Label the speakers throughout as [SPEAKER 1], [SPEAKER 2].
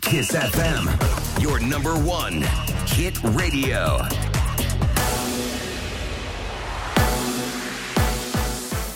[SPEAKER 1] Kiss FM, your number one hit radio.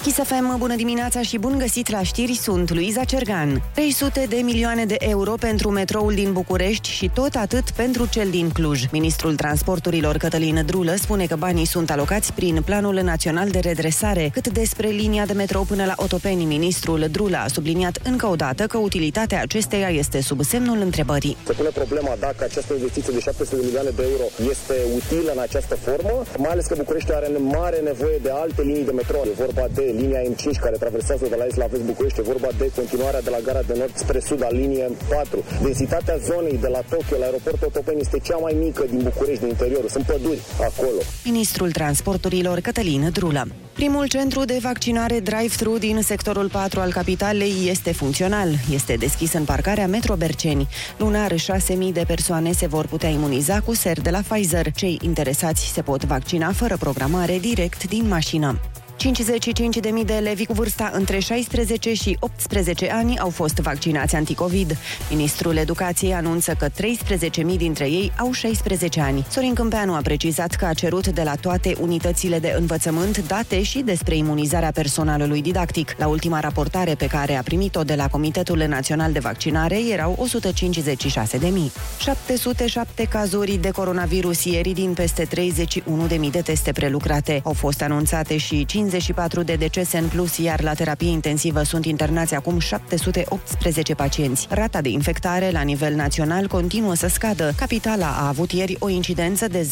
[SPEAKER 2] Chisafem, bună dimineața și bun găsit la știri, sunt Luiza Cergan. 300 de milioane de euro pentru metroul din București și tot atât pentru cel din Cluj. Ministrul Transporturilor Cătălin Drulă spune că banii sunt alocați prin Planul Național de Redresare. Cât despre linia de metrou până la Otopeni, ministrul Drulă a subliniat încă o dată că utilitatea acesteia este sub semnul întrebării.
[SPEAKER 3] Se pune problema dacă această investiție de 700 de milioane de euro este utilă în această formă, mai ales că București are mare nevoie de alte linii de metrou. E vorba de linia M5 care traversează de la est la vest București, e vorba de continuarea de la gara de nord spre sud a liniei M4. Densitatea zonei de la Tokyo la aeroportul Otopeni este cea mai mică din București, din interiorul. Sunt păduri acolo.
[SPEAKER 2] Ministrul Transporturilor Cătălin Drulă. Primul centru de vaccinare drive-thru din sectorul 4 al capitalei este funcțional. Este deschis în parcarea Metro Berceni. Lunar 6.000 de persoane se vor putea imuniza cu ser de la Pfizer. Cei interesați se pot vaccina fără programare direct din mașină. 55.000 de elevi cu vârsta între 16 și 18 ani au fost vaccinați anticovid. Ministrul Educației anunță că 13.000 dintre ei au 16 ani. Sorin Câmpeanu a precizat că a cerut de la toate unitățile de învățământ date și despre imunizarea personalului didactic. La ultima raportare pe care a primit-o de la Comitetul Național de Vaccinare erau 156.000. 707 cazuri de coronavirus ieri din peste 31.000 de teste prelucrate. Au fost anunțate și 50 54 de decese în plus, iar la terapie intensivă sunt internați acum 718 pacienți. Rata de infectare la nivel național continuă să scadă. Capitala a avut ieri o incidență de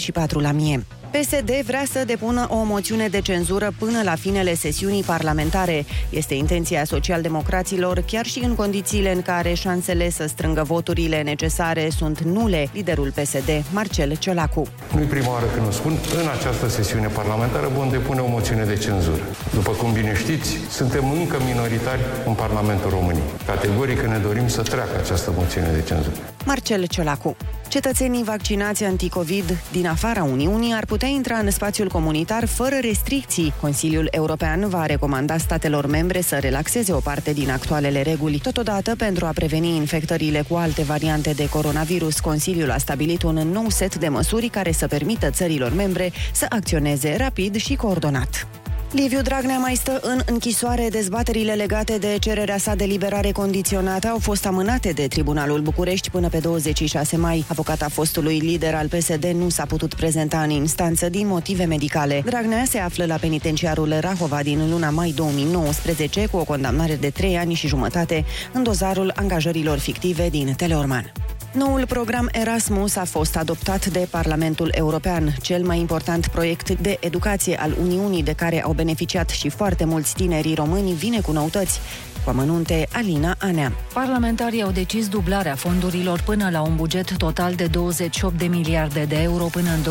[SPEAKER 2] 0,84 la mie. PSD vrea să depună o moțiune de cenzură până la finele sesiunii parlamentare. Este intenția socialdemocraților, chiar și în condițiile în care șansele să strângă voturile necesare sunt nule, liderul PSD, Marcel Ciolacu.
[SPEAKER 4] Nu-i prima oară când o spun, în această sesiune parlamentară vom depune o moțiune de cenzură. După cum bine știți, suntem încă minoritari în Parlamentul României. Categoric ne dorim să treacă această moțiune de cenzură.
[SPEAKER 2] Marcel Ciolacu. Cetățenii vaccinați anticovid din afara Uniunii ar putea intra în spațiul comunitar fără restricții. Consiliul European va recomanda statelor membre să relaxeze o parte din actualele reguli. Totodată, pentru a preveni infectările cu alte variante de coronavirus, Consiliul a stabilit un nou set de măsuri care să permită țărilor membre să acționeze rapid și coordonat. Liviu Dragnea mai stă în închisoare. Dezbaterile legate de cererea sa de liberare condiționată au fost amânate de Tribunalul București până pe 26 mai. Avocata fostului lider al PSD nu s-a putut prezenta în instanță din motive medicale. Dragnea se află la penitenciarul Rahova din luna mai 2019 cu o condamnare de 3 ani și jumătate în dozarul angajărilor fictive din Teleorman. Noul program Erasmus a fost adoptat de Parlamentul European, cel mai important proiect de educație al Uniunii de care au beneficiat și foarte mulți tinerii români vine cu noutăți. Cu amănunte, Alina Anea.
[SPEAKER 5] Parlamentarii au decis dublarea fondurilor până la un buget total de 28 de miliarde de euro până în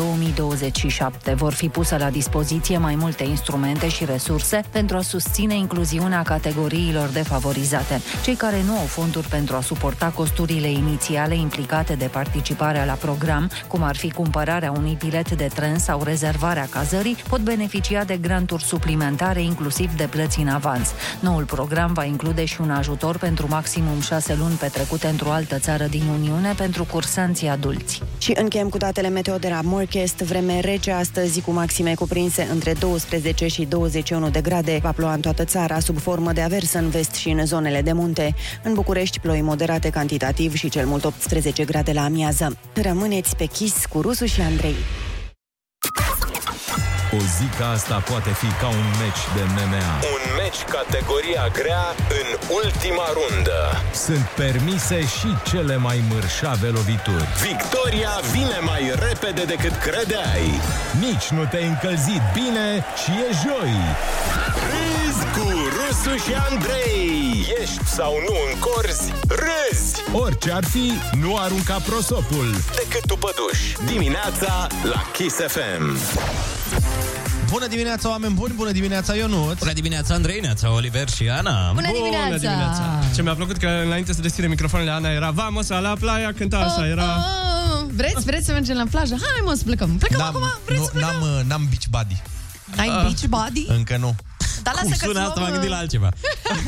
[SPEAKER 5] 2027. Vor fi puse la dispoziție mai multe instrumente și resurse pentru a susține incluziunea categoriilor defavorizate. Cei care nu au fonduri pentru a suporta costurile inițiale implicate de participarea la program, cum ar fi cumpărarea unui bilet de tren sau rezervarea cazării, pot beneficia de granturi suplimentare, inclusiv de plăți în avans. Noul program va include și un ajutor pentru maximum șase luni petrecute într-o altă țară din Uniune pentru cursanții adulți.
[SPEAKER 2] Și încheiem cu datele meteo de la Morchest, vreme rece astăzi cu maxime cuprinse între 12 și 21 de grade. Va ploa în toată țara sub formă de avers în vest și în zonele de munte. În București ploi moderate cantitativ și cel mult 8 18 grade la amiază. Rămâneți pe chis cu Rusu și Andrei.
[SPEAKER 6] O zi ca asta poate fi ca un meci de MMA.
[SPEAKER 1] Un meci categoria grea în ultima rundă.
[SPEAKER 6] Sunt permise și cele mai mărșave lovituri.
[SPEAKER 1] Victoria vine mai repede decât credeai.
[SPEAKER 6] Nici nu te-ai încălzit bine și e joi.
[SPEAKER 1] Râzi cu Rusu și Andrei. Ești sau nu în corzi, râzi.
[SPEAKER 6] Orice ar fi, nu arunca prosopul.
[SPEAKER 1] Decât tu păduși. Dimineața la Kiss FM.
[SPEAKER 7] Bună dimineața, oameni buni! Bună dimineața, Ionuț!
[SPEAKER 8] Bună dimineața, Andrei, neața, Oliver și Ana!
[SPEAKER 9] Bună dimineața! Bună dimineața!
[SPEAKER 10] Ce mi-a plăcut că înainte să deschide microfoanele Ana era Vamos a la playa, cânta așa, era...
[SPEAKER 9] Oh, oh, vreți? Vreți să mergem la plajă? Hai mă, să plecăm! Plecăm
[SPEAKER 7] N-am,
[SPEAKER 9] acum? Vreți
[SPEAKER 7] nu,
[SPEAKER 9] să plecăm?
[SPEAKER 7] N-am, n-am beach body.
[SPEAKER 9] N-ai beach body?
[SPEAKER 7] Încă nu.
[SPEAKER 9] Dar
[SPEAKER 6] Cum
[SPEAKER 9] lasă că
[SPEAKER 6] sună asta, m-am gândit la
[SPEAKER 9] uh,
[SPEAKER 6] altceva.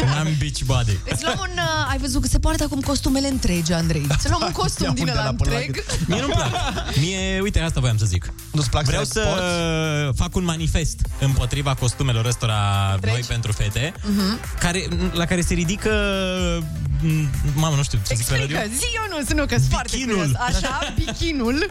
[SPEAKER 6] N-am beach body.
[SPEAKER 9] Îți luăm un... uh, ai văzut că se poartă acum costumele întregi, Andrei. Să luăm un costum din ăla întreg.
[SPEAKER 6] Mie nu-mi plac. Mie, uite, asta voiam să zic.
[SPEAKER 7] Nu-ți plac
[SPEAKER 6] Vreau
[SPEAKER 7] să
[SPEAKER 6] să fac un manifest împotriva costumelor ăstora noi pentru fete,
[SPEAKER 9] Mhm.
[SPEAKER 6] care, la care se ridică... m, Mamă, nu știu ce zic pe radio.
[SPEAKER 9] Explică, Adică, zi Ionuț, nu, că sunt foarte
[SPEAKER 6] Bichinul.
[SPEAKER 9] curios. Așa, bichinul.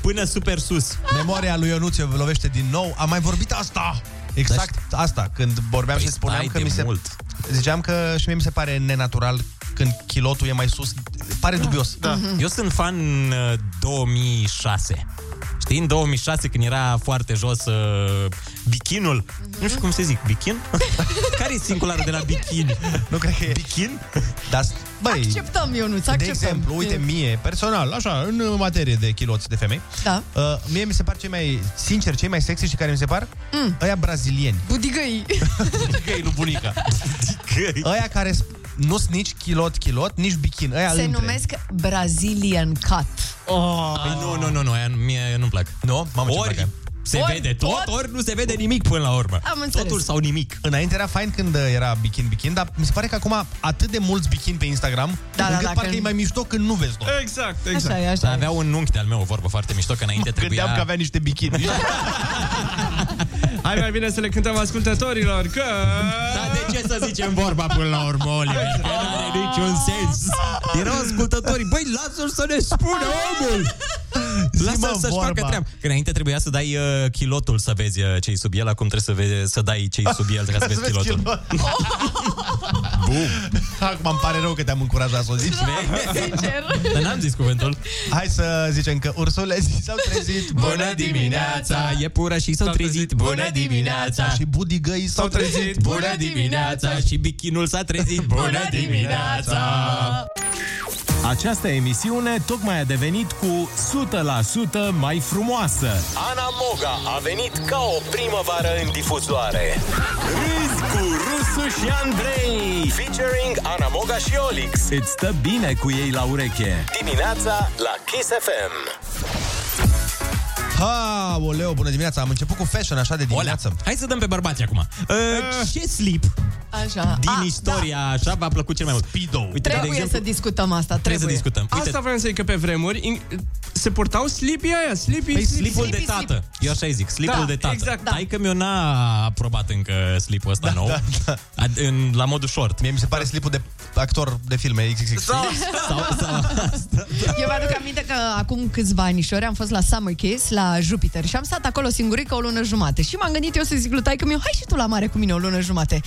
[SPEAKER 6] Până super sus.
[SPEAKER 7] Memoria lui Ionuț eu lovește din nou. Am mai vorbit asta! Exact asta, când vorbeam
[SPEAKER 6] Păi
[SPEAKER 7] și spuneam
[SPEAKER 6] stai
[SPEAKER 7] că
[SPEAKER 6] de
[SPEAKER 7] mi se...
[SPEAKER 6] mult.
[SPEAKER 7] Ziceam că și mie mi se pare nenatural când chilotul e mai sus. Pare dubios. Da.
[SPEAKER 6] Mm-hmm. Eu sunt fan uh, 2006. Știi, în 2006, când era foarte jos uh, bichinul,
[SPEAKER 7] Mm-hmm.
[SPEAKER 6] nu știu cum se zic, bichin? care e singularul de la bichin?
[SPEAKER 7] Nu cred că e...
[SPEAKER 6] Bichin?
[SPEAKER 7] Dar, băi,
[SPEAKER 9] Acceptăm, Ionuț,
[SPEAKER 7] de
[SPEAKER 9] acceptăm.
[SPEAKER 7] exemplu, uite, mie, personal, așa, în uh, materie de chiloți de femei,
[SPEAKER 9] Da.
[SPEAKER 7] uh, mie mi se par cei mai, sincer, cei mai sexy și care mi se par, mm. ăia brazilieni.
[SPEAKER 9] Budigăi.
[SPEAKER 7] Găi lui bunica.
[SPEAKER 6] Găi.
[SPEAKER 7] Ăia care sp- nu sunt nici chilot, chilot, nici bichin. Ăia
[SPEAKER 9] Se
[SPEAKER 7] între. Oh.
[SPEAKER 9] numesc Brazilian Cut.
[SPEAKER 6] Ah, Nu, nu, nu, nu, aia nu- mie nu-mi plac.
[SPEAKER 7] Nu? Mamă, ce
[SPEAKER 6] Ori
[SPEAKER 7] plăcă.
[SPEAKER 6] se
[SPEAKER 9] Ori
[SPEAKER 6] vede tot,
[SPEAKER 9] tot?
[SPEAKER 6] ori nu se vede nimic până la urmă.
[SPEAKER 9] Am înțeles.
[SPEAKER 6] Totul sau nimic.
[SPEAKER 7] Înainte era fain când uh, era bichin, bichin, dar mi se pare că acum atât de mulți bichin pe Instagram,
[SPEAKER 9] Da, da,
[SPEAKER 7] încât
[SPEAKER 9] da,
[SPEAKER 7] parcă
[SPEAKER 9] că-
[SPEAKER 7] e mai mișto când nu vezi tot.
[SPEAKER 10] Exact,
[SPEAKER 9] Așa
[SPEAKER 10] exact.
[SPEAKER 9] e,
[SPEAKER 6] Dar
[SPEAKER 9] așa e.
[SPEAKER 6] avea un unchi de-al meu, o vorbă foarte mișto, că înainte
[SPEAKER 7] Gândeam că
[SPEAKER 6] trebuia...
[SPEAKER 7] avea niște bikini.
[SPEAKER 10] Hai mai bine să le cântăm ascultătorilor că...
[SPEAKER 6] Dar de ce să zicem vorba până la urmă, Oliver?
[SPEAKER 7] Exact.
[SPEAKER 6] Că n-are niciun sens. Erau ascultătorii, băi, lasă-l să ne spună
[SPEAKER 8] Ah.
[SPEAKER 6] omul! Lasă-l
[SPEAKER 7] mă,
[SPEAKER 6] să-și facă
[SPEAKER 7] vorba.
[SPEAKER 6] treaba. Că înainte trebuia să dai uh, chilotul să vezi uh, ce-i sub el, acum trebuie să, vezi, să dai ce-i sub el ca să vezi chilotul.
[SPEAKER 7] Bum. Acum îmi pare rău că te-am încurajat să o zici.
[SPEAKER 9] Da, Sincer.
[SPEAKER 6] Dar n-am zis cuvântul.
[SPEAKER 7] Hai să zicem că ursuleții s-au trezit.
[SPEAKER 6] Bună dimineața, iepura și s-au trezit Bună dimineața
[SPEAKER 7] Și budigăii s-au
[SPEAKER 10] S-au
[SPEAKER 7] trezit.
[SPEAKER 10] trezit.
[SPEAKER 6] Bună dimineața și bichinul s-a trezit Bună dimineața
[SPEAKER 11] Această emisiune tocmai a devenit cu 100% mai frumoasă.
[SPEAKER 1] Ana Moga a venit ca o primăvară în difuzoare. Râzi cu Rusu și Andrei. Featuring Ana Moga și Olix.
[SPEAKER 11] Îți stă bine cu ei la ureche.
[SPEAKER 1] Dimineața la Kiss FM.
[SPEAKER 7] Ha, oleo, bună dimineața. Am început cu fashion așa de
[SPEAKER 6] Olea,
[SPEAKER 7] dimineață.
[SPEAKER 6] hai să dăm pe bărbați acum uh, Ce slip
[SPEAKER 9] Așa.
[SPEAKER 6] din
[SPEAKER 9] A,
[SPEAKER 6] istoria așa v-a plăcut cel mai mult?
[SPEAKER 7] Speedo.
[SPEAKER 6] Uite,
[SPEAKER 9] Trebuie
[SPEAKER 6] de exemplu,
[SPEAKER 9] să discutăm asta,
[SPEAKER 6] trebuie
[SPEAKER 9] trebuie.
[SPEAKER 6] să discutăm Uite,
[SPEAKER 10] Asta vreau să zic că pe vremuri in... se purtau slipii aia, slipii...
[SPEAKER 6] Păi
[SPEAKER 10] slipii.
[SPEAKER 6] slipul de
[SPEAKER 9] slip.
[SPEAKER 6] tată. Eu așa îi zic, slipul
[SPEAKER 10] Da,
[SPEAKER 6] de tată.
[SPEAKER 10] exact, da.
[SPEAKER 6] Hai că mi n-a aprobat încă slipul ăsta nou. Ad- în, la modul short.
[SPEAKER 7] Da, Mie mi se pare slipul de actor de filme XXX.
[SPEAKER 9] Da.
[SPEAKER 6] Sau, sau,
[SPEAKER 7] da.
[SPEAKER 9] Eu mi-aduc aminte că acum câțiva anișori am fost la Summer Case, la Jupiter și am stat acolo singurică o lună jumate și m-am gândit eu să zic lui taică meu, hai și tu la mare cu mine o lună jumate.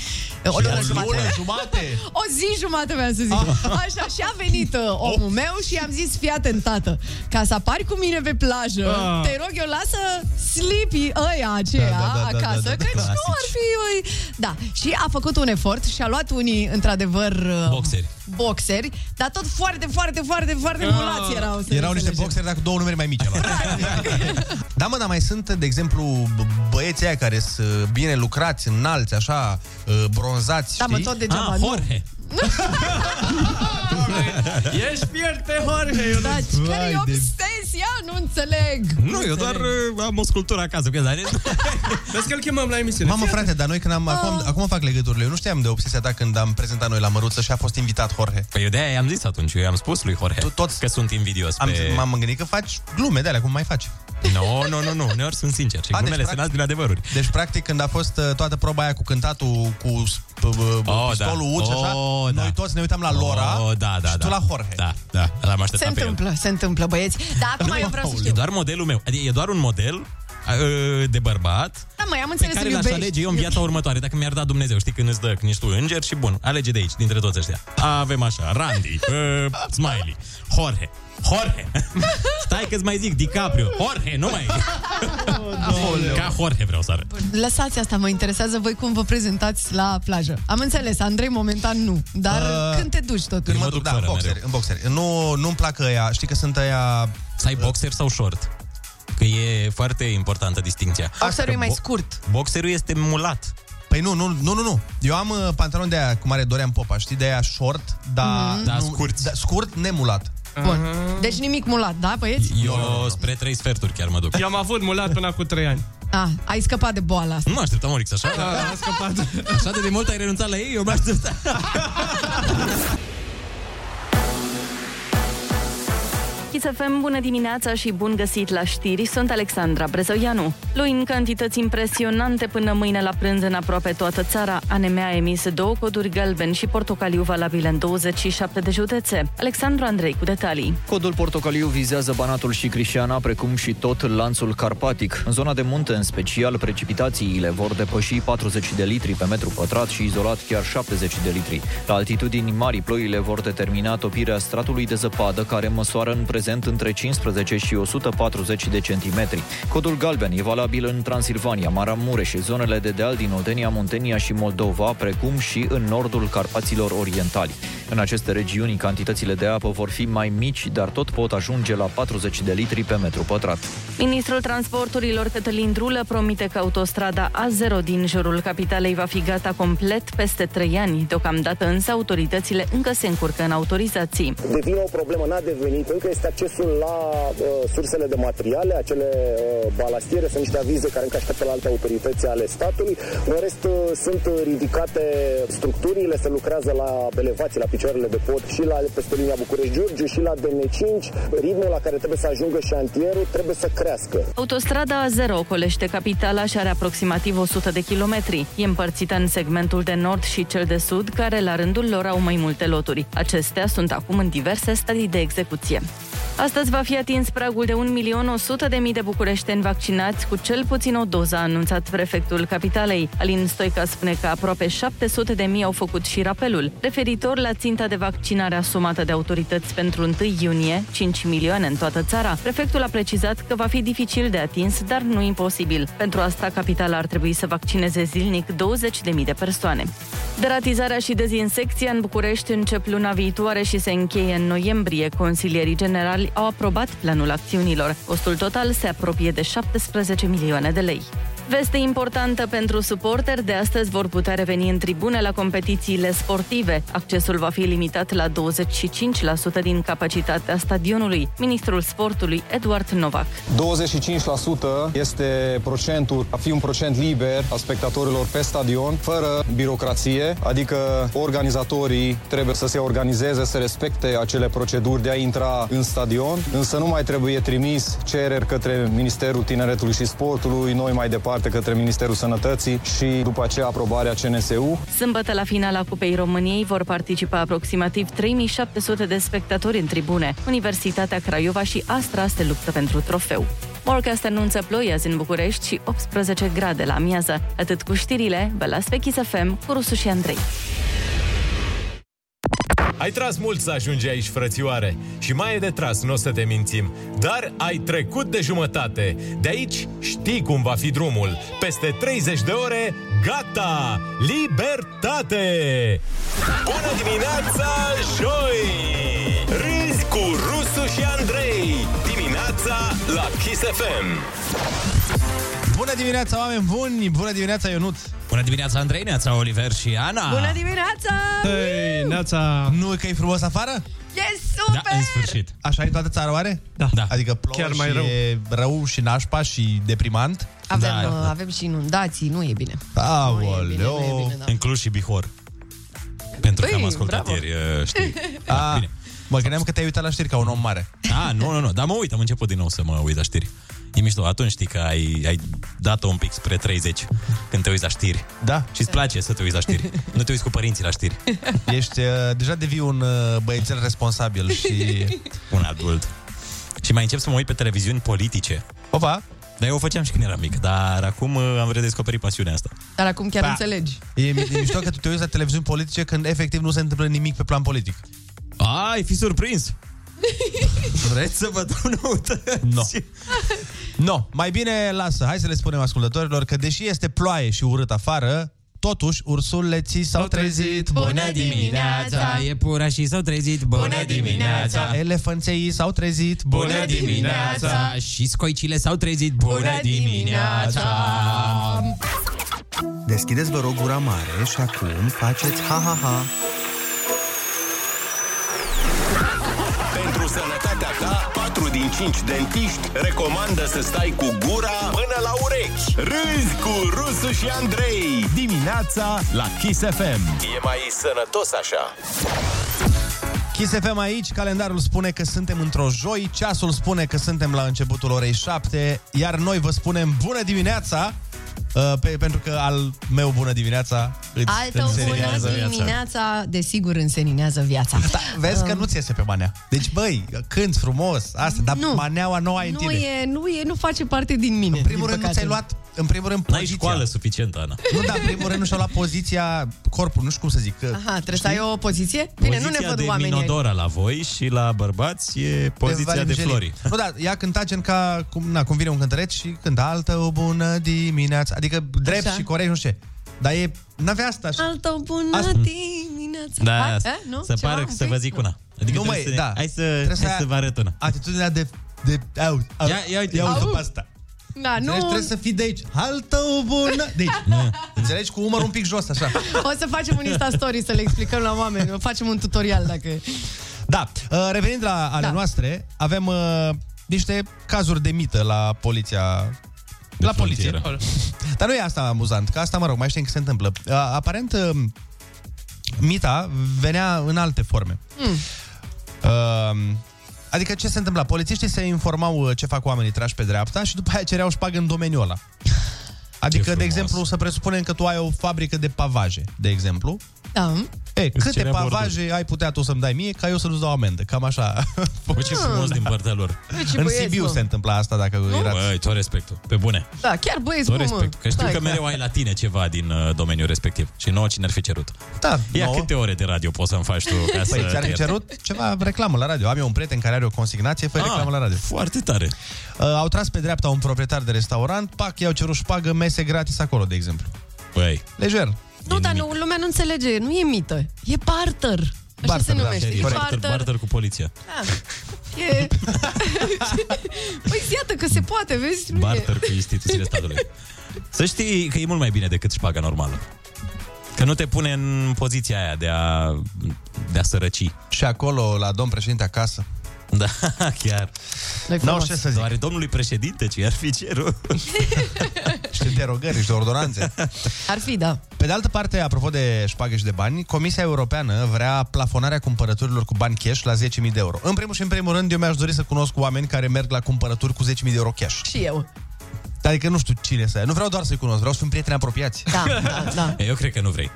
[SPEAKER 9] O lună jumate.
[SPEAKER 7] jumate.
[SPEAKER 9] O zi jumate mi-a să zic.
[SPEAKER 7] Ah.
[SPEAKER 9] Așa, și a venit uh, omul meu și i-am zis, fii atent, tată, ca să apari cu mine pe plajă,
[SPEAKER 10] Ah.
[SPEAKER 9] te rog eu, lasă slipii ăia aceia
[SPEAKER 7] Da, da, da, da,
[SPEAKER 9] acasă,
[SPEAKER 7] da, da,
[SPEAKER 9] căci
[SPEAKER 6] clasici.
[SPEAKER 9] nu ar fi... Oi. Da, și a făcut un efort și a luat unii, într-adevăr... uh,
[SPEAKER 6] Boxeri.
[SPEAKER 9] Boxeri, dar tot foarte, foarte, foarte, foarte
[SPEAKER 6] Ah.
[SPEAKER 9] mulați erau. Să
[SPEAKER 7] Erau niște
[SPEAKER 9] înțelegem.
[SPEAKER 7] boxeri, dar cu două numere mai mici. la da, mă, dar mai sunt, de exemplu, b- băieții aia care sunt uh, bine lucrați, înalți, așa, uh, bronzați,
[SPEAKER 9] Da, mă,
[SPEAKER 7] știi?
[SPEAKER 9] tot degeaba.
[SPEAKER 6] ah,
[SPEAKER 9] nu.
[SPEAKER 6] Jorge.
[SPEAKER 10] Ești fiert pe Jorge, eu
[SPEAKER 9] Da, care e
[SPEAKER 7] Vai de-
[SPEAKER 9] obsesia? Nu înțeleg.
[SPEAKER 6] Nu, eu doar uh, am o sculptură acasă. Că, dar,
[SPEAKER 10] Vezi că îl chemăm la emisiune.
[SPEAKER 7] Mamă, frate, dar noi când
[SPEAKER 9] Ah.
[SPEAKER 7] am... Acum, acum fac legăturile. Eu nu știam de obsesia ta când am prezentat noi la Măruță și a fost invitat Jorge.
[SPEAKER 6] păi eu de-aia i-am zis atunci, eu i-am spus lui Jorge
[SPEAKER 7] Tu toți-
[SPEAKER 6] că sunt invidios
[SPEAKER 7] Am,
[SPEAKER 6] pe...
[SPEAKER 7] M-am gândit că faci glume de alea, cum mai faci.
[SPEAKER 6] Nu, nu, nu, nu, uneori sunt sincer
[SPEAKER 7] A,
[SPEAKER 6] și
[SPEAKER 7] deci,
[SPEAKER 6] glumele se
[SPEAKER 7] practic-
[SPEAKER 6] nasc din adevăruri.
[SPEAKER 7] Deci, practic, când a fost uh, toată proba aia cu cântatul, cu uh,
[SPEAKER 6] da.
[SPEAKER 7] pistolul uci, așa,
[SPEAKER 6] Oh, da.
[SPEAKER 7] noi toți ne uitam la Lora
[SPEAKER 6] oh, da, da,
[SPEAKER 7] și
[SPEAKER 6] da.
[SPEAKER 7] tu la Jorge.
[SPEAKER 6] Da, da, l-am
[SPEAKER 9] Se
[SPEAKER 6] așteptat pe el.
[SPEAKER 9] întâmplă, se întâmplă, băieți. Dar acum eu vreau să
[SPEAKER 6] E
[SPEAKER 9] știu.
[SPEAKER 6] doar modelul meu. Adică e doar un model uh, de bărbat
[SPEAKER 9] Da, mai am
[SPEAKER 6] pe
[SPEAKER 9] înțeles
[SPEAKER 6] care
[SPEAKER 9] îl
[SPEAKER 6] l-aș
[SPEAKER 9] iubești.
[SPEAKER 6] alege eu în viața următoare, dacă mi-ar da Dumnezeu. Știi când îți dă, când ești tu înger și bun, alege de aici, dintre toți ăștia. Avem așa, Randy, uh, Smiley, Jorge, Jorge. Stai că-ți mai zic, DiCaprio, Jorge, nu mai Ca Jorge vreau să arăt.
[SPEAKER 9] Lăsați asta, mă interesează voi cum vă prezentați la plajă. Am înțeles, Andrei momentan nu, dar
[SPEAKER 7] Uh,
[SPEAKER 9] când te duci
[SPEAKER 7] Când
[SPEAKER 9] totuși?
[SPEAKER 7] mă
[SPEAKER 6] Ah, mă
[SPEAKER 7] duc,
[SPEAKER 6] duc
[SPEAKER 7] da, în
[SPEAKER 6] fără
[SPEAKER 7] boxeri,
[SPEAKER 6] mereu.
[SPEAKER 7] în boxeri. Nu, nu-mi plac ăia, știi că sunt ăia...
[SPEAKER 6] Să ai boxer sau short? Că e foarte importantă distinția.
[SPEAKER 9] Boxerul e mai
[SPEAKER 6] Bo-
[SPEAKER 9] scurt.
[SPEAKER 6] Boxerul este mulat.
[SPEAKER 7] Păi nu, nu, nu, nu, nu. Eu am uh, pantalon de aia cum are Dorian Popa, știi? De aia short, dar...
[SPEAKER 9] Mhm.
[SPEAKER 6] Da,
[SPEAKER 7] nu-
[SPEAKER 6] scurți.
[SPEAKER 7] Da, scurt, nemulat.
[SPEAKER 9] Bun. Deci nimic mulat, da, băieți?
[SPEAKER 6] Eu spre trei sferturi chiar mă duc.
[SPEAKER 10] Eu am avut mulat până cu 3 ani.
[SPEAKER 9] A, Ah, ai scăpat de boala asta.
[SPEAKER 6] Nu mă așteptam, Orix, așa? Da, a scăpat. Așa de, de mult ai renunțat la ei? Eu mă așteptam.
[SPEAKER 12] Chisafem, bună dimineața și bun găsit la știri, sunt Alexandra Brezoianu. Luni, în cantități impresionante până mâine la prânz în aproape toată țara, ANM a emis două coduri galben și portocaliu valabile în 27 de județe. Alexandru Andrei cu detalii.
[SPEAKER 13] Codul portocaliu vizează Banatul și Crișana, precum și tot lanțul carpatic. În zona de munte, în special, precipitațiile vor depăși 40 de litri pe metru pătrat și izolat chiar 70 de litri. La altitudini mari, ploile vor determina topirea stratului de zăpadă, care măsoară în prezent între 15 și 140 de centimetri. Codul galben e valabil în Transilvania, Maramureș, zonele de deal din Oltenia, Muntenia și Moldova, precum și în nordul Carpaților Orientali. În aceste regiuni, cantitățile de apă vor fi mai mici, dar tot pot ajunge la 40 de litri pe metru pătrat.
[SPEAKER 12] Ministrul Transporturilor Cătălin Drulă promite că autostrada A0 din jurul capitalei va fi gata complet peste 3 ani. Deocamdată însă autoritățile încă se încurcă în autorizații.
[SPEAKER 14] devine o problemă, n-a devenit, încă este accesul la uh, sursele de materiale, acele uh, balastiere, sunt niște avize care încă așteaptă la alte autorități ale statului. În rest, uh, sunt uh, ridicate structurile, se lucrează la elevații, la picioarele de pod și la peste linia București-Giurgiu și la DN5. Ritmul la care trebuie să ajungă șantierul trebuie să crească.
[SPEAKER 12] Autostrada A0 ocolește capitala și are aproximativ 100 de kilometri. E împărțită în segmentul de nord și cel de sud, care la rândul lor au mai multe loturi. Acestea sunt acum în diverse stadii de execuție. Astăzi va fi atins pragul de 1.100.000 de bucureșteni vaccinați cu cel puțin o doză, a anunțat prefectul capitalei. Alin Stoica spune că aproape 700.000 au făcut și rapelul. Referitor la ținta de vaccinare asumată de autorități pentru 1 iunie, 5 milioane în toată țara, prefectul a precizat că va fi dificil de atins, dar nu imposibil. Pentru asta, capitala ar trebui să vaccineze zilnic 20.000 de persoane. Deratizarea și dezinsecția în București încep luna viitoare și se încheie în noiembrie. Consilierii generali au aprobat planul acțiunilor. Costul total se apropie de 17 milioane de lei. Veste importantă pentru suporteri, de astăzi vor putea reveni în tribune la competițiile sportive. Accesul va fi limitat la 25% din capacitatea stadionului. Ministrul sportului Eduard Novak.
[SPEAKER 15] 25% este procentul, a fi un procent liber a spectatorilor pe stadion, fără birocrație, adică organizatorii trebuie să se organizeze, să respecte acele proceduri de a intra în stadion, însă nu mai trebuie trimis cereri către Ministerul Tineretului și Sportului, noi mai departe către Ministerul Sănătății și după aceea aprobarea CNSU.
[SPEAKER 12] Sâmbătă la finala Cupei României vor participa aproximativ 3700 de spectatori în tribune. Universitatea Craiova și Astra se luptă pentru trofeu. Morcast anunță ploi azi în București și 18 grade la amiază. Atât cu știrile, vă las pe Kiss FM cu Rusu și Andrei.
[SPEAKER 11] Ai tras mult să ajungi aici, frățioare, și mai e de tras, nu o să te mințim, dar ai trecut de jumătate. De aici știi cum va fi drumul. Peste 30 de ore, gata! Libertate!
[SPEAKER 1] Bună dimineața, joi! Râzi cu Rusu și Andrei. Dimineața la Kiss FM.
[SPEAKER 7] Bună dimineața, oameni buni! Bună dimineața, Ionut! Bună dimineața, Andrei, neața, Oliver și Ana!
[SPEAKER 9] Bună dimineața!
[SPEAKER 7] Hei, neața! Nu, că e frumos afară?
[SPEAKER 9] E super!
[SPEAKER 6] Da,
[SPEAKER 7] în sfârșit. Așa e toată țara, oare? Da. da. Adică plouă
[SPEAKER 10] Chiar
[SPEAKER 7] Chiar mai
[SPEAKER 10] mai
[SPEAKER 7] și
[SPEAKER 10] rău.
[SPEAKER 7] rău. e rău și nașpa și deprimant.
[SPEAKER 9] Avem, da, uh, avem și inundații, nu e bine.
[SPEAKER 7] Aoleo!
[SPEAKER 6] În Cluj și Bihor. Pentru că
[SPEAKER 9] Păi,
[SPEAKER 6] am ascultat
[SPEAKER 9] da. bravo.
[SPEAKER 6] ieri, uh, știi.
[SPEAKER 7] A, Ah, Mă gândeam că te-ai uitat la știri ca un om mare.
[SPEAKER 6] A, Da, nu, nu, nu, dar mă uit, am început din nou să mă uit la știri. E mișto, atunci știi că ai, ai dat-o un pic spre 30 când te uiți la știri.
[SPEAKER 7] Da.
[SPEAKER 6] Și îți place să te uiți la știri. Nu te uiți cu părinții la știri.
[SPEAKER 7] Ești uh, deja devii un uh, băiețel responsabil și...
[SPEAKER 6] Un adult. Și mai încep să mă uit pe televiziuni politice.
[SPEAKER 7] Opa!
[SPEAKER 6] Dar eu o făceam și când eram mic, dar acum uh, am redescoperit pasiunea asta.
[SPEAKER 9] Dar acum chiar
[SPEAKER 7] Da.
[SPEAKER 9] înțelegi.
[SPEAKER 7] E, e mișto că tu te uiți la televiziuni politice când efectiv nu se întâmplă nimic pe plan politic.
[SPEAKER 6] Ai fi surprins!
[SPEAKER 7] Vreți să vă dau noutăți? Nu. No, mai bine lasă. Hai să le spunem ascultătorilor că deși este ploaie și urât afară, totuși ursuleții s-au trezit.
[SPEAKER 16] E pura și s-au trezit Bună dimineața
[SPEAKER 7] Elefanței s-au trezit.
[SPEAKER 16] Bună dimineața Și scoicile s-au trezit Bună dimineața
[SPEAKER 17] Deschideți, vă rog, gura mare și acum faceți ha-ha-ha.
[SPEAKER 1] Pentru sănătatea ta, 4 din 5 dentiști recomandă să stai cu gura până la urechi. Râzi cu Rusu și Andrei.
[SPEAKER 11] Dimineața la Kiss FM.
[SPEAKER 1] E mai sănătos așa.
[SPEAKER 7] Kiss FM aici, calendarul spune că suntem într-o joi, ceasul spune că suntem la începutul orei 7, iar noi vă spunem bună dimineața, uh, pe, pentru că al meu bună dimineața îți
[SPEAKER 9] Altă
[SPEAKER 7] înseninează
[SPEAKER 9] bună
[SPEAKER 7] viața.
[SPEAKER 9] dimineața, desigur, înseninează viața. Da,
[SPEAKER 7] Vezi că nu-ți iese pe manea. Deci, băi, cânti frumos, asta, dar nu. maneaua nouă e în
[SPEAKER 9] nu
[SPEAKER 7] tine.
[SPEAKER 9] e, nu e, nu face parte din mine. În
[SPEAKER 7] primul rând, nu ți-ai luat, în primul rând,
[SPEAKER 6] N-ai școală suficientă, Ana.
[SPEAKER 7] Nu, dar în primul rând nu și-a luat poziția corpul, nu știu cum să zic. că-
[SPEAKER 9] Aha, trebuie să ai o poziție? Bine, nu ne
[SPEAKER 6] poziția
[SPEAKER 9] văd
[SPEAKER 6] de
[SPEAKER 9] oamenii.
[SPEAKER 6] Minodora la voi și la bărbați e poziția
[SPEAKER 7] Valim
[SPEAKER 6] de,
[SPEAKER 7] Jeli.
[SPEAKER 6] flori.
[SPEAKER 7] Nu, da, ea cânta gen ca cum, na, cum vine un cântăreț și cânta altă o bună dimineață. Adică drept
[SPEAKER 9] Așa.
[SPEAKER 7] și corect, nu știu ce. Dar e, n-avea asta. Așa.
[SPEAKER 9] Altă bună
[SPEAKER 7] Asta.
[SPEAKER 9] dimineața.
[SPEAKER 6] Da,
[SPEAKER 9] A,
[SPEAKER 6] asta.
[SPEAKER 9] a, nu?
[SPEAKER 6] Să
[SPEAKER 9] Ceva
[SPEAKER 6] pară
[SPEAKER 9] un
[SPEAKER 6] că să
[SPEAKER 9] pic?
[SPEAKER 6] vă zic una. Adică
[SPEAKER 7] Nu,
[SPEAKER 6] trebuie
[SPEAKER 7] măi,
[SPEAKER 6] să ne-
[SPEAKER 7] da.
[SPEAKER 6] hai să,
[SPEAKER 7] Trebuie să
[SPEAKER 6] hai
[SPEAKER 7] ai
[SPEAKER 6] să vă arăt una.
[SPEAKER 7] Atitudinea de... de au, au,
[SPEAKER 6] Ia- ia uite.
[SPEAKER 7] ia uite
[SPEAKER 6] Au.
[SPEAKER 7] pe asta.
[SPEAKER 9] Da, nu.
[SPEAKER 7] Înțelegi? Trebuie să fii de aici. Altă o bună... De aici. Înțelegi? Cu umărul un pic jos, așa.
[SPEAKER 9] O să facem un Insta Story să le explicăm la oameni. O facem un tutorial dacă...
[SPEAKER 7] Da, uh, revenind la ale
[SPEAKER 9] Da.
[SPEAKER 7] noastre, avem uh, niște cazuri de mită la poliția la poliție. Dar nu e asta amuzant, că asta, mă rog, mai știm că se întâmplă. Uh, Aparent, uh, mita venea în alte forme.
[SPEAKER 9] Mm.
[SPEAKER 7] Uh, Adică ce se întâmpla? Polițiștii se informau uh, ce fac oamenii trași pe dreapta și după aia cereau șpagă în domeniul ăla. Adică, de
[SPEAKER 6] frumos.
[SPEAKER 7] exemplu, să presupunem că tu ai o fabrică de pavaje, de exemplu.
[SPEAKER 9] Da.
[SPEAKER 7] E, câte
[SPEAKER 6] cerea
[SPEAKER 7] pavaje ai putea tu să-mi dai mie, ca eu să nu-ți dau amendă? Cam așa.
[SPEAKER 6] Bă, ce
[SPEAKER 9] Ah.
[SPEAKER 6] frumos din partea lor.
[SPEAKER 7] În Sibiu se întâmpla asta dacă erați...
[SPEAKER 6] Băi, tot respectul. Pe bune.
[SPEAKER 9] Da, chiar băieți,
[SPEAKER 6] Tot
[SPEAKER 9] bun, mă.
[SPEAKER 6] respect. Că știu
[SPEAKER 9] Stai,
[SPEAKER 6] că mereu ai la tine ceva din uh, domeniul respectiv. Și nouă cine ar fi cerut.
[SPEAKER 7] Da,
[SPEAKER 6] Ia
[SPEAKER 7] nouă.
[SPEAKER 6] câte ore de radio poți să-mi faci tu ca să
[SPEAKER 7] Păi, ți-ar
[SPEAKER 6] te
[SPEAKER 7] fi
[SPEAKER 6] iert?
[SPEAKER 7] cerut ceva reclamă la radio. Am eu un prieten care are o consignație, fă
[SPEAKER 6] Ah,
[SPEAKER 7] reclamă la radio.
[SPEAKER 6] Foarte tare.
[SPEAKER 7] Uh, au tras pe dreapta un proprietar de restaurant, pac, i-au cerut șpagă, mese gratis acolo, de exemplu.
[SPEAKER 6] Băi.
[SPEAKER 7] Lejer.
[SPEAKER 9] Nu, dar nu, lumea nu înțelege. Nu e mită. E barter. Așa se
[SPEAKER 7] da,
[SPEAKER 9] numește.
[SPEAKER 6] Chiar e
[SPEAKER 9] E
[SPEAKER 6] barter,
[SPEAKER 9] barter.
[SPEAKER 6] barter cu poliția.
[SPEAKER 9] Da. E... păi iată că se poate, vezi? Nu e.
[SPEAKER 6] Barter cu instituțiile statului. Să știi că e mult mai bine decât șpaga normală. Că nu te pune în poziția aia de a, de a sărăci.
[SPEAKER 7] Și acolo, la domn președinte acasă.
[SPEAKER 6] Da, chiar.
[SPEAKER 7] N-au ce să zic.
[SPEAKER 6] Doare domnului președinte ce ar fi cerul.
[SPEAKER 7] Niște derogări, niște ordonanțe.
[SPEAKER 9] Ar fi, da.
[SPEAKER 7] Pe de altă parte, apropo de șpagă și de bani, Comisia Europeană vrea plafonarea cumpărăturilor cu bani cash la 10.000 de euro. În primul și în primul rând, eu mi-aș dori să cunosc oameni care merg la cumpărături cu 10.000 de euro cash.
[SPEAKER 9] Și eu.
[SPEAKER 7] Adică nu știu cine să Nu vreau doar să-i cunosc, vreau să fim prieteni apropiați.
[SPEAKER 9] Da, da, da.
[SPEAKER 6] Eu cred că nu vrei.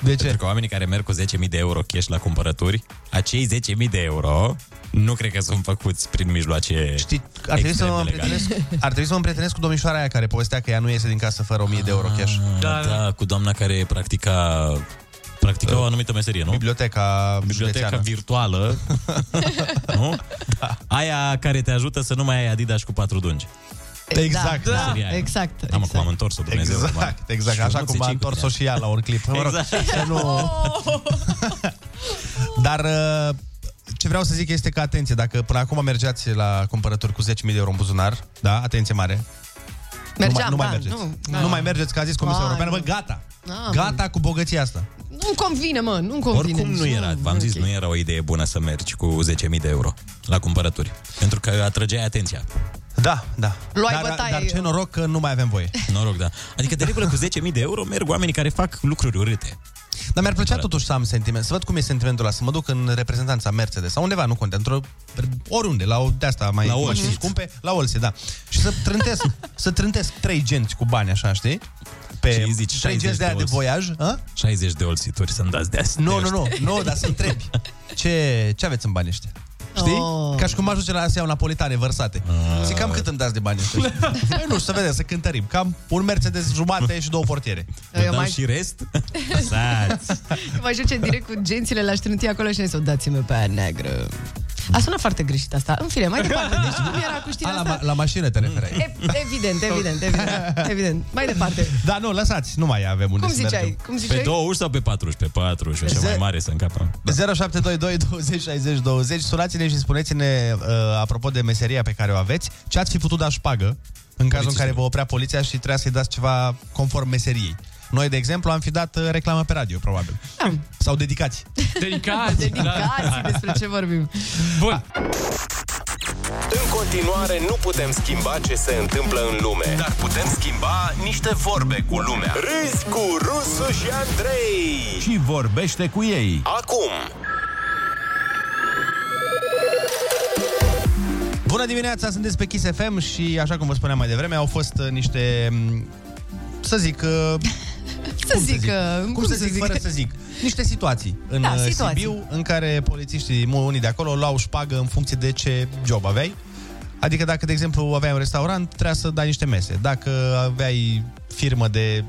[SPEAKER 7] De ce?
[SPEAKER 6] Pentru că oamenii care merg cu 10.000 de euro cash la cumpărături, acei 10.000 de euro nu cred că sunt făcuți prin mijloace Știi,
[SPEAKER 7] Ar trebui, să mă împrietenesc, ar trebui să mă împrietenesc cu domnișoara aia care povestea că ea nu iese din casă fără 1000 de euro cash.
[SPEAKER 6] Da, da, cu doamna care practica practica o anumită meserie, nu?
[SPEAKER 7] Uh, Biblioteca
[SPEAKER 6] Biblioteca
[SPEAKER 7] județeană.
[SPEAKER 6] virtuală. nu? Da. Aia care te ajută să nu mai ai Adidas cu patru dungi.
[SPEAKER 7] Exact,
[SPEAKER 9] Da,
[SPEAKER 6] Meseria aia.
[SPEAKER 9] exact.
[SPEAKER 6] Da, mă, cum am întors-o Dumnezeu. urmă.
[SPEAKER 7] Exact, exact.
[SPEAKER 6] Și
[SPEAKER 7] Așa
[SPEAKER 6] nu
[SPEAKER 7] cum
[SPEAKER 6] ți
[SPEAKER 7] a
[SPEAKER 6] ce
[SPEAKER 7] întors-o
[SPEAKER 6] cu
[SPEAKER 7] și ea la un clip. Mă rog,
[SPEAKER 6] Exact.
[SPEAKER 7] să nu... Dar uh, ce vreau să zic este că, atenție, dacă până acum mergeați la cumpărături cu 10.000 de euro în buzunar, da, atenție mare,
[SPEAKER 9] Mergeam,
[SPEAKER 7] nu mai,
[SPEAKER 9] da,
[SPEAKER 7] nu mai mergeți.
[SPEAKER 9] nu, da.
[SPEAKER 7] nu mai mergeți, că a zis Comisia
[SPEAKER 9] Vai,
[SPEAKER 7] Europeană, bă,
[SPEAKER 9] nu.
[SPEAKER 7] gata.
[SPEAKER 9] Da,
[SPEAKER 7] Gata cu bogăția asta.
[SPEAKER 9] Nu-mi convine, mă, nu-mi convine.
[SPEAKER 6] Oricum nu
[SPEAKER 9] nici.
[SPEAKER 6] era, v-am zis, nu era o idee bună să mergi cu 10.000 de euro la cumpărături. Pentru că atrăgeai atenția.
[SPEAKER 7] Da, da.
[SPEAKER 9] Luai
[SPEAKER 7] dar,
[SPEAKER 9] bătaie.
[SPEAKER 7] dar ce noroc că nu mai avem voie.
[SPEAKER 6] Noroc, da. Adică, de regulă, cu 10.000 de euro merg oamenii care fac lucruri urâte.
[SPEAKER 7] Dar mi-ar plăcea totuși să am sentiment, să văd cum e sentimentul ăla, să mă duc în reprezentanța Mercedes sau undeva, nu contează, într-o, oriunde, la o, de asta mai
[SPEAKER 6] La
[SPEAKER 7] mașini
[SPEAKER 6] Olsit.
[SPEAKER 7] scumpe, la Olse, da. Și să trântesc, să trântesc trei genți cu bani, așa, știi? Pe
[SPEAKER 6] Și îi zici
[SPEAKER 7] trei
[SPEAKER 6] 60
[SPEAKER 7] genți de
[SPEAKER 6] de
[SPEAKER 7] aia de
[SPEAKER 6] Olsi.
[SPEAKER 7] voiaj, a?
[SPEAKER 6] 60 de olsituri să-mi dați de asta.
[SPEAKER 7] Nu, nu, nu, nu, dar să întrebi. Ce, ce aveți în bani ăștia? Știi?
[SPEAKER 9] Oh.
[SPEAKER 7] Oh. Ca și cum ajunge la să iau napolitane vărsate. Ah. Zic, cam cât îmi dați de bani ăștia? Păi nu știu, să vedem, să cântărim. Cam un Mercedes jumate și două portiere.
[SPEAKER 9] Eu
[SPEAKER 6] Vă dau
[SPEAKER 9] mai-
[SPEAKER 6] și rest? Sați.
[SPEAKER 9] Mă ajunge direct cu gențile la ștrântie acolo și ne s-o dați-mi pe aia neagră. A sunat foarte greșit asta. În fine, mai departe. Deci cum era cu știrea
[SPEAKER 7] A, la,
[SPEAKER 9] asta?
[SPEAKER 7] ma- la mașină te referai.
[SPEAKER 9] E- Evident, evident, evident, evident. Mai departe.
[SPEAKER 7] Da, nu, lăsați, nu mai avem unde
[SPEAKER 9] Cum
[SPEAKER 7] să mergem.
[SPEAKER 9] ziceai? Cum
[SPEAKER 6] Pe
[SPEAKER 9] ziceai?
[SPEAKER 6] 20 sau pe 40? Pe 40, așa
[SPEAKER 7] Ze-
[SPEAKER 6] mai mare să încapă.
[SPEAKER 7] 0722 20 60 20 Sunați-ne și spuneți-ne, uh, apropo de meseria pe care o aveți, ce ați fi putut da șpagă în cazul în care vă oprea poliția și trebuia să-i dați ceva conform meseriei. Noi, de exemplu, am fi dat uh, reclamă pe radio, probabil. Sau dedicați.
[SPEAKER 10] Dedicați,
[SPEAKER 9] Dedicați, despre ce vorbim.
[SPEAKER 10] Bun.
[SPEAKER 1] În continuare, nu putem schimba ce se întâmplă în lume, dar putem schimba niște vorbe cu lumea. Râzi cu Rusu și Andrei!
[SPEAKER 11] Și vorbește cu ei.
[SPEAKER 1] Acum,
[SPEAKER 7] Bună dimineața, sunteți pe Kiss FM și, așa cum vă spuneam mai devreme, au fost uh, niște, m, să zic, uh,
[SPEAKER 9] Să zic, uh,
[SPEAKER 7] cum, să zic, fără să zic, niște situații în
[SPEAKER 9] Da,
[SPEAKER 7] da,
[SPEAKER 9] situații.
[SPEAKER 7] Sibiu în care polițiștii, mu- unii de acolo, luau șpagă în funcție de ce job aveai. Adică dacă, de exemplu, aveai un restaurant, trebuia să dai niște mese. Dacă aveai firmă de,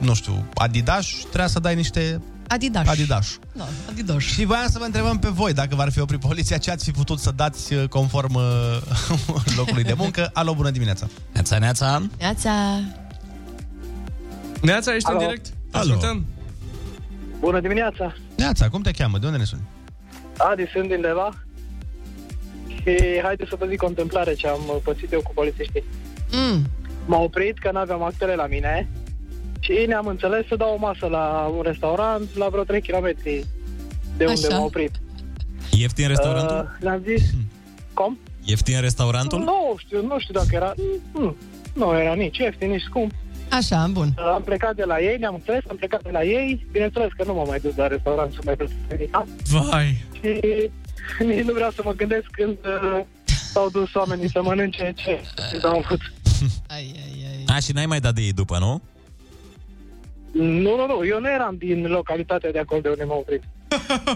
[SPEAKER 7] nu știu, Adidas, trebuia să dai niște
[SPEAKER 9] Adidas.
[SPEAKER 7] Adidas.
[SPEAKER 9] Da, Adidas.
[SPEAKER 7] Și voiam să vă întrebăm pe voi, dacă v-ar fi oprit poliția, ce ați fi putut să dați uh, conform uh, locului de muncă. Alo, bună dimineața! Neața, neața!
[SPEAKER 9] Neața.
[SPEAKER 10] Neața, ești
[SPEAKER 7] Alo.
[SPEAKER 10] în direct?
[SPEAKER 7] Alo.
[SPEAKER 10] Ascultăm.
[SPEAKER 18] Bună dimineața!
[SPEAKER 7] Neața, cum te cheamă? De unde ne suni?
[SPEAKER 18] Adi, sunt din Deva. Și haideți să vă zic o întâmplare ce am pățit eu cu polițiștii.
[SPEAKER 9] Mm.
[SPEAKER 18] M-au oprit că n-aveam actele la mine și ne-am înțeles să dau o masă la un restaurant la vreo 3 km de unde
[SPEAKER 6] Așa.
[SPEAKER 18] m-au oprit.
[SPEAKER 6] Ieftin restaurantul? Hm.
[SPEAKER 18] Uh, le-am zis, cum?
[SPEAKER 6] Ieftin restaurantul?
[SPEAKER 18] Nu știu, nu știu dacă era... Mm, nu era nici ieftin, nici scump.
[SPEAKER 9] Așa, bun.
[SPEAKER 18] Uh, Am plecat de la ei, ne-am înțeles, am plecat de la ei. Bineînțeles că nu m-am mai dus la restaurant să mai plătesc
[SPEAKER 10] Vai.
[SPEAKER 18] și nici nu vreau să mă gândesc când uh, s-au dus oamenii să mănânce ce am avut.
[SPEAKER 6] A, și n-ai mai dat de ei după, nu?
[SPEAKER 18] Nu, nu, nu, eu nu eram din localitatea de acolo de unde m-au oprit.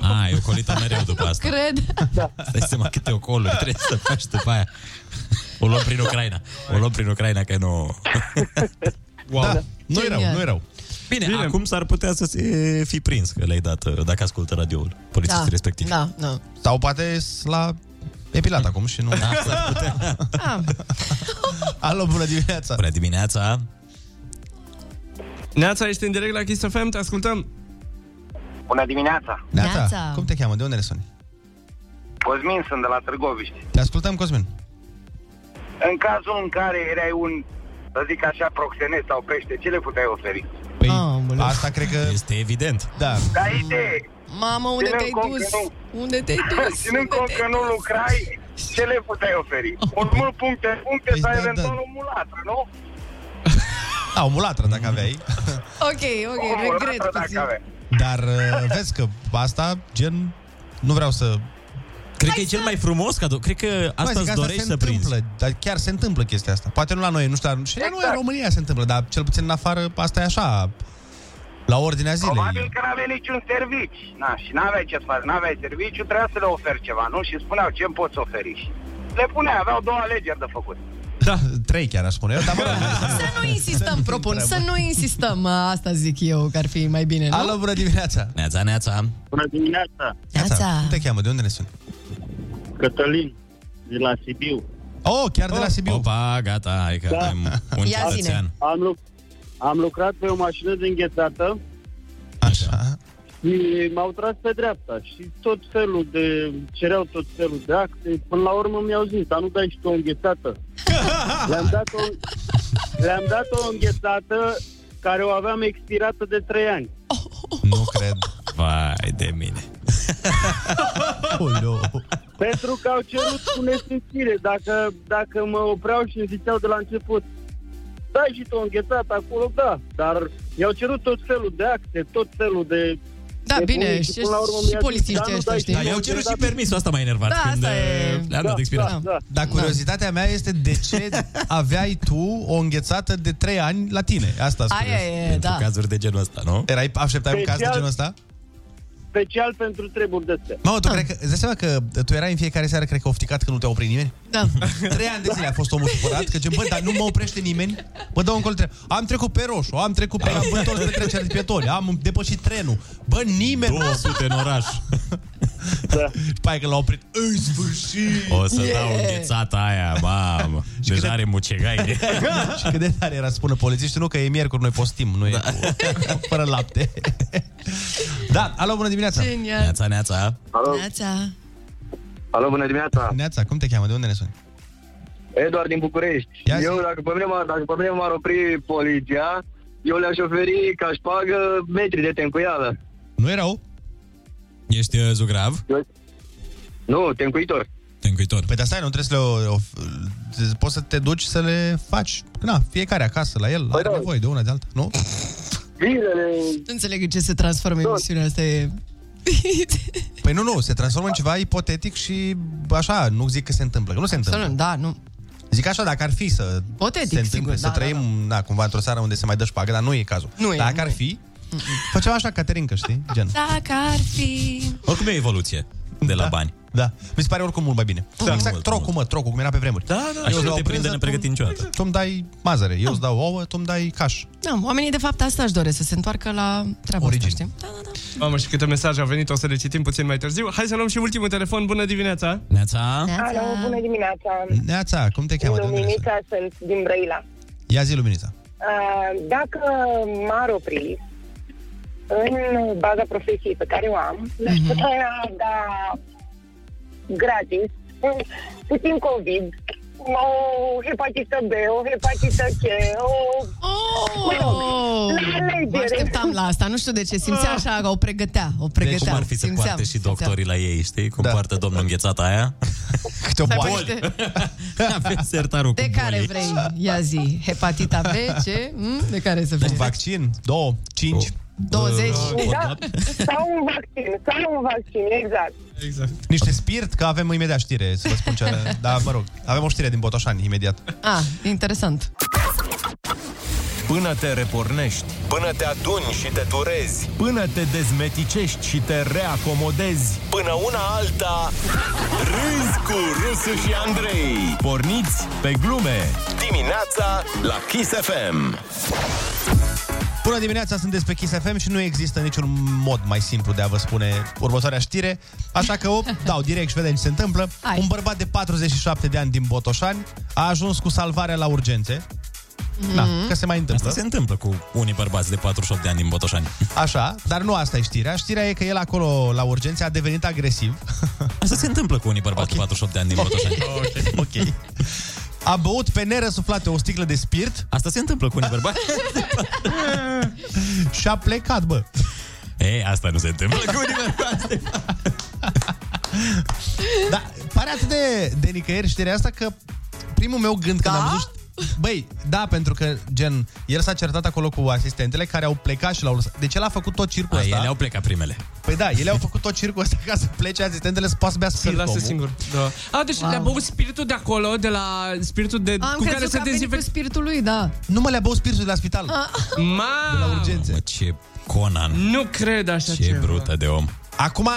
[SPEAKER 6] A, e ocolită mereu după asta.
[SPEAKER 9] Cred.
[SPEAKER 6] Stai seama câte ocoluri trebuie să faci după aia. O luăm prin Ucraina. O luăm prin Ucraina că nu...
[SPEAKER 7] Wow. Da. Nu e rău, nu e rău.
[SPEAKER 6] Bine, Bine, acum s-ar putea să se fi prins că le-ai dat, uh, dacă ascultă radioul, polițiștii
[SPEAKER 9] da.
[SPEAKER 6] respectiv.
[SPEAKER 9] Da, da.
[SPEAKER 7] Sau poate s- la epilat acum și nu...
[SPEAKER 6] Da, s-ar
[SPEAKER 9] Ah,
[SPEAKER 7] Alo, bună dimineața!
[SPEAKER 6] Bună dimineața!
[SPEAKER 10] Neața, ești în direct la Kiss FM, te ascultăm.
[SPEAKER 3] Bună dimineața!
[SPEAKER 10] Da.
[SPEAKER 7] Neața,
[SPEAKER 3] Neața.
[SPEAKER 7] Da, cum te cheamă? De unde ne suni?
[SPEAKER 3] Cosmin sunt de la Târgoviște.
[SPEAKER 7] Te ascultăm, Cosmin.
[SPEAKER 3] În cazul în care erai un, să zic așa, proxenet sau pește, ce le puteai oferi?
[SPEAKER 7] Păi, asta cred că...
[SPEAKER 6] Este evident.
[SPEAKER 7] Da.
[SPEAKER 3] Ca idee!
[SPEAKER 9] Mamă, unde
[SPEAKER 3] Ținând
[SPEAKER 9] te-ai
[SPEAKER 3] cont
[SPEAKER 9] dus?
[SPEAKER 3] că nu-
[SPEAKER 9] Unde te-ai dus?
[SPEAKER 3] Ținând cont că nu lucrai, ce le puteai oferi? Un mult puncte, puncte
[SPEAKER 9] Păi
[SPEAKER 3] sau
[SPEAKER 9] da,
[SPEAKER 3] eventual o mulatră, nu?
[SPEAKER 7] Da, o mulatră,
[SPEAKER 6] Mm.
[SPEAKER 7] dacă aveai.
[SPEAKER 9] Ok, ok, regret puțin.
[SPEAKER 7] Dar uh, vezi că asta, gen, nu vreau să...
[SPEAKER 6] Cred că e cel mai frumos cadou. Cred că
[SPEAKER 7] Nu,
[SPEAKER 6] asta
[SPEAKER 7] zic,
[SPEAKER 6] îți dorești
[SPEAKER 7] se
[SPEAKER 6] să prinzi. Exact.
[SPEAKER 7] întâmplă, dar chiar se întâmplă chestia asta. Poate nu la noi, nu știu, dar- și la noi în România se întâmplă, dar cel puțin în afară asta e așa, la ordinea zilei.
[SPEAKER 3] Probabil că n-aveai niciun servici. Na, și n-aveai ce să faci, n-aveai serviciu, trebuia să le oferi ceva, nu? Și spuneau ce îmi poți oferi. Și Le puneai, aveau două alegeri de făcut.
[SPEAKER 7] Da, trei chiar aș spune eu, dar mă rog.
[SPEAKER 9] Să nu insistăm, propun, să nu insistăm. Asta zic eu că ar fi mai bine, nu?
[SPEAKER 7] Alo, bună dimineața!
[SPEAKER 6] Neața, neața!
[SPEAKER 19] Bună dimineața!
[SPEAKER 7] Neața! Cum te cheamă? De unde ne suni?
[SPEAKER 19] Cătălin, de la Sibiu.
[SPEAKER 7] Oh, chiar de la Sibiu.
[SPEAKER 6] Opa, gata, hai că
[SPEAKER 19] Da.
[SPEAKER 6] avem un cetățean.
[SPEAKER 19] Am, lu- am lucrat pe o mașină de înghețată
[SPEAKER 7] Așa.
[SPEAKER 19] și m-au tras pe dreapta și tot felul de... cereau tot felul de acte. Până la urmă mi-au zis, dar nu dai și tu o înghețată. Le-am dat o, le-am dat o înghețată care o aveam expirată de 3 ani.
[SPEAKER 7] Nu cred.
[SPEAKER 6] Vai de mine.
[SPEAKER 19] Pentru că au cerut cu nesimțire. Dacă, dacă mă opreau și îmi ziceau de la început, dai și tu o înghețată acolo, da. Dar i-au cerut tot felul de acte, tot felul de...
[SPEAKER 9] Da,
[SPEAKER 19] de
[SPEAKER 9] bine,
[SPEAKER 19] bunii
[SPEAKER 9] și-
[SPEAKER 19] până la urmă
[SPEAKER 9] și
[SPEAKER 19] mi-a zis,
[SPEAKER 9] polițiștii
[SPEAKER 19] da, nu
[SPEAKER 9] ăștia,
[SPEAKER 19] dai
[SPEAKER 9] știi?
[SPEAKER 19] tu
[SPEAKER 6] Da,
[SPEAKER 19] o
[SPEAKER 6] eu cerut și
[SPEAKER 19] înghețată.
[SPEAKER 6] permisul, asta m-a enervat
[SPEAKER 19] Da,
[SPEAKER 6] când
[SPEAKER 19] asta e.
[SPEAKER 6] uh, le-am
[SPEAKER 19] Da,
[SPEAKER 6] dat expirat.
[SPEAKER 19] da, da.
[SPEAKER 7] Dar curiozitatea mea este de ce aveai tu o înghețată de 3 ani la tine? Asta
[SPEAKER 19] Aia
[SPEAKER 7] spune.
[SPEAKER 19] e, Pentru da.
[SPEAKER 6] cazuri de genul ăsta, nu?
[SPEAKER 7] Erai, așteptai un caz de
[SPEAKER 19] Special-
[SPEAKER 7] genul ăsta?
[SPEAKER 19] Special pentru treburi de astea.
[SPEAKER 7] Mamă, tu, cred că, îți dai seama că tu erai în fiecare seară, cred că ofticat că nu te-a oprit nimeni?
[SPEAKER 9] Da.
[SPEAKER 7] Trei ani de zile a fost omul supărat, că gen, bă, dar nu mă oprește nimeni? Bă, dă un col tre- Am trecut pe roșu, am trecut pe am întors pe trecere de pietoni, am depășit trenul. Bă, nimeni...
[SPEAKER 6] 200 în oraș.
[SPEAKER 19] Da.
[SPEAKER 7] Și pe aia că l-a oprit. În sfârșit!
[SPEAKER 6] O să dau înghețata aia, mamă. Deja are mucegai. Deci
[SPEAKER 7] Și cât de tare era să spună polițiștii, nu, că e miercuri, noi postim, nu
[SPEAKER 6] Da.
[SPEAKER 7] e cu, fără lapte. da, alo, bună dimineața!
[SPEAKER 9] Genial.
[SPEAKER 6] Neața, neața!
[SPEAKER 19] Alo,
[SPEAKER 9] Neața.
[SPEAKER 19] alo, bună dimineața!
[SPEAKER 7] Neața, cum te cheamă? De unde ne suni?
[SPEAKER 19] Eduard din București. Eu, dacă pe mine, m-ar- dacă pe mine m-ar opri poliția,
[SPEAKER 20] eu le-aș oferi ca șpagă metri de tencuială.
[SPEAKER 6] Nu erau? Ești uh, zugrav?
[SPEAKER 20] Nu, tencuitor.
[SPEAKER 6] Tencuitor.
[SPEAKER 7] Păi de asta nu trebuie să le... O, o, poți să te duci să le faci. Na, fiecare acasă, la
[SPEAKER 19] Păi
[SPEAKER 7] el,
[SPEAKER 19] da.
[SPEAKER 7] are nevoie de una, de alta, nu?
[SPEAKER 20] Bilele...
[SPEAKER 9] Nu înțeleg în ce se transformă emisiunea asta, e...
[SPEAKER 7] Păi nu, nu, se transformă în ceva ipotetic și așa, nu zic că se întâmplă, că nu se întâmplă.
[SPEAKER 9] Absolut, da, nu.
[SPEAKER 7] Zic așa, dacă ar fi să
[SPEAKER 9] Ipotetic,
[SPEAKER 7] se întâmple,
[SPEAKER 9] sigur,
[SPEAKER 7] să
[SPEAKER 9] da, da,
[SPEAKER 7] trăim da, cumva într-o țară unde se mai dă șpagă, dar nu e cazul.
[SPEAKER 9] Nu e,
[SPEAKER 7] dacă
[SPEAKER 9] nu
[SPEAKER 7] ar
[SPEAKER 9] e.
[SPEAKER 7] fi, făceam așa Caterinca, știi? Gen.
[SPEAKER 9] Dacă ar fi...
[SPEAKER 6] Oricum e o evoluție de la da. bani.
[SPEAKER 7] Da. Mi se pare oricum mult mai bine. Da, exact, mult, trocul, mă, trocul, cum era pe vremuri.
[SPEAKER 6] Da, da, Așa nu te prinde nepregătit niciodată.
[SPEAKER 7] Tu îmi dai mazăre, eu îți dau ouă, tu îmi dai caș.
[SPEAKER 9] Da, oamenii de fapt asta își doresc, să se întoarcă la treaba Origine. asta, știi?
[SPEAKER 10] Mamă, și câte mesaje au venit, o să le citim puțin mai târziu. Hai să luăm și ultimul telefon. Bună dimineața!
[SPEAKER 6] Neața!
[SPEAKER 21] Alo,
[SPEAKER 8] Ah.
[SPEAKER 21] bună dimineața!
[SPEAKER 8] Mm.
[SPEAKER 7] Neața, cum te cheamă? De unde ești?
[SPEAKER 21] Luminița sunt din Brăila.
[SPEAKER 7] Ia zi, Luminița.
[SPEAKER 21] Uh, Dacă m-ar opri în baza profesiei pe care o am, le-aș
[SPEAKER 22] Mhm.
[SPEAKER 21] putea da gratis, puțin COVID, o hepatită B, o hepatită C, o...
[SPEAKER 22] Oh!
[SPEAKER 21] Mă rog, la
[SPEAKER 9] Oh! Mă
[SPEAKER 21] alegere.
[SPEAKER 9] așteptam la asta, nu știu de ce, simțea așa că o pregătea, o
[SPEAKER 6] Deci
[SPEAKER 9] pregătea.
[SPEAKER 6] cum ar fi să
[SPEAKER 9] simțeam,
[SPEAKER 6] poarte și
[SPEAKER 9] simțeam.
[SPEAKER 6] doctorii la ei, știi? Cum da. poartă domnul înghețata aia? Câte o
[SPEAKER 9] Să
[SPEAKER 6] boli!
[SPEAKER 9] aibă niște-
[SPEAKER 6] Aveți sertarul cu
[SPEAKER 9] De care
[SPEAKER 6] bolii.
[SPEAKER 9] vrei? Ia zi, hepatita B, ce? Mm? De care să
[SPEAKER 6] Deci
[SPEAKER 9] vrei?
[SPEAKER 7] Vaccin, 2, 5.
[SPEAKER 9] 20.
[SPEAKER 21] Da, sau un vaccin, sau un vaccin, exact.
[SPEAKER 7] Exact. Niște spirit, că avem imediat știre, să vă spun ce... da, mă rog, avem o știre din Botoșani, imediat.
[SPEAKER 9] Ah, interesant.
[SPEAKER 11] Până te repornești,
[SPEAKER 1] Până te aduni și te durezi,
[SPEAKER 11] până te dezmeticești și te reacomodezi,
[SPEAKER 1] până una alta, râzi cu Rusu și Andrei.
[SPEAKER 11] porniți pe glume.
[SPEAKER 1] Dimineața la Kiss FM.
[SPEAKER 7] Bună dimineața, sunteți pe Kiss FM și nu există niciun mod mai simplu de a vă spune următoarea știre, așa că o dau direct și vedem ce se întâmplă.
[SPEAKER 9] Hai.
[SPEAKER 7] Un bărbat de 47 de ani din Botoșani a ajuns cu salvarea la urgențe. Da,
[SPEAKER 9] Mm-hmm.
[SPEAKER 7] că se mai întâmplă.
[SPEAKER 6] Asta se întâmplă cu unii bărbați de 48 de ani din Botoșani.
[SPEAKER 7] Așa, dar nu asta e știrea. Știrea e că el acolo, la urgențe, a devenit agresiv.
[SPEAKER 6] Asta se întâmplă cu unii bărbați okay. de 48 de ani din Botoșani.
[SPEAKER 7] Ok. okay. A băut pe nerăsuflate o sticlă de spirit.
[SPEAKER 6] Asta se întâmplă cu unii bărbați.
[SPEAKER 7] și a plecat, bă.
[SPEAKER 6] Ei, asta nu se întâmplă cu unii
[SPEAKER 7] Da, pare atât de, de nicăieri știrea asta că primul meu gând
[SPEAKER 6] Da?
[SPEAKER 7] când am văzut... Băi, da, pentru că, gen, el s-a certat acolo cu asistentele care au plecat și l-au lăsat. Deci el a făcut tot circul ăsta.
[SPEAKER 6] Ele au plecat primele.
[SPEAKER 7] Păi da, ele au făcut tot circul ăsta ca să plece asistentele să poată să bea
[SPEAKER 10] Îi
[SPEAKER 7] spirit
[SPEAKER 10] lasă
[SPEAKER 7] omul.
[SPEAKER 10] singur. Da. A, deci
[SPEAKER 7] Wow.
[SPEAKER 10] wow. le-a băut spiritul de acolo, de la spiritul de,
[SPEAKER 9] Am
[SPEAKER 10] cu care
[SPEAKER 9] crezut că
[SPEAKER 10] se
[SPEAKER 9] a venit cu
[SPEAKER 10] dezinfectează.
[SPEAKER 9] spiritul lui, da. Ah.
[SPEAKER 7] Nu mă le-a băut spiritul de la spital.
[SPEAKER 10] Ma! De la
[SPEAKER 7] urgențe.
[SPEAKER 6] Mă, ce Conan.
[SPEAKER 10] Nu cred așa
[SPEAKER 6] Ce
[SPEAKER 10] ceva.
[SPEAKER 6] brută de om.
[SPEAKER 7] Acum,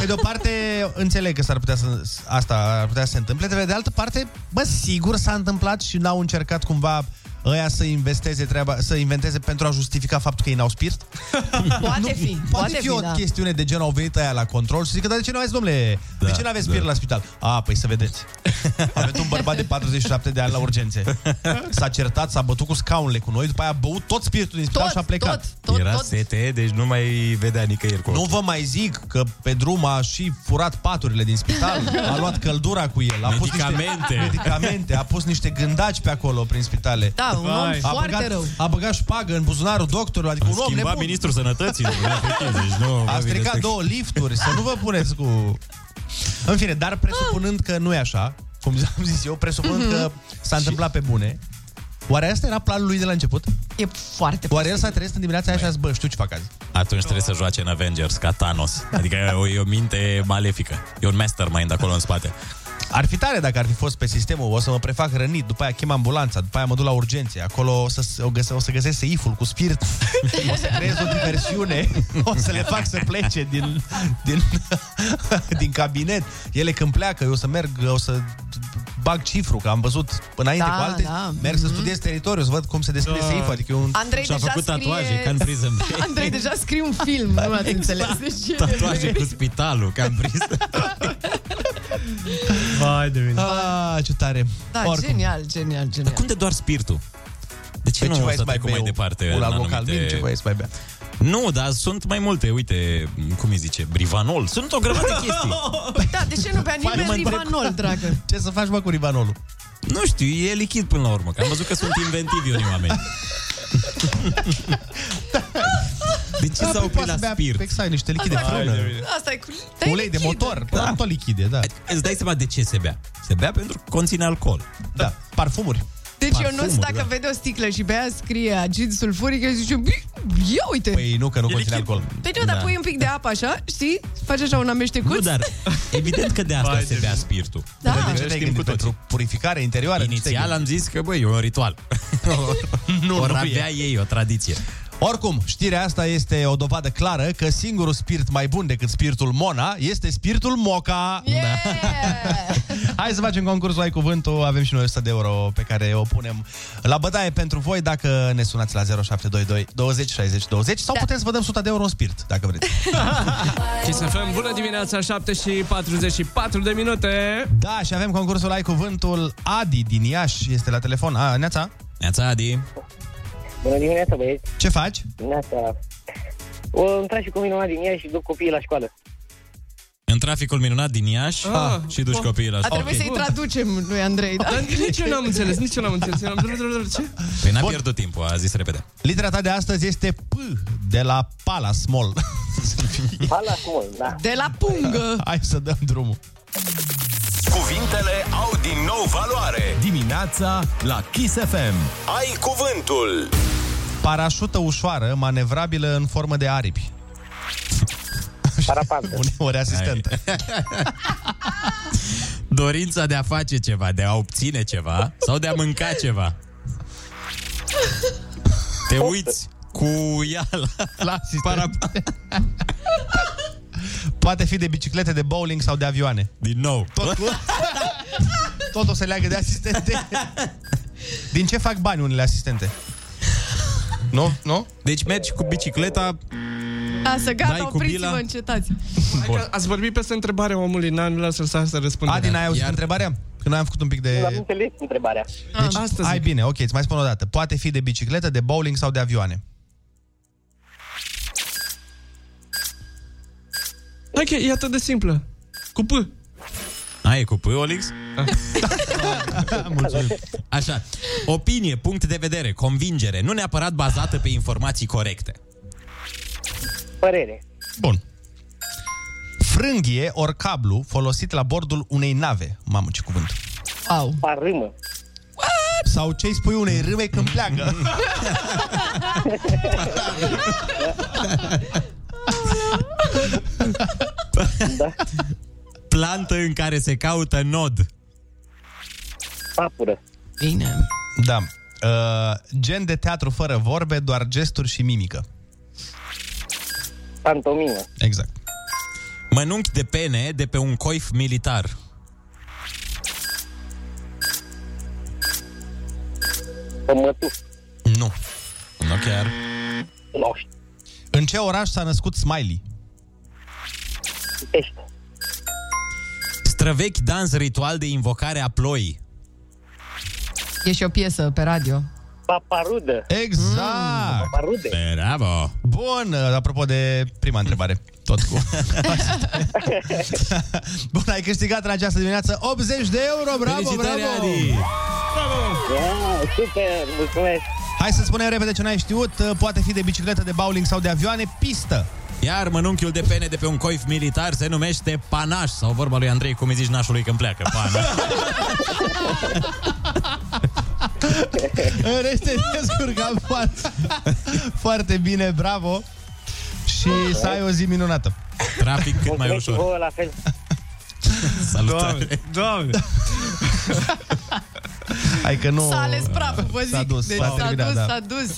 [SPEAKER 7] pe de-o parte, înțeleg că s-ar putea să, asta ar putea să se întâmple, de pe de altă parte, bă, sigur s-a întâmplat și n-au încercat cumva ăia să investeze treaba, să inventeze pentru a justifica faptul că ei n-au spirit?
[SPEAKER 9] Poate
[SPEAKER 7] Nu,
[SPEAKER 9] fi,
[SPEAKER 7] Poate,
[SPEAKER 9] poate
[SPEAKER 7] fi,
[SPEAKER 9] fi,
[SPEAKER 7] o
[SPEAKER 9] da.
[SPEAKER 7] chestiune de genul, au venit aia la control și zic că, dar de ce nu aveți, domnule? Da, de ce nu aveți spirit la spital? A, păi să vedeți. Aveți un bărbat de 47 de ani la urgențe. S-a certat, s-a bătut cu scaunele cu noi, după aia a băut tot spiritul din spital și a plecat.
[SPEAKER 6] Tot, Era tot. sete, deci nu mai vedea nicăieri cu
[SPEAKER 7] Nu vă mai zic că pe drum a și furat paturile din spital, a luat căldura cu el, a pus
[SPEAKER 6] Medicamente.
[SPEAKER 7] niște medicamente, a pus niște gândaci pe acolo prin spitale.
[SPEAKER 9] Da, un om Vai. foarte
[SPEAKER 7] băgat,
[SPEAKER 9] rău.
[SPEAKER 7] A băgat șpagă în buzunarul doctorului, adică un om
[SPEAKER 6] Schimba
[SPEAKER 7] nebun.
[SPEAKER 6] ministrul sănătății. nu era pe tine, deci nu,
[SPEAKER 7] A
[SPEAKER 6] vă vine
[SPEAKER 7] stricat
[SPEAKER 6] să-
[SPEAKER 7] două lifturi, să nu vă puneți cu... În fine, dar presupunând că nu e așa, cum am zis eu, presupunând că
[SPEAKER 9] Mhm.
[SPEAKER 7] s-a întâmplat pe bune, Oare asta era planul lui de la început?
[SPEAKER 9] E foarte
[SPEAKER 7] Oare el s-a trezit în dimineața aia și a zis, bă, știu ce fac azi.
[SPEAKER 6] Atunci trebuie să joace în Avengers ca Thanos. Adică e o, e o minte malefică. E un mastermind acolo în spate.
[SPEAKER 7] Ar fi tare dacă ar fi fost pe sistemul, o să mă prefac rănit, după aia chem ambulanța, după aia mă duc la urgențe, acolo o să, o găse, o să găsesc seiful cu spirit, o să creez o diversiune, o să le fac să plece din, din, din cabinet. Ele când pleacă, eu o să merg, o să bag cifru, că am văzut înainte
[SPEAKER 9] Da,
[SPEAKER 7] cu alte,
[SPEAKER 9] da.
[SPEAKER 7] merg să studiez teritoriul, să văd cum se deschide
[SPEAKER 9] Da.
[SPEAKER 7] seiful, adică e un...
[SPEAKER 9] Andrei deja scrie... Andrei deja scrie un film, nu
[SPEAKER 7] Exact.
[SPEAKER 9] ați înțeles. Deci-
[SPEAKER 6] Tatuaje cu spitalul, că am prins.
[SPEAKER 10] Vai de mine.
[SPEAKER 7] Ah, ce tare.
[SPEAKER 9] Da,
[SPEAKER 7] Oricum.
[SPEAKER 9] genial, genial, genial.
[SPEAKER 6] Cum de doar spirtul? De ce
[SPEAKER 7] Păi
[SPEAKER 6] nu
[SPEAKER 7] ce
[SPEAKER 6] o
[SPEAKER 7] vrei
[SPEAKER 6] să
[SPEAKER 7] să mai
[SPEAKER 6] mai, mai
[SPEAKER 7] bei?
[SPEAKER 6] departe?
[SPEAKER 7] Un
[SPEAKER 6] în
[SPEAKER 7] alcool calmin, ce vrei să mai bea?
[SPEAKER 6] Nu, dar sunt mai multe, uite, cum îi zice, brivanol. Sunt o grămadă de chestii.
[SPEAKER 9] Da, de ce nu bea
[SPEAKER 6] Mă
[SPEAKER 9] nimeni
[SPEAKER 6] întreb-
[SPEAKER 9] Rivanol, dragă?
[SPEAKER 7] Ce să faci, mă, cu ribanolul?
[SPEAKER 6] Nu știu, e lichid până la urmă, că am văzut că sunt inventivi unii oameni.
[SPEAKER 7] De ce
[SPEAKER 6] s-a oprit la
[SPEAKER 7] spirit? Pe ai niște lichide
[SPEAKER 9] Asta-
[SPEAKER 7] frână.
[SPEAKER 9] Asta e cu...
[SPEAKER 7] Ulei de motor, da. tot lichide, da.
[SPEAKER 6] Îți dai seama de ce se bea. Se bea pentru că conține alcool.
[SPEAKER 7] Da, parfumuri. da.
[SPEAKER 9] Deci eu nu dacă vede o sticlă și bea scrie acid sulfuric, eu zice, "Bi- ia uite.
[SPEAKER 7] Păi da. nu, că nu conține alcool.
[SPEAKER 9] Păi nu, dar pui un pic de apă așa, știi? Faci așa un amestecuț.
[SPEAKER 6] Nu, dar evident că de asta
[SPEAKER 7] Vai de
[SPEAKER 6] se bea spiritul.
[SPEAKER 9] Da.
[SPEAKER 7] Dar de ce
[SPEAKER 6] Știm
[SPEAKER 7] te-ai gândit?
[SPEAKER 6] cu toții.
[SPEAKER 7] Pentru purificare interioară?
[SPEAKER 6] Inițial am zis că, băi, e un ritual.
[SPEAKER 7] nu,
[SPEAKER 6] Ori
[SPEAKER 7] nu
[SPEAKER 6] avea
[SPEAKER 7] e.
[SPEAKER 6] ei o tradiție.
[SPEAKER 7] Oricum, știrea asta este o dovadă clară că singurul spirit mai bun decât spiritul Mona este spiritul Moca. Yeah! Hai să facem concursul Ai Cuvântul. Avem și noi 100 de euro pe care o punem la bătaie pentru voi dacă ne sunați la 0722 20 60 20
[SPEAKER 9] Da.
[SPEAKER 7] sau puteți să vă dăm 100 de euro în spirit, dacă vreți.
[SPEAKER 10] Și să fim bună dimineața, 7 și 44 de minute.
[SPEAKER 7] Da, și avem concursul Ai Cuvântul. Adi din Iași este la telefon. A, Neața? Neața, Adi.
[SPEAKER 22] Bună dimineața, băieți.
[SPEAKER 7] Ce faci?
[SPEAKER 22] Dimineața. O, îmi trage cu minunat din ea și duc copiii la școală.
[SPEAKER 6] În traficul minunat din Iași ah, și duci copiii la
[SPEAKER 9] A trebuit să-i traducem lui Andrei, da?
[SPEAKER 10] Dar nici eu n-am înțeles, nici eu n-am înțeles. Eram... Ce?
[SPEAKER 6] Păi n-a pierdut timpul, a zis repede.
[SPEAKER 7] Litera ta de astăzi este P de la Palace Mall.
[SPEAKER 22] Hala, cum, da.
[SPEAKER 9] De la pungă.
[SPEAKER 7] Hai să dăm drumul.
[SPEAKER 1] Cuvintele au din nou valoare. Dimineața la Kiss FM. Ai cuvântul.
[SPEAKER 7] Parașută ușoară, manevrabilă în formă de aripi.
[SPEAKER 22] Parapantă.
[SPEAKER 7] Uneori asistentă.
[SPEAKER 6] Dorința de a face ceva, de a obține ceva sau de a mânca ceva. Te uiți cu ea la,
[SPEAKER 7] la para... Poate fi de biciclete, de bowling sau de avioane.
[SPEAKER 6] Din nou.
[SPEAKER 7] Tot, cu... Tot o să leagă de asistente. Din ce fac bani unele asistente? Nu? Nu?
[SPEAKER 6] Deci mergi cu bicicleta
[SPEAKER 9] Lasă,
[SPEAKER 10] Dai
[SPEAKER 9] gata,
[SPEAKER 10] cu
[SPEAKER 9] opriți-vă,
[SPEAKER 10] bila.
[SPEAKER 9] încetați.
[SPEAKER 10] Hai că Ați vorbit peste întrebarea omului, n-am lăsat să, să răspundă.
[SPEAKER 7] Adi, n-ai auzit întrebarea? Că noi am făcut un pic de...
[SPEAKER 22] L-am înțeles întrebarea.
[SPEAKER 7] Deci, Astăzi ai bine, ok, îți mai spun o dată. Poate fi de bicicletă, de bowling sau de avioane.
[SPEAKER 10] Ok, e atât de simplă. Cu P.
[SPEAKER 6] Ai e cu P, Olix?
[SPEAKER 7] Mulțumim.
[SPEAKER 6] Așa. Opinie, punct de vedere, convingere, nu neapărat bazată pe informații corecte.
[SPEAKER 22] Părere.
[SPEAKER 7] Bun. Frânghie ori cablu folosit la bordul unei nave. Mamă, ce cuvânt.
[SPEAKER 9] Au.
[SPEAKER 22] Parâmă.
[SPEAKER 7] Sau ce îi spui unei râme când pleacă.
[SPEAKER 6] Plantă în care se caută nod.
[SPEAKER 22] Papură.
[SPEAKER 9] Bine.
[SPEAKER 7] Da. Uh, gen de teatru fără vorbe, doar gesturi și mimică.
[SPEAKER 22] Pantomină.
[SPEAKER 7] Exact.
[SPEAKER 6] Mănunchi de pene de pe un coif militar.
[SPEAKER 22] Pămătu.
[SPEAKER 7] Nu.
[SPEAKER 6] Nu chiar.
[SPEAKER 22] Nu
[SPEAKER 7] În ce oraș s-a născut Smiley?
[SPEAKER 22] știu. Ești.
[SPEAKER 6] Străvechi dans ritual de invocare a ploii.
[SPEAKER 9] E și o piesă pe radio.
[SPEAKER 22] Paparudă.
[SPEAKER 7] Exact. Mm,
[SPEAKER 22] paparude.
[SPEAKER 6] Bravo.
[SPEAKER 7] Bun, uh, apropo de prima întrebare. Tot cu. Bun, ai câștigat în această dimineață 80 de euro. Bravo,
[SPEAKER 22] Felicitări,
[SPEAKER 7] bravo.
[SPEAKER 22] Adi! Wow, Ah, super, mulțumesc.
[SPEAKER 7] Hai să spunem repede ce n-ai știut. Uh, Poate fi de bicicletă, de bowling sau de avioane. Pistă.
[SPEAKER 6] Iar mănunchiul de pene de pe un coif militar se numește panaș, sau vorba lui Andrei, cum îi zici nașului când pleacă, panaș.
[SPEAKER 7] În rest te descurcam foarte, foarte bine, bravo. Și să ai o zi minunată.
[SPEAKER 6] Trafic cât mai
[SPEAKER 22] Mulțumesc și vouă la fel.
[SPEAKER 6] Salutare.
[SPEAKER 10] Doamne.
[SPEAKER 7] Hai că nu...
[SPEAKER 9] S-a ales praful, vă zic.
[SPEAKER 7] S-a dus,
[SPEAKER 9] deci
[SPEAKER 7] s-a
[SPEAKER 9] s-a
[SPEAKER 7] terminat,
[SPEAKER 9] dus,
[SPEAKER 7] da.
[SPEAKER 9] s-a dus.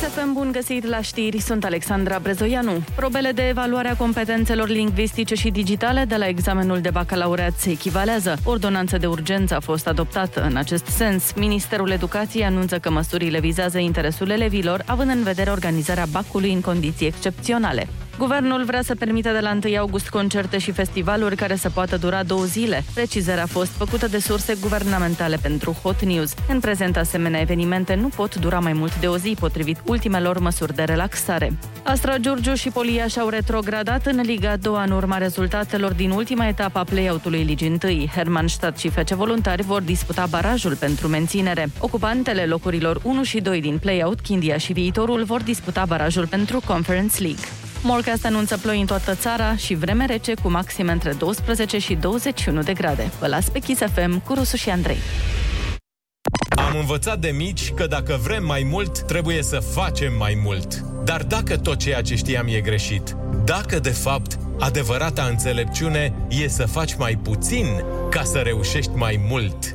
[SPEAKER 12] SFM bun găsit la știri, sunt Alexandra Brezoianu. Probele de evaluare a competențelor lingvistice și digitale de la examenul de bacalaureat se echivalează. Ordonanță de urgență a fost adoptată în acest sens. Ministerul Educației anunță că măsurile vizează interesul elevilor, având în vedere organizarea bacului în condiții excepționale. Guvernul vrea să permită de la 1 august concerte și festivaluri care să poată dura două zile. Precizarea a fost făcută de surse guvernamentale pentru Hot News. În prezent, asemenea evenimente nu pot dura mai mult de o zi, potrivit ultimelor măsuri de relaxare. Astra Giurgiu și Polia și-au retrogradat în Liga a doua în urma rezultatelor din ultima etapă a play-out-ului Ligii 1. Hermannstadt și Fece Voluntari vor disputa barajul pentru menținere. Ocupantele locurilor 1 și 2 din play-out, Chindia și Viitorul, vor disputa barajul pentru Conference League. Morcast anunță ploi în toată țara și vreme rece cu maxime între 12 și 21 de grade. Vă las pe Kiss FM cu Rusu și Andrei.
[SPEAKER 11] Am învățat de mici că dacă vrem mai mult, trebuie să facem mai mult. Dar dacă tot ceea ce știam e greșit, dacă de fapt adevărata înțelepciune e să faci mai puțin ca să reușești mai mult.
[SPEAKER 1] E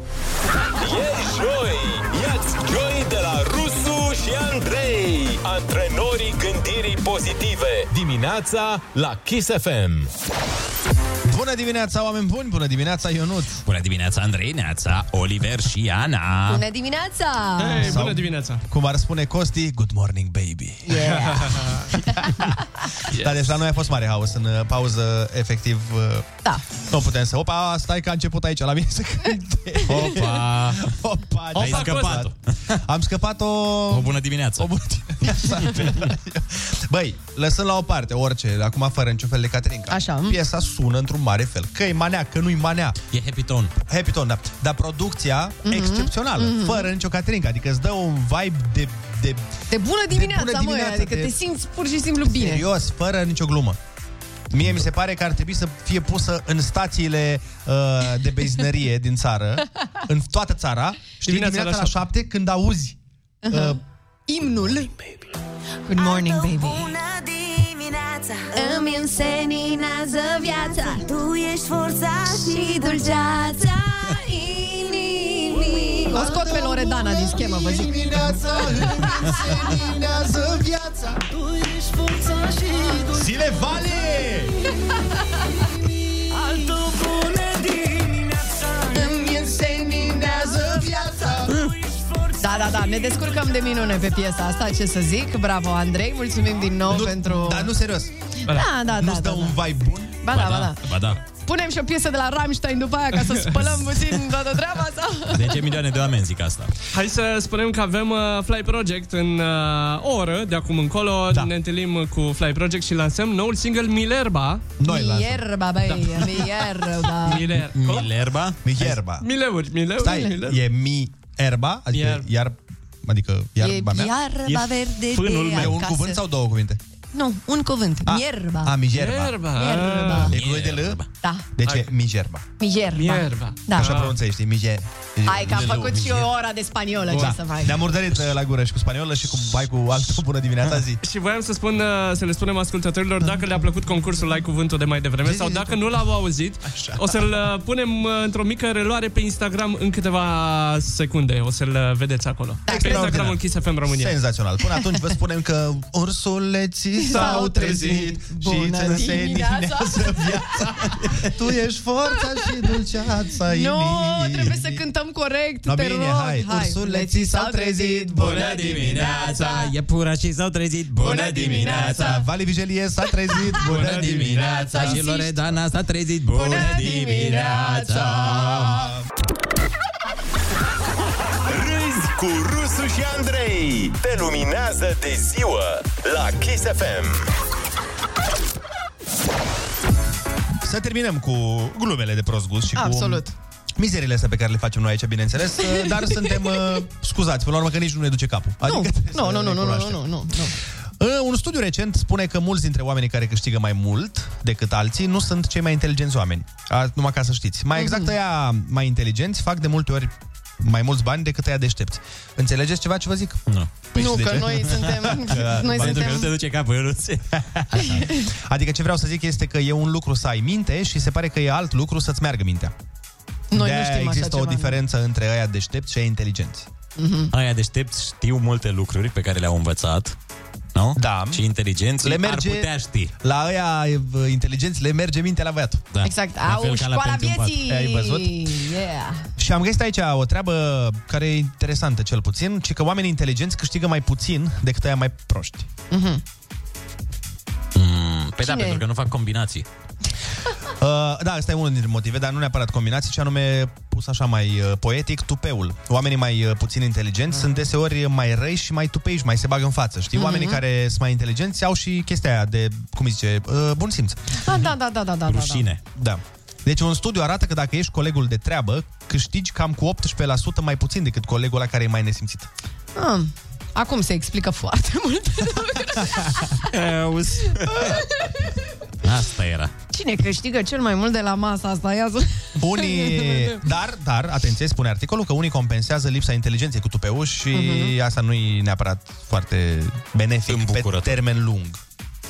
[SPEAKER 1] joi! Iați joi de la Rusu și Andrei, antrenorii gândirii pozitive.
[SPEAKER 11] Dimineața la Kiss FM.
[SPEAKER 7] Bună dimineața, oameni buni! Bună dimineața, Ionut!
[SPEAKER 6] Bună dimineața, Andrei, Neața, Oliver și Ana.
[SPEAKER 9] Bună dimineața!
[SPEAKER 7] Sau, dimineața! Cum ar spune Costi, good morning, baby!
[SPEAKER 9] Yeah.
[SPEAKER 7] yes. Dar deci la noi a fost mare haos în uh, pauză, efectiv... uh,
[SPEAKER 9] Da.
[SPEAKER 7] Nu putem să... Opa, stai că a început aici la mine să cânte.
[SPEAKER 6] Opa!
[SPEAKER 7] Opa,
[SPEAKER 6] Ai
[SPEAKER 7] ai
[SPEAKER 6] scăpat.
[SPEAKER 7] Am scăpat o... O
[SPEAKER 6] bună dimineață!
[SPEAKER 7] O bună dimineața! Băi, lăsând la o parte orice, acum fără niciun fel de catering. Așa. Piesa sună într-un mare fel. Că e manea, că nu-i manea.
[SPEAKER 6] E happy tone.
[SPEAKER 7] Happy tone, da. Dar producția
[SPEAKER 9] Mhm.
[SPEAKER 7] mm-hmm. excepțională,
[SPEAKER 9] Mhm.
[SPEAKER 7] mm-hmm. fără nicio catering. Adică îți dă un vibe de... de
[SPEAKER 9] De bună dimineața,
[SPEAKER 7] bună
[SPEAKER 9] mă,
[SPEAKER 7] dimineața,
[SPEAKER 9] adică
[SPEAKER 7] de-
[SPEAKER 9] te simți pur și simplu bine.
[SPEAKER 7] serios, fără nicio glumă. Mie mi se pare că ar trebui să fie pusă în stațiile uh, de benzinărie din țară, în toată țara, știi,
[SPEAKER 10] Dimineața la
[SPEAKER 7] dimineața, la
[SPEAKER 10] șapte.
[SPEAKER 7] șapte, când auzi uh,
[SPEAKER 9] Imnul. Good morning, baby.
[SPEAKER 8] dimineața Îmi înseninează viața Tu ești forța și dulceața inimii
[SPEAKER 9] O scot pe Loredana din schemă, vă zic.
[SPEAKER 8] înseninează viața Tu ești forța și dulceața
[SPEAKER 7] Zile Vale!
[SPEAKER 8] Altă bună dimineața Îmi înseninează viața
[SPEAKER 9] Da, da, da, ne descurcăm de minune pe piesa asta, ce să zic. Bravo, Andrei, mulțumim din nou pentru...
[SPEAKER 7] Dar nu serios.
[SPEAKER 9] Da, da, da.
[SPEAKER 7] Nu-ți
[SPEAKER 9] da,
[SPEAKER 7] dă
[SPEAKER 9] da.
[SPEAKER 7] un vibe bun?
[SPEAKER 9] Ba da, ba da.
[SPEAKER 6] Ba da.
[SPEAKER 9] Punem și o piesă de la Rammstein după aia ca să spălăm puțin toată treaba sau...
[SPEAKER 6] De ce milioane de oameni zic asta?
[SPEAKER 10] Hai să spunem că avem uh, Fly Project în uh, o oră, de acum încolo. Da. Ne întâlnim cu Fly Project și lansăm noul single Milerba.
[SPEAKER 9] Mierba, băi, mierba.
[SPEAKER 10] Miler.
[SPEAKER 6] Milerba?
[SPEAKER 7] Mierba.
[SPEAKER 10] Mileuri, mileuri.
[SPEAKER 7] Stai,
[SPEAKER 10] mileuri.
[SPEAKER 7] e mi erba, adică iar, iar adică iarba mea.
[SPEAKER 9] iarba E verde fânul
[SPEAKER 7] fânul
[SPEAKER 9] de meu.
[SPEAKER 7] meu. E un
[SPEAKER 9] acasă. Da.
[SPEAKER 7] cuvânt sau două cuvinte?
[SPEAKER 9] Nu, un cuvânt. Mierba.
[SPEAKER 7] A, mijerba.
[SPEAKER 9] Mierba.
[SPEAKER 7] E cu de l?
[SPEAKER 9] Da.
[SPEAKER 7] Deci e mijerba.
[SPEAKER 9] Mierba. Da.
[SPEAKER 7] Așa pronunțai, știi, mijer.
[SPEAKER 9] Hai că am
[SPEAKER 7] Lelu,
[SPEAKER 9] făcut și eu o ora de spaniolă, ce să fac.
[SPEAKER 7] Da. Ne-am urdărit uh, la gură și cu spaniolă și cu bai cu altul bună dimineața
[SPEAKER 9] Da.
[SPEAKER 7] zi.
[SPEAKER 10] Și voiam să spun, uh, să le spunem ascultătorilor dacă le-a plăcut concursul Ai Cuvântul de mai devreme sau dacă nu l-au auzit, o să-l uh, punem uh, într-o mică reluare pe Instagram în câteva secunde. O să-l uh, vedeți acolo. Pe Instagramul Kiss FM România.
[SPEAKER 7] Senzațional. Până atunci vă spunem că ursuleții s-au trezit și
[SPEAKER 10] Bună
[SPEAKER 7] ți
[SPEAKER 9] dimineața.
[SPEAKER 7] dimineața viața. Tu ești forța și dulceața
[SPEAKER 9] Nu,
[SPEAKER 7] inimii.
[SPEAKER 9] trebuie să cântăm corect,
[SPEAKER 7] No,
[SPEAKER 9] te
[SPEAKER 7] bine,
[SPEAKER 9] rog.
[SPEAKER 7] hai. Ursuleții s-au trezit,
[SPEAKER 16] Bună dimineața, e pura și s-au trezit. Bună dimineața,
[SPEAKER 7] Vali Vigelie s-a trezit.
[SPEAKER 16] bună dimineața și Loredana s-a trezit. Bună dimineața.
[SPEAKER 1] Râzi cu Rusu și Andrei. Te luminează de ziua la Kiss FM.
[SPEAKER 7] Să terminăm cu glumele de prost gust și
[SPEAKER 1] Absolut.
[SPEAKER 7] cu mizerile astea pe care le facem noi aici, bineînțeles, dar suntem uh, scuzați, până la urmă că nici nu ne duce capul. Adică trebuie
[SPEAKER 9] Nu,
[SPEAKER 7] să
[SPEAKER 9] nu, nu, nu, nu,
[SPEAKER 7] recunoaștem.
[SPEAKER 9] nu, nu, nu.
[SPEAKER 7] Uh, Un studiu recent spune că mulți dintre oamenii care câștigă mai mult decât alții nu sunt cei mai inteligenți oameni. A, numai ca să știți. Mai exact,
[SPEAKER 9] Mhm.
[SPEAKER 7] ăia mai inteligenți fac de multe ori mai mulți bani decât ăia deștepți. Înțelegeți ceva ce vă zic? Păi
[SPEAKER 6] Nu.
[SPEAKER 9] Nu, că noi suntem-
[SPEAKER 6] Pentru
[SPEAKER 9] noi
[SPEAKER 6] că
[SPEAKER 9] suntem-
[SPEAKER 6] nu te duce capul, Ionuțe.
[SPEAKER 7] Adică ce vreau să zic este că e un lucru să ai minte și se pare că e alt lucru să-ți meargă mintea.
[SPEAKER 9] Noi nu
[SPEAKER 7] De-aia
[SPEAKER 9] știm așa
[SPEAKER 7] există o
[SPEAKER 9] ceva, nu. Mhm.
[SPEAKER 7] diferență între aia deștepți și aia inteligenți.
[SPEAKER 6] Aia deștepți știu multe lucruri pe care le-au învățat, nu?
[SPEAKER 7] Da.
[SPEAKER 6] Și inteligenții
[SPEAKER 7] Le
[SPEAKER 6] ar
[SPEAKER 7] merge
[SPEAKER 6] putea ști.
[SPEAKER 7] La aia e, inteligenți le merge mintea la băiat.
[SPEAKER 6] Da.
[SPEAKER 9] Exact, au școala vieții.
[SPEAKER 7] Ai văzut?
[SPEAKER 9] Yeah.
[SPEAKER 7] Și am găsit aici o treabă care e interesantă cel puțin, ci că oamenii inteligenți câștigă mai puțin decât aia mai proști.
[SPEAKER 9] Mhm.
[SPEAKER 6] Mm, Păi da,
[SPEAKER 9] Cine?
[SPEAKER 6] pentru că nu fac combinații.
[SPEAKER 7] Uh, da, ăsta e unul dintre motive, dar nu neapărat combinații, ci anume pus așa mai uh, poetic, tupeul. Oamenii mai uh, puțin inteligenți sunt deseori mai răi și mai tupeiși, mai se bagă în față. Știi, oamenii
[SPEAKER 9] Mm. Mhm.
[SPEAKER 7] care sunt mai inteligenți au și chestia aia de, cum îi zice, uh, bun simț.
[SPEAKER 9] Da, da, da, da, da, da.
[SPEAKER 7] Da. Deci un studiu arată că dacă ești colegul de treabă, câștigi cam cu 18% mai puțin decât colegul ăla care e mai nesimțit.
[SPEAKER 9] da. Ah, acum se explică foarte mult.
[SPEAKER 6] Auzi. Asta era.
[SPEAKER 9] Cine câștigă cel mai mult de la masa asta? Ia să...
[SPEAKER 7] Unii, dar, dar, atenție, spune articolul că unii compensează lipsa inteligenței cu tupeu și uh-huh. asta nu e neapărat foarte benefic pe termen lung.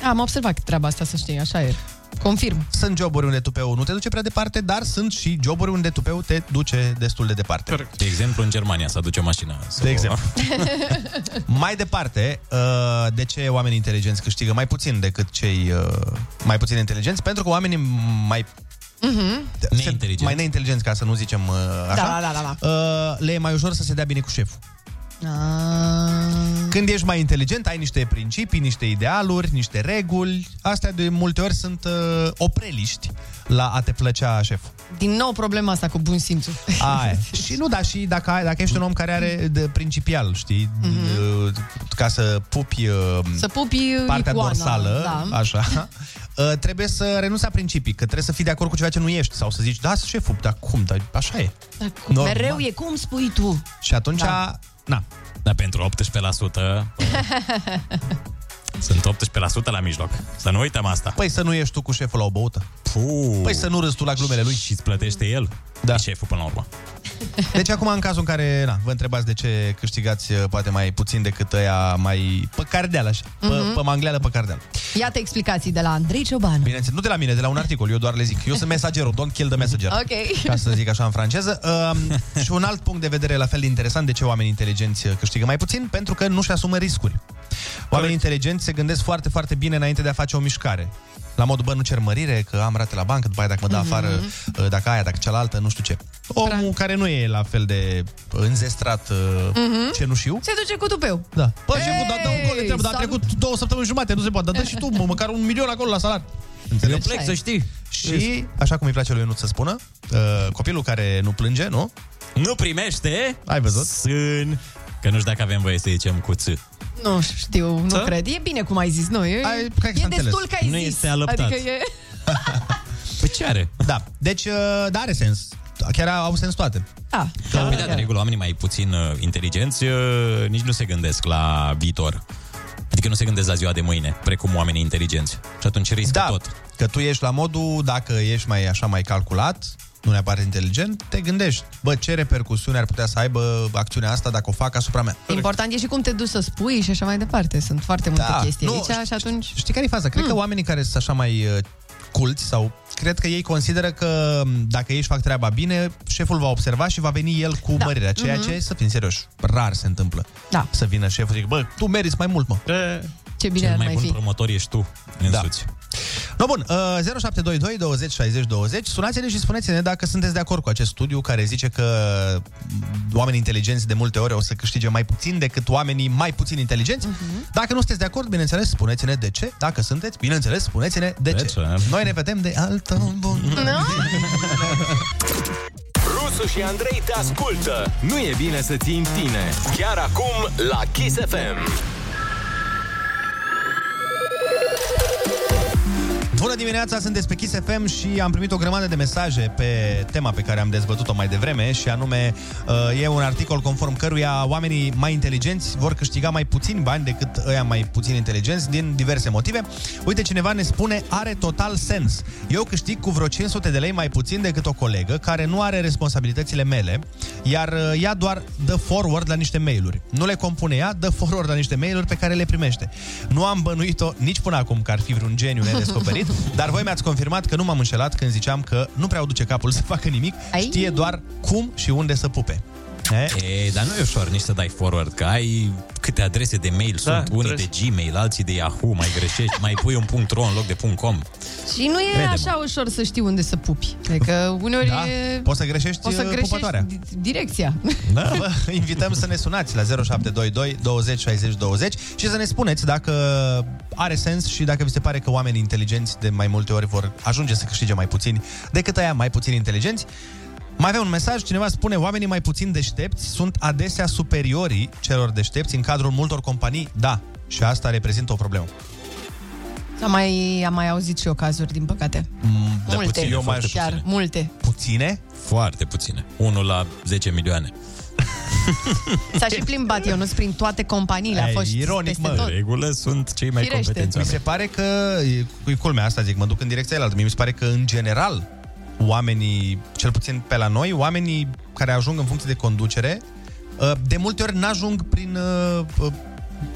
[SPEAKER 9] Am observat treaba asta, să știi, așa e. Confirm.
[SPEAKER 7] Sunt joburi unde tupeu nu te duce prea departe, dar sunt și joburi unde tupeu te duce destul de departe.
[SPEAKER 10] Corect.
[SPEAKER 6] De exemplu, în Germania s-a duce o mașină.
[SPEAKER 7] De exemplu. Mai departe, uh, de ce oamenii inteligenți câștigă mai puțin decât cei uh, mai puțin inteligenți? Pentru că oamenii mai
[SPEAKER 9] Mhm.
[SPEAKER 7] neinteligenți. mai neinteligenți, ca să nu zicem uh, așa,
[SPEAKER 9] Da, da, da, da.
[SPEAKER 7] Uh, le e mai ușor să se dea bine cu șeful.
[SPEAKER 9] Ah.
[SPEAKER 7] Când ești mai inteligent, ai niște principii, niște idealuri, niște reguli. Astea de multe ori sunt uh, opreliști la a te plăcea șeful.
[SPEAKER 9] Din nou problema asta cu bun simțul.
[SPEAKER 7] Aia. și nu, dar și dacă, ai, dacă ești un om care are de principial, știi, mm-hmm. ca să pupi uh,
[SPEAKER 9] Mhm. Să pupi
[SPEAKER 7] partea
[SPEAKER 9] icoana,
[SPEAKER 7] dorsală,
[SPEAKER 9] da.
[SPEAKER 7] așa, uh, trebuie să renunți la principii, că trebuie să fii de acord cu ceva ce nu ești sau să zici, da, șeful, dar cum, dar așa e.
[SPEAKER 9] Dar
[SPEAKER 7] Normal.
[SPEAKER 9] Da, Mereu e cum spui tu.
[SPEAKER 7] Și atunci,
[SPEAKER 9] Da.
[SPEAKER 7] da. na.
[SPEAKER 6] Dar pentru 18% sunt 18% la mijloc. Să nu uităm asta.
[SPEAKER 7] Păi să nu ești tu cu șeful la o băută.
[SPEAKER 6] Puh.
[SPEAKER 7] Păi să nu râzi tu la glumele lui.
[SPEAKER 6] Și îți plătește el. Da. E șeful până la urmă.
[SPEAKER 7] Deci acum, în cazul în care na, vă întrebați de ce câștigați uh, poate mai puțin decât ăia mai pe cardeală, așa, pe,
[SPEAKER 9] Mhm.
[SPEAKER 7] mm-hmm. pe mangleală, pe cardeală.
[SPEAKER 9] Iată explicații de la Andrei Cioban.
[SPEAKER 7] Bineînțeles, nu de la mine, de la un articol, eu doar le zic. Eu sunt mesagerul, don't kill the messenger.
[SPEAKER 9] Ok.
[SPEAKER 7] Ca să zic așa în franceză. Um, și un alt punct de vedere la fel de interesant, de ce oamenii inteligenți uh, câștigă mai puțin, pentru că nu-și asumă riscuri. Oamenii inteligenți se gândesc foarte, foarte bine înainte de a face o mișcare. La modul, bă, nu cer mărire, că am rate la bancă, după aia dacă mă dă
[SPEAKER 9] Mhm.
[SPEAKER 7] afară, uh, dacă aia, dacă cealaltă, nu știu ce. Omul care nu e la fel de înzestrat uh,
[SPEAKER 9] Mhm.
[SPEAKER 7] cenușiu,
[SPEAKER 9] Se duce cu tupeu.
[SPEAKER 7] da. Bă,
[SPEAKER 9] Ei,
[SPEAKER 7] și cu dată un gol, le trebuie, dar a
[SPEAKER 9] salut.
[SPEAKER 7] trecut două săptămâni jumate, nu se poate. Dar dă și tu, mă, măcar un milion acolo la salar. Înțelegi?
[SPEAKER 6] Eu plec, să știi.
[SPEAKER 7] Și, așa cum îi place lui Ionut să spună, uh, copilul care nu plânge, nu?
[SPEAKER 6] Nu primește.
[SPEAKER 7] Ai văzut?
[SPEAKER 6] Sân. Că nu știu dacă avem voie să zicem cu ț.
[SPEAKER 9] Nu știu, nu
[SPEAKER 6] Să?
[SPEAKER 9] cred. E bine cum ai zis, nu? E,
[SPEAKER 7] Ai-
[SPEAKER 9] e
[SPEAKER 7] cred că s-a
[SPEAKER 9] destul
[SPEAKER 7] înțeles.
[SPEAKER 9] că ai
[SPEAKER 7] Nu
[SPEAKER 9] zis.
[SPEAKER 7] este alăptat.
[SPEAKER 9] Adică e...
[SPEAKER 7] Păi ce are? Da. Deci, uh, da, are sens. Chiar au sens toate.
[SPEAKER 9] Da.
[SPEAKER 6] Da, da, de regulă, oamenii mai puțin uh, inteligenți uh, nici nu se gândesc la viitor. Adică nu se gândesc la ziua de mâine, precum oamenii inteligenți. Și atunci riscă
[SPEAKER 7] da,
[SPEAKER 6] tot.
[SPEAKER 7] că tu ești la modul, dacă ești mai așa mai calculat, nu neapărat inteligent, te gândești, bă, ce repercusiuni ar putea să aibă acțiunea asta dacă o fac asupra mea?
[SPEAKER 9] Important e și cum te duci să spui și așa mai departe. Sunt foarte multe
[SPEAKER 7] Da.
[SPEAKER 9] chestii
[SPEAKER 7] Nu,
[SPEAKER 9] aici și atunci...
[SPEAKER 7] Știi care e faza? Cred că
[SPEAKER 9] Hmm.
[SPEAKER 7] oamenii care sunt așa mai uh, culți sau cred că ei consideră că m, dacă ei își fac treaba bine, șeful va observa și va veni el cu da. mărirea, ceea
[SPEAKER 9] Mhm.
[SPEAKER 7] ce, să fim serioși, rar se întâmplă.
[SPEAKER 9] Da.
[SPEAKER 7] Să vină șeful și zic, bă, tu meriți mai mult, mă.
[SPEAKER 9] Ce bine ar mai fi.
[SPEAKER 6] promotor ești tu însuți.
[SPEAKER 7] Da. No, bun, uh, 0722 20 60 20 Sunați-ne și spuneți-ne dacă sunteți de acord cu acest studiu care zice că oamenii inteligenți de multe ori o să câștige mai puțin decât oamenii mai puțin inteligenți.
[SPEAKER 9] Mhm.
[SPEAKER 7] Uh-huh. Dacă nu sunteți de acord, bineînțeles, spuneți-ne de ce. Dacă sunteți, bineînțeles, spuneți-ne de, de ce. ce. Noi ne vedem de altă bun.
[SPEAKER 1] Rusu și Andrei te ascultă. Nu e bine să ții în tine. Chiar acum la Kiss FM.
[SPEAKER 7] Bună dimineața, sunteți pe Kiss FM și am primit o grămadă de mesaje pe tema pe care am dezbătut-o mai devreme și anume uh, e un articol conform căruia oamenii mai inteligenți vor câștiga mai puțin bani decât ăia mai puțin inteligenți din diverse motive. Uite, cineva ne spune, are total sens. Eu câștig cu vreo 500 de lei mai puțin decât o colegă care nu are responsabilitățile mele, iar uh, ea doar dă forward la niște mail-uri. Nu le compune ea, dă forward la niște mail-uri pe care le primește. Nu am bănuit-o nici până acum că ar fi vreun geniu nedescoperit, dar voi mi-ați confirmat că nu m-am înșelat când ziceam că nu prea o duce capul să facă nimic,
[SPEAKER 9] Ai.
[SPEAKER 7] știe doar cum și unde să pupe.
[SPEAKER 6] E, dar nu e ușor nici să dai forward, că ai câte adrese de mail da, sunt, unii de Gmail, alții de Yahoo, mai greșești, mai pui un punct .ro în loc de punct .com.
[SPEAKER 9] Și nu e
[SPEAKER 6] Crede-mă.
[SPEAKER 9] așa ușor să știi unde să pupi. Adică uneori
[SPEAKER 7] Da,
[SPEAKER 9] e...
[SPEAKER 7] poți să greșești,
[SPEAKER 9] poți să
[SPEAKER 7] uh,
[SPEAKER 9] greșești
[SPEAKER 7] pupătoarea.
[SPEAKER 9] di- direcția.
[SPEAKER 7] Da, vă invităm să ne sunați la 0722 20 60 20 și să ne spuneți dacă are sens și dacă vi se pare că oamenii inteligenți de mai multe ori vor ajunge să câștige mai puțin decât aia mai puțin inteligenți. Mai avea un mesaj, cineva spune Oamenii mai puțin deștepți sunt adesea superiorii celor deștepți în cadrul multor companii. Da, și asta reprezintă o problemă.
[SPEAKER 9] Am mai, am mai auzit și eu cazuri, din păcate.
[SPEAKER 6] Dar
[SPEAKER 9] multe,
[SPEAKER 6] puține,
[SPEAKER 9] chiar,
[SPEAKER 6] foarte puține.
[SPEAKER 9] multe.
[SPEAKER 7] Puține?
[SPEAKER 6] Foarte puține. Unul la 10 milioane.
[SPEAKER 9] S-a și plimbat eu, nu prin toate companiile, a fost
[SPEAKER 7] mă.
[SPEAKER 9] peste tot.
[SPEAKER 6] regulă sunt cei
[SPEAKER 9] mai Firește. competenți
[SPEAKER 7] Mi
[SPEAKER 9] oameni.
[SPEAKER 7] se pare că, e- e culmea asta, zic, mă duc în direcția aia Mi se pare că, în general, oamenii, cel puțin pe la noi, oamenii care ajung în funcție de conducere, uh, de multe ori n-ajung prin uh, uh,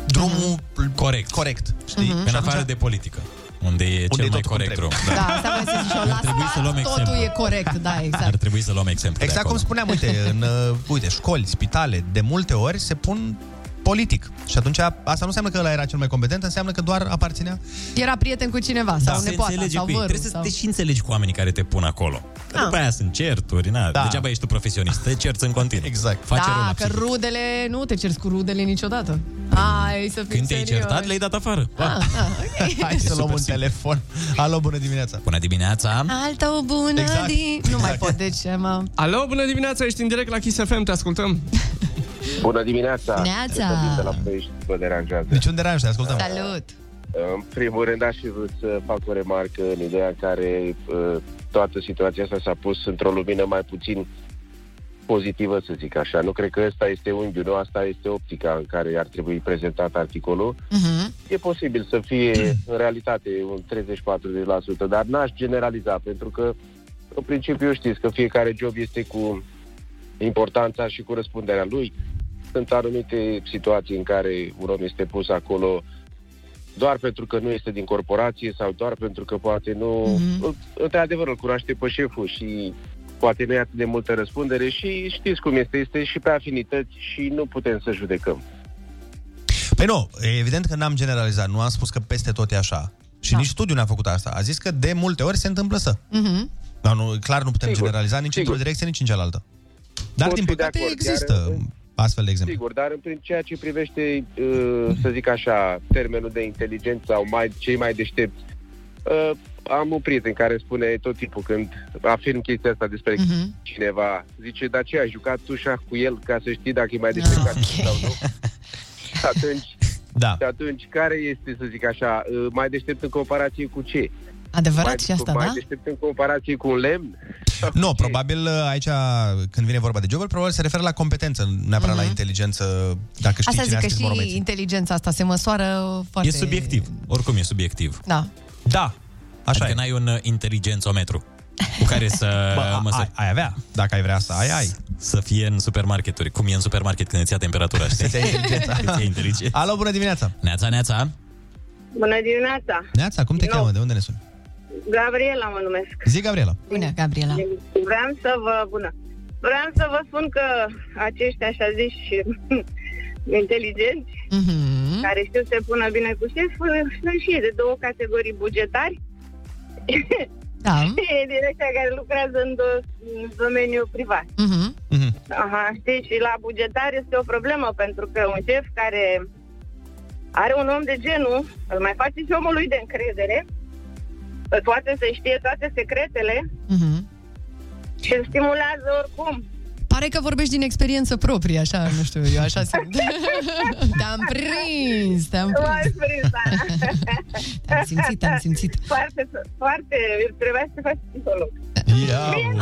[SPEAKER 7] drumul
[SPEAKER 6] Mm-hmm. corect.
[SPEAKER 7] corect știi?
[SPEAKER 6] Mhm. În
[SPEAKER 7] Și
[SPEAKER 6] afară de politică. Unde e cel mai corect drum.
[SPEAKER 9] Da, asta vreau să zic și eu.
[SPEAKER 6] Ar trebui să
[SPEAKER 9] La
[SPEAKER 6] luăm
[SPEAKER 9] stat totul
[SPEAKER 6] exemplu.
[SPEAKER 9] e corect, da,
[SPEAKER 6] Ar
[SPEAKER 9] exact.
[SPEAKER 6] trebui să luăm exemple.
[SPEAKER 7] Exact cum spuneam, uite, în uh, uite, școli, spitale, de multe ori se pun politic. Și atunci asta nu înseamnă că ăla era cel mai competent, înseamnă că doar aparținea.
[SPEAKER 9] Era prieten cu cineva, sau
[SPEAKER 6] se
[SPEAKER 9] nepoata,
[SPEAKER 6] înțelege
[SPEAKER 9] sau
[SPEAKER 6] cu ei.
[SPEAKER 9] vărul.
[SPEAKER 6] Trebuie să
[SPEAKER 9] sau...
[SPEAKER 6] te și înțelegi cu oamenii care te pun acolo. Că
[SPEAKER 9] Ah.
[SPEAKER 7] Da.
[SPEAKER 6] după aia sunt certuri, na, da. degeaba ești tu profesionist, te cerți în continuu. Exact. Face rău la
[SPEAKER 9] Da, că
[SPEAKER 6] psihic.
[SPEAKER 9] rudele, nu te cerți cu rudele niciodată. Ai să fii
[SPEAKER 6] Când te-ai
[SPEAKER 9] serios.
[SPEAKER 6] certat, le-ai dat afară.
[SPEAKER 9] Ah, ah, ok.
[SPEAKER 7] Hai să luăm un telefon. Alo, bună dimineața!
[SPEAKER 6] Bună dimineața!
[SPEAKER 9] Altă o bună
[SPEAKER 10] Exact.
[SPEAKER 9] exact. din... Nu mai pot, deci mă...
[SPEAKER 10] Alo, bună dimineața, ești în direct la Kiss FM, te ascultăm.
[SPEAKER 23] Bună dimineața!
[SPEAKER 9] Neața.
[SPEAKER 23] Sunt De la Ploiești, vă deranjează.
[SPEAKER 7] Niciun deranj, te ascultăm.
[SPEAKER 9] Salut!
[SPEAKER 23] În primul rând aș fi vrut să fac o remarcă în ideea în care uh, toată situația asta s-a pus într-o lumină mai puțin pozitivă, să zic așa. Nu cred că ăsta este unghiul, nu, asta este optica în care ar trebui prezentat articolul. E posibil să fie în realitate un 30-40%, dar n-aș generaliza, pentru că în principiu știți că fiecare job este cu importanța și cu răspunderea lui. Sunt anumite situații în care un om este pus acolo doar pentru că nu este din corporație sau doar pentru că poate nu... Mm-hmm. Într-adevăr, îl cunoaște pe șeful și poate nu e atât de multă răspundere și știți cum este, este și pe afinități și nu putem să judecăm.
[SPEAKER 7] Păi nu, e evident că n-am generalizat, nu am spus că peste tot e așa. Și da. nici studiul n-a făcut asta. A zis că de multe ori se întâmplă să.
[SPEAKER 9] Mhm.
[SPEAKER 7] Dar nu, clar nu putem
[SPEAKER 23] Sigur,
[SPEAKER 7] generaliza nici într-o direcție, nici în cealaltă. Dar,
[SPEAKER 23] Pot
[SPEAKER 7] din
[SPEAKER 23] fi de
[SPEAKER 7] păcate,
[SPEAKER 23] acord, chiar-
[SPEAKER 7] există astfel de exemple.
[SPEAKER 23] Sigur, dar în prin ceea ce privește, uh, să zic așa, termenul de inteligență sau mai, cei mai deștepți, uh, am un prieten care spune tot timpul când afirm chestia asta despre
[SPEAKER 9] Mhm.
[SPEAKER 23] cineva, zice, dar ce, ai jucat tu șah cu el ca să știi dacă e
[SPEAKER 9] Ah,
[SPEAKER 23] mai deștept ca tine sau nu? Și atunci,
[SPEAKER 7] da.
[SPEAKER 23] și atunci, care este, să zic așa, uh, mai deștept în comparație cu ce?
[SPEAKER 9] Adevărat
[SPEAKER 23] mai,
[SPEAKER 9] și asta,
[SPEAKER 23] mai
[SPEAKER 9] da?
[SPEAKER 23] deștept în comparație cu un lemn?
[SPEAKER 7] Nu, probabil uh, aici, când vine vorba de joburi, probabil se referă la competență, nu neapărat la inteligență, dacă știi
[SPEAKER 9] Asta
[SPEAKER 7] cine
[SPEAKER 9] zic
[SPEAKER 7] a
[SPEAKER 9] că
[SPEAKER 7] scris
[SPEAKER 9] și
[SPEAKER 7] monomeții.
[SPEAKER 9] inteligența asta se măsoară foarte...
[SPEAKER 6] E subiectiv. Oricum e subiectiv.
[SPEAKER 9] Da.
[SPEAKER 7] Da.
[SPEAKER 6] Așa adică n-ai un uh, inteligențometru cu care să
[SPEAKER 7] Bă, a-
[SPEAKER 6] măsori.
[SPEAKER 7] ai avea, dacă ai vrea să ai, ai.
[SPEAKER 6] Să fie în supermarketuri, cum e în supermarket când îți ia temperatura, știi?
[SPEAKER 7] Să-ți ia inteligența.
[SPEAKER 6] Îți ia inteligența.
[SPEAKER 7] Alo, bună dimineața!
[SPEAKER 6] Neața, neața!
[SPEAKER 22] Bună dimineața!
[SPEAKER 7] Neața, cum te
[SPEAKER 22] Nu.
[SPEAKER 7] cheamă? De unde ne suni?
[SPEAKER 22] Gabriela mă numesc.
[SPEAKER 7] Zi, Gabriela.
[SPEAKER 9] Bună, Gabriela.
[SPEAKER 22] Vreau să vă... Bună! Vreau să vă spun că acești așa zici inteligenți,
[SPEAKER 9] mm-hmm.
[SPEAKER 22] care știu să se pună bine cu șeful, sunt și ei de două categorii bugetari.
[SPEAKER 9] Da.
[SPEAKER 22] și din ăștia care lucrează în, do- în domeniul privat.
[SPEAKER 9] Mm-hmm.
[SPEAKER 22] Aha, știi, și la bugetar este o problemă, pentru că un șef care are un om de genul, îl mai face și omul lui de încredere, poate să știe toate secretele
[SPEAKER 9] Mm-hmm.
[SPEAKER 22] și îl stimulează oricum.
[SPEAKER 9] Pare că vorbești din experiență proprie, așa, nu știu, eu așa simt. te-am prins, te-am prins. Te-am simțit, te-am simțit.
[SPEAKER 22] Foarte, foarte, trebuia să te faci psiholog.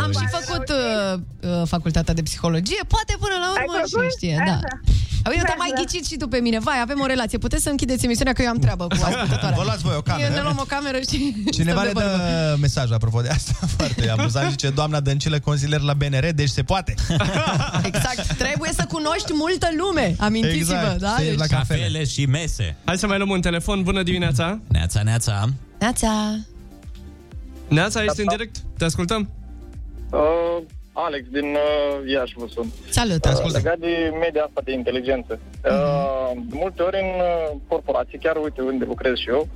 [SPEAKER 9] Am și făcut uh, uh, facultatea de psihologie, poate până la urmă
[SPEAKER 22] Ai
[SPEAKER 9] cine
[SPEAKER 22] făcut?
[SPEAKER 9] știe, da.
[SPEAKER 22] Aha.
[SPEAKER 9] Uite, te-am mai ghicit și tu pe mine. Vai, avem o relație. Puteți să închideți emisiunea că eu am treabă cu ascultătoarea.
[SPEAKER 7] Vă luați voi o cameră.
[SPEAKER 9] Ne luăm o cameră și
[SPEAKER 7] Cineva
[SPEAKER 9] stăm de
[SPEAKER 7] ne
[SPEAKER 9] vorbă.
[SPEAKER 7] dă mesaj apropo de asta foarte amuzant. Zice, doamna Dăncilă, consilier la BNR, deci se poate.
[SPEAKER 9] Exact. Trebuie să cunoști multă lume. Amintiți-vă,
[SPEAKER 7] Exact.
[SPEAKER 9] da? Deci-
[SPEAKER 6] cafele și mese.
[SPEAKER 10] Hai să mai luăm un telefon, bună dimineața.
[SPEAKER 6] Neața, neața.
[SPEAKER 9] Neața.
[SPEAKER 10] Neața, ești în direct? Te ascultăm?
[SPEAKER 23] Uh,
[SPEAKER 18] Alex din uh, Iași vă sunt.
[SPEAKER 9] Salut, te
[SPEAKER 18] ascult. Legat de media asta de inteligență. Uh,
[SPEAKER 9] Mhm.
[SPEAKER 18] de multe ori în uh, corporații, chiar uite unde lucrez și eu,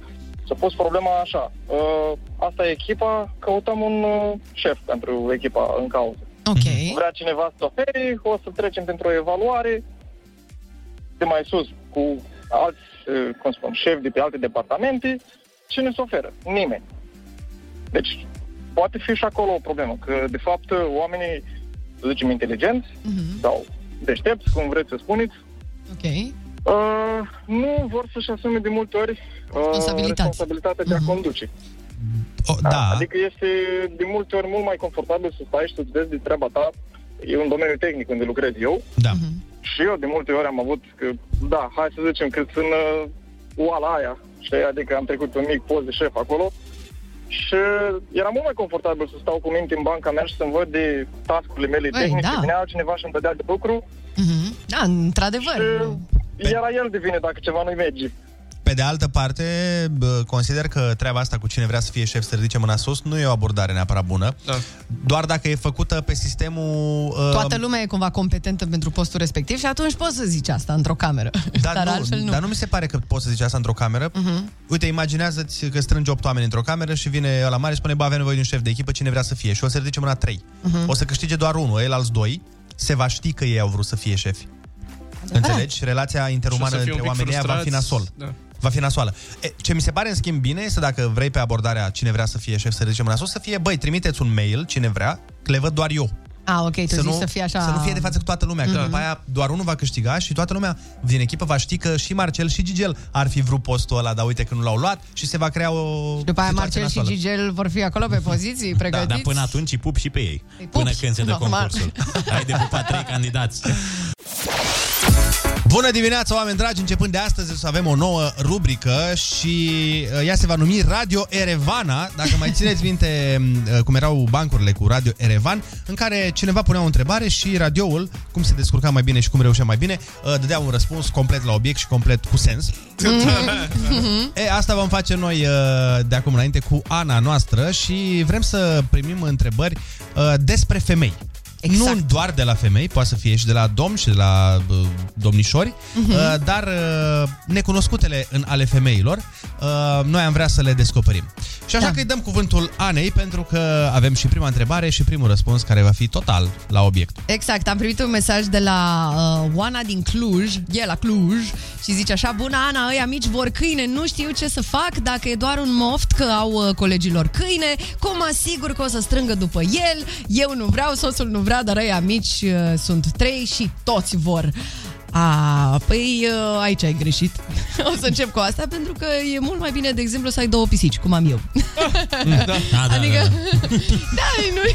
[SPEAKER 18] s-a pus problema așa. Uh, asta e echipa, căutăm un uh, șef pentru echipa în cauză. Mhm.
[SPEAKER 9] Ok.
[SPEAKER 18] Vrea cineva să oferi, o să trecem pentru o evaluare de mai sus cu alți, uh, cum spun, șefi de pe alte departamente. Cine se oferă? Nimeni. Deci, poate fi și acolo o problemă, că de fapt oamenii, să zicem, inteligenți
[SPEAKER 9] Mhm.
[SPEAKER 18] sau deștepți, cum vreți să spuneți,
[SPEAKER 9] Ok.
[SPEAKER 18] uh, nu vor să-și asume de multe ori uh,
[SPEAKER 9] Responsabilități. Mhm.
[SPEAKER 18] responsabilitatea de a conduce.
[SPEAKER 7] O, da.
[SPEAKER 18] Adică este de multe ori mult mai confortabil să stai și să-ți vezi de treaba ta. E un domeniu tehnic unde lucrez eu.
[SPEAKER 7] Da.
[SPEAKER 18] Și eu de multe ori am avut că, da, hai să zicem că sunt uh, oala aia, știi? Adică am trecut un mic post de șef acolo. Și era mult mai confortabil să stau cu minte în banca mea și să-mi văd de tascurile mele
[SPEAKER 9] Băi,
[SPEAKER 18] tehnice.
[SPEAKER 9] da.
[SPEAKER 18] Venea cineva și îmi dădea de lucru.
[SPEAKER 9] Mhm. Da, într-adevăr.
[SPEAKER 18] Era el de vină dacă ceva nu merge.
[SPEAKER 7] Pe de altă parte, bă, consider că treaba asta cu cine vrea să fie șef, să ridice mâna sus, nu e o abordare neapărat bună. Da. Doar dacă e făcută pe sistemul... uh,
[SPEAKER 9] Toată lumea e cumva competentă pentru postul respectiv și atunci poți să zici asta într-o cameră.
[SPEAKER 7] Dar,
[SPEAKER 9] Dar
[SPEAKER 7] nu,
[SPEAKER 9] altfel nu.
[SPEAKER 7] Dar nu mi se pare că poți să zici asta într-o cameră.
[SPEAKER 9] Mhm.
[SPEAKER 7] Uite, imaginează-ți că strângi 8 oameni într-o cameră și vine la mare și spune, bă, avem nevoie de un șef de echipă, cine vrea să fie? Și o să ridice mâna 3.
[SPEAKER 9] Mhm.
[SPEAKER 7] O să câștige doar unul, el alți doi, se va ști că ei au vrut să fie șefi. Înțelegi? Relația
[SPEAKER 3] Și
[SPEAKER 7] interumană
[SPEAKER 3] o să fie
[SPEAKER 7] între
[SPEAKER 3] un pic
[SPEAKER 7] oamenii aia va fi
[SPEAKER 3] frustrați.
[SPEAKER 7] nasol.
[SPEAKER 3] Da.
[SPEAKER 7] Va fi nasoală. E, ce mi se pare, în schimb, bine este dacă vrei pe abordarea cine vrea să fie șef să ridice mâna sus, să fie, băi, trimiteți un mail, cine vrea, că le văd doar eu.
[SPEAKER 9] A, Ah, ok, tu
[SPEAKER 7] să
[SPEAKER 9] zici
[SPEAKER 7] nu-
[SPEAKER 9] să fie așa...
[SPEAKER 7] Să nu fie de față cu toată lumea, că
[SPEAKER 9] Mhm.
[SPEAKER 7] după aia doar unul va câștiga și toată lumea din echipă va ști că și Marcel și Gigel ar fi vrut postul ăla, dar uite că nu l-au luat și se va crea o
[SPEAKER 9] După aia
[SPEAKER 7] situație
[SPEAKER 9] Marcel și
[SPEAKER 7] nasoală.
[SPEAKER 9] Gigel vor fi acolo pe poziții,
[SPEAKER 8] Da,
[SPEAKER 9] pregătiți.
[SPEAKER 8] dar până atunci îi pup și pe ei. Până când se dă
[SPEAKER 9] normal.
[SPEAKER 8] concursul. Ai de pupat trei candidați.
[SPEAKER 7] Bună dimineața, oameni dragi! Începând de astăzi o să avem o nouă rubrică și uh, ea se va numi Radio Erevana. Dacă mai țineți minte uh, cum erau bancurile cu Radio Erevan, în care cineva punea o întrebare și radioul, cum se descurca mai bine și cum reușea mai bine, uh, dădea un răspuns complet la obiect și complet cu sens. E, asta vom face noi uh, de acum înainte cu Ana noastră și vrem să primim întrebări uh, despre femei. Exact. Nu doar de la femei, poate să fie și de la domni și de la uh, domnișori,
[SPEAKER 6] Mhm.
[SPEAKER 7] uh, dar uh, necunoscutele în ale femeilor, uh, noi am vrea să le descoperim. Și așa da. că îi dăm cuvântul Anei pentru că avem și prima întrebare și primul răspuns care va fi total la obiect.
[SPEAKER 9] Exact, am primit un mesaj de la uh, Oana din Cluj, e la Cluj, și zice așa, bună Ana, ăia mici vor câine, nu știu ce să fac dacă e doar un moft că au uh, colegilor câine, cum mă asigur că o să strângă după el, eu nu vreau, soțul nu vrea, dar ăia mici uh, sunt trei și toți vor. A, păi uh, aici ai greșit. o să încep cu asta pentru că e mult mai bine, de exemplu, să ai două pisici, cum am eu.
[SPEAKER 8] da, da,
[SPEAKER 9] adică,
[SPEAKER 8] da.
[SPEAKER 9] da, nu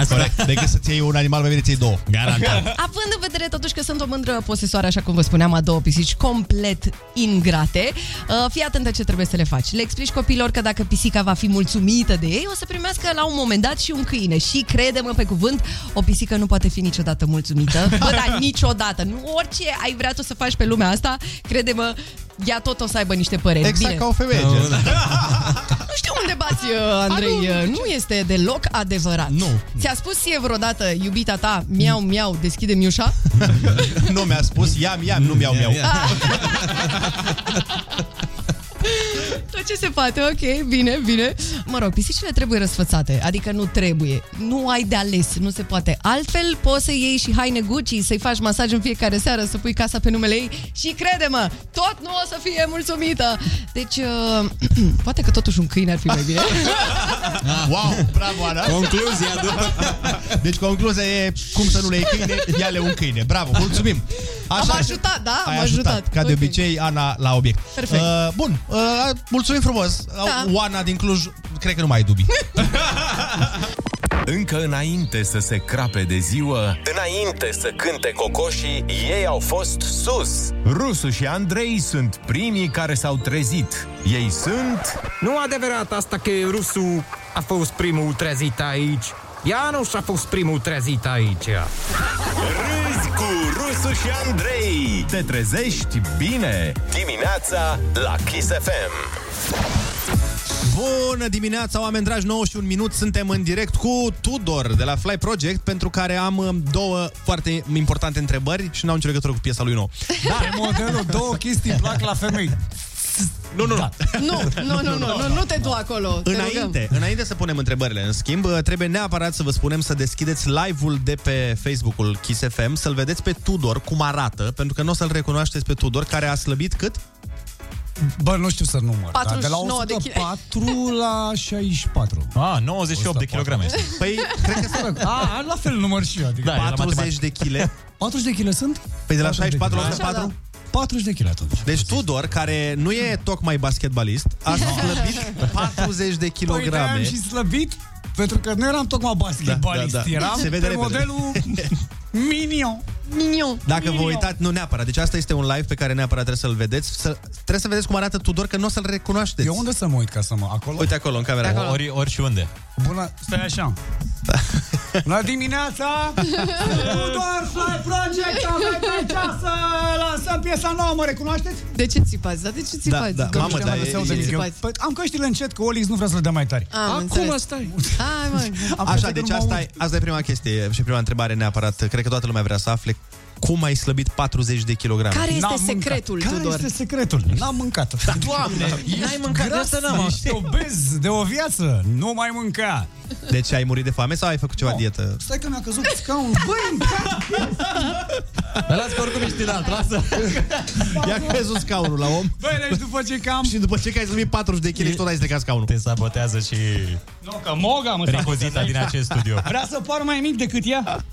[SPEAKER 8] Asta.
[SPEAKER 7] Decât să-ți iei un animal, mai bine ți două.
[SPEAKER 8] Garantat.
[SPEAKER 7] Da.
[SPEAKER 9] Având în vedere totuși că sunt o mândră posesoare, așa cum vă spuneam, a două pisici complet ingrate, uh, fii atentă ce trebuie să le faci. Le explici copiilor că dacă pisica va fi mulțumită de ei, o să primească la un moment dat și un câine. Și crede-mă pe cuvânt, o pisică nu poate fi niciodată mulțumită. Bă, dar niciodată. Nu orice ai vrea tu să faci pe lumea asta, crede-mă, ea tot o să aibă niște păreri.
[SPEAKER 7] Exact
[SPEAKER 9] Bine.
[SPEAKER 7] ca o femeie.
[SPEAKER 8] Da,
[SPEAKER 7] gen.
[SPEAKER 9] da, Nu știu unde bați, uh, Andrei. uh, Nu este deloc adevărat. Nu. Ți-a spus ție vreodată, iubita ta, miau, miau, deschide-mi ușa?
[SPEAKER 7] nu mi-a spus, iam, iam, nu mi-au, mi-au.
[SPEAKER 9] Tot ce se poate, ok, bine, bine. Mă rog, pisicile trebuie răsfățate, adică nu trebuie. Nu ai de ales, nu se poate. Altfel poți să iei și haine Gucci, să-i faci masaj în fiecare seară, să pui casa pe numele ei și crede-mă, tot nu o să fie mulțumită. Deci, uh, poate că totuși un câine ar fi mai bine.
[SPEAKER 7] Wow, bravo, Ana.
[SPEAKER 8] Concluzia
[SPEAKER 7] după... Deci concluzia e cum să nu le iei câine, ia-le un câine. Bravo, mulțumim.
[SPEAKER 9] Am ajutat, da? Am
[SPEAKER 7] ai ajutat.
[SPEAKER 9] ajutat.
[SPEAKER 7] Ca de
[SPEAKER 9] Ok.
[SPEAKER 7] obicei, Ana la obiect.
[SPEAKER 9] Perfect.
[SPEAKER 7] Uh, bun, uh, mulțumim frumos. Da. Oana din Cluj, cred că nu mai ai dubii.
[SPEAKER 1] Încă înainte să se crape de ziua, înainte să cânte cocoșii, ei au fost sus.
[SPEAKER 6] Rusu și Andrei sunt primii care s-au trezit. Ei sunt... Nu adevărat asta că Rusu a fost primul trezit aici. Ea nu și-a fost primul trezit aici.
[SPEAKER 1] Râzi cu Rusu și Andrei.
[SPEAKER 6] Te trezești bine.
[SPEAKER 1] Dimineața la Kiss FM.
[SPEAKER 7] Bună dimineața, oameni dragi, 91 minut, suntem în direct cu Tudor de la Fly Project, pentru care am um, două foarte importante întrebări și n-au nicio legătură cu piesa lui nou.
[SPEAKER 14] Da, modelul, două chestii îmi plac la femei.
[SPEAKER 7] Nu, nu, da.
[SPEAKER 9] Nu, nu, nu, nu, nu, nu te du acolo. te rugăm.
[SPEAKER 7] Înainte, înainte să punem întrebările, în schimb, trebuie neapărat să vă spunem să deschideți live-ul de pe Facebook-ul Kiss FM, să-l vedeți pe Tudor cum arată, pentru că nu o să-l recunoașteți pe Tudor, care a slăbit cât?
[SPEAKER 14] Bă, nu știu să număr. dar de la
[SPEAKER 7] 49 de
[SPEAKER 14] 104 la 64.
[SPEAKER 6] A, 98 de kilograme este.
[SPEAKER 7] Păi, cred că sunt.
[SPEAKER 14] A, la fel număr și eu. Adică
[SPEAKER 6] Da, e la 40
[SPEAKER 7] de chile.
[SPEAKER 14] 40 de chile sunt?
[SPEAKER 7] Păi de la
[SPEAKER 14] 40
[SPEAKER 7] 64 la
[SPEAKER 14] chile.
[SPEAKER 9] da.
[SPEAKER 7] 104?
[SPEAKER 14] 40 de chile atunci.
[SPEAKER 7] Deci Tudor, care nu e tocmai basketbalist, a slăbit 40 de
[SPEAKER 14] da. Păi de-aia
[SPEAKER 7] kilograme.
[SPEAKER 14] am și slăbit, pentru că nu eram tocmai basketbalist,
[SPEAKER 7] Da, da, da.
[SPEAKER 14] eram
[SPEAKER 7] Se vede
[SPEAKER 14] pe
[SPEAKER 7] repede.
[SPEAKER 14] modelul minion.
[SPEAKER 9] Minion.
[SPEAKER 7] Dacă vă uitați, nu neapărat. Deci asta este un live pe care neapărat trebuie să-l vedeți. Să, trebuie să vedeți cum arată Tudor, că nu o să-l recunoașteți. Eu
[SPEAKER 14] unde să mă uit ca să mă... Acolo?
[SPEAKER 7] Uite acolo, în camera.
[SPEAKER 6] Acolo. Ori-
[SPEAKER 7] și unde.
[SPEAKER 14] Bună, stai așa.
[SPEAKER 7] Da.
[SPEAKER 14] La dimineața, Tudor Fly Project, avem pe ceasă, lansăm piesa nouă, mă recunoașteți?
[SPEAKER 9] De ce țipați? Dar de
[SPEAKER 14] Da,
[SPEAKER 9] ce
[SPEAKER 7] Da,
[SPEAKER 9] țipați?
[SPEAKER 14] Păi am căștile încet, că Olix nu vrea să le dea mai tare.
[SPEAKER 9] Am înțeles. Hai, mă.
[SPEAKER 7] Așa, deci asta e, asta e prima chestie și prima întrebare neapărat. Cred că toată lumea vrea să afle cum ai slăbit 40 de kilograme.
[SPEAKER 9] Care este secretul,
[SPEAKER 14] Care
[SPEAKER 9] Tudor?
[SPEAKER 14] este secretul? N-am mâncat. Da.
[SPEAKER 7] Doamne,
[SPEAKER 9] n-ai mâncat, de asta n-am
[SPEAKER 14] Ești obez de o viață, nu mai mânca.
[SPEAKER 7] Deci ai murit de foame sau ai făcut ceva no. dietă?
[SPEAKER 14] Stai că mi-a căzut pe scaun. Băi, îmi
[SPEAKER 7] Dar las că oricum ești înalt, lasă. I-a crezut scaunul la om.
[SPEAKER 14] Băi, deci după ce cam...
[SPEAKER 7] Și după ce că ai slăbit 40 de kg și tot ai stricat scaunul. Te
[SPEAKER 6] sabotează și...
[SPEAKER 14] Nu, că moga, mă,
[SPEAKER 6] Recozita din acest studio.
[SPEAKER 14] Vrea să par mai mic decât ea?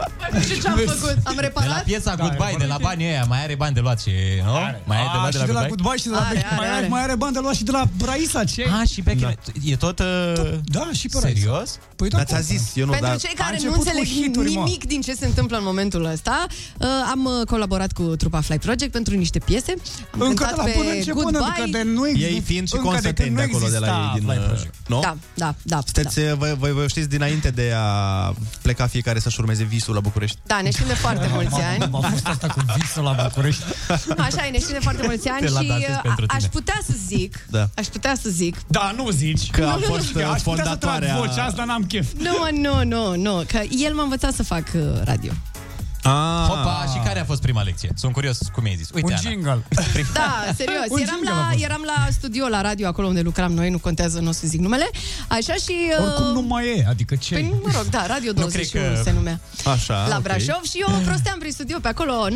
[SPEAKER 9] Și ce am făcut? Am
[SPEAKER 6] De la
[SPEAKER 9] reparat?
[SPEAKER 6] piesa Goodbye, de la banii ăia, mai are bani de luat și, nu? Mai are de
[SPEAKER 14] A,
[SPEAKER 6] luat
[SPEAKER 14] și
[SPEAKER 6] de
[SPEAKER 14] de la
[SPEAKER 6] la
[SPEAKER 14] Goodbye și de la
[SPEAKER 9] Are,
[SPEAKER 14] Back-
[SPEAKER 9] are,
[SPEAKER 14] mai,
[SPEAKER 9] are.
[SPEAKER 14] Mai are bani de luat și de la Braisa, ce?
[SPEAKER 6] A, și pe da. E tot... Uh...
[SPEAKER 14] Da, și pe Raisa.
[SPEAKER 6] Serios?
[SPEAKER 14] Păi
[SPEAKER 7] da, ți-a zis, eu nu,
[SPEAKER 9] Pentru
[SPEAKER 7] dar...
[SPEAKER 9] cei
[SPEAKER 14] a
[SPEAKER 9] care nu
[SPEAKER 14] început cu
[SPEAKER 9] înțeleg
[SPEAKER 14] hituri, mă.
[SPEAKER 9] nimic din ce se întâmplă în momentul ăsta, uh, am uh, colaborat cu trupa Fly Project pentru niște piese. Am
[SPEAKER 14] Încă de
[SPEAKER 9] cântat
[SPEAKER 14] la
[SPEAKER 9] pe
[SPEAKER 14] până început,
[SPEAKER 9] Goodbye.
[SPEAKER 14] adică de nu există.
[SPEAKER 7] Ei fiind și
[SPEAKER 14] încă de când
[SPEAKER 7] consecvenți
[SPEAKER 14] nu
[SPEAKER 7] de acolo de la
[SPEAKER 14] exista
[SPEAKER 7] ei din...
[SPEAKER 14] Fly
[SPEAKER 7] uh,
[SPEAKER 14] Project.
[SPEAKER 7] Nu?
[SPEAKER 9] Da, da, da.
[SPEAKER 7] Sunteți, uh, voi, voi, voi știți dinainte de a pleca fiecare să-și urmeze visul la București.
[SPEAKER 9] Da, ne știm de foarte mulți ani.
[SPEAKER 14] M-a fost asta cu visul la București.
[SPEAKER 9] Așa e, ne știm de foarte mulți ani
[SPEAKER 7] Te
[SPEAKER 9] și
[SPEAKER 7] ladatez
[SPEAKER 9] uh,
[SPEAKER 7] pentru
[SPEAKER 9] a- aș
[SPEAKER 7] tine.
[SPEAKER 9] putea să zic,
[SPEAKER 7] Da.
[SPEAKER 9] aș putea să zic,
[SPEAKER 14] Da, nu zici.
[SPEAKER 7] Că a
[SPEAKER 9] Nu, nu, nu.
[SPEAKER 7] fost
[SPEAKER 9] Că
[SPEAKER 7] uh,
[SPEAKER 9] aș putea să trag
[SPEAKER 7] fondatoarea...
[SPEAKER 14] vocea asta, n-am chef.
[SPEAKER 9] nu, mă, nu, nu, nu, că el m-a învățat să fac uh, radio.
[SPEAKER 7] Ah.
[SPEAKER 6] Hopa, și care a fost prima lecție? Sunt curios cum i-ai zis. Uite,
[SPEAKER 14] Un
[SPEAKER 6] Ana.
[SPEAKER 14] jingle.
[SPEAKER 9] Da, serios.
[SPEAKER 14] Un
[SPEAKER 9] Eram
[SPEAKER 14] jingle a
[SPEAKER 9] la,
[SPEAKER 14] fost.
[SPEAKER 9] eram la studio, la radio, acolo unde lucram noi, nu contează, nu o să zic numele. Așa și... uh,
[SPEAKER 14] Oricum nu mai e, adică ce?
[SPEAKER 9] Păi, mă rog, da, Radio
[SPEAKER 14] Nu cred
[SPEAKER 9] 21
[SPEAKER 14] că-
[SPEAKER 9] se numea.
[SPEAKER 7] Așa,
[SPEAKER 9] la
[SPEAKER 7] ok.
[SPEAKER 9] Brașov și eu prosteam prin studio pe acolo 96.4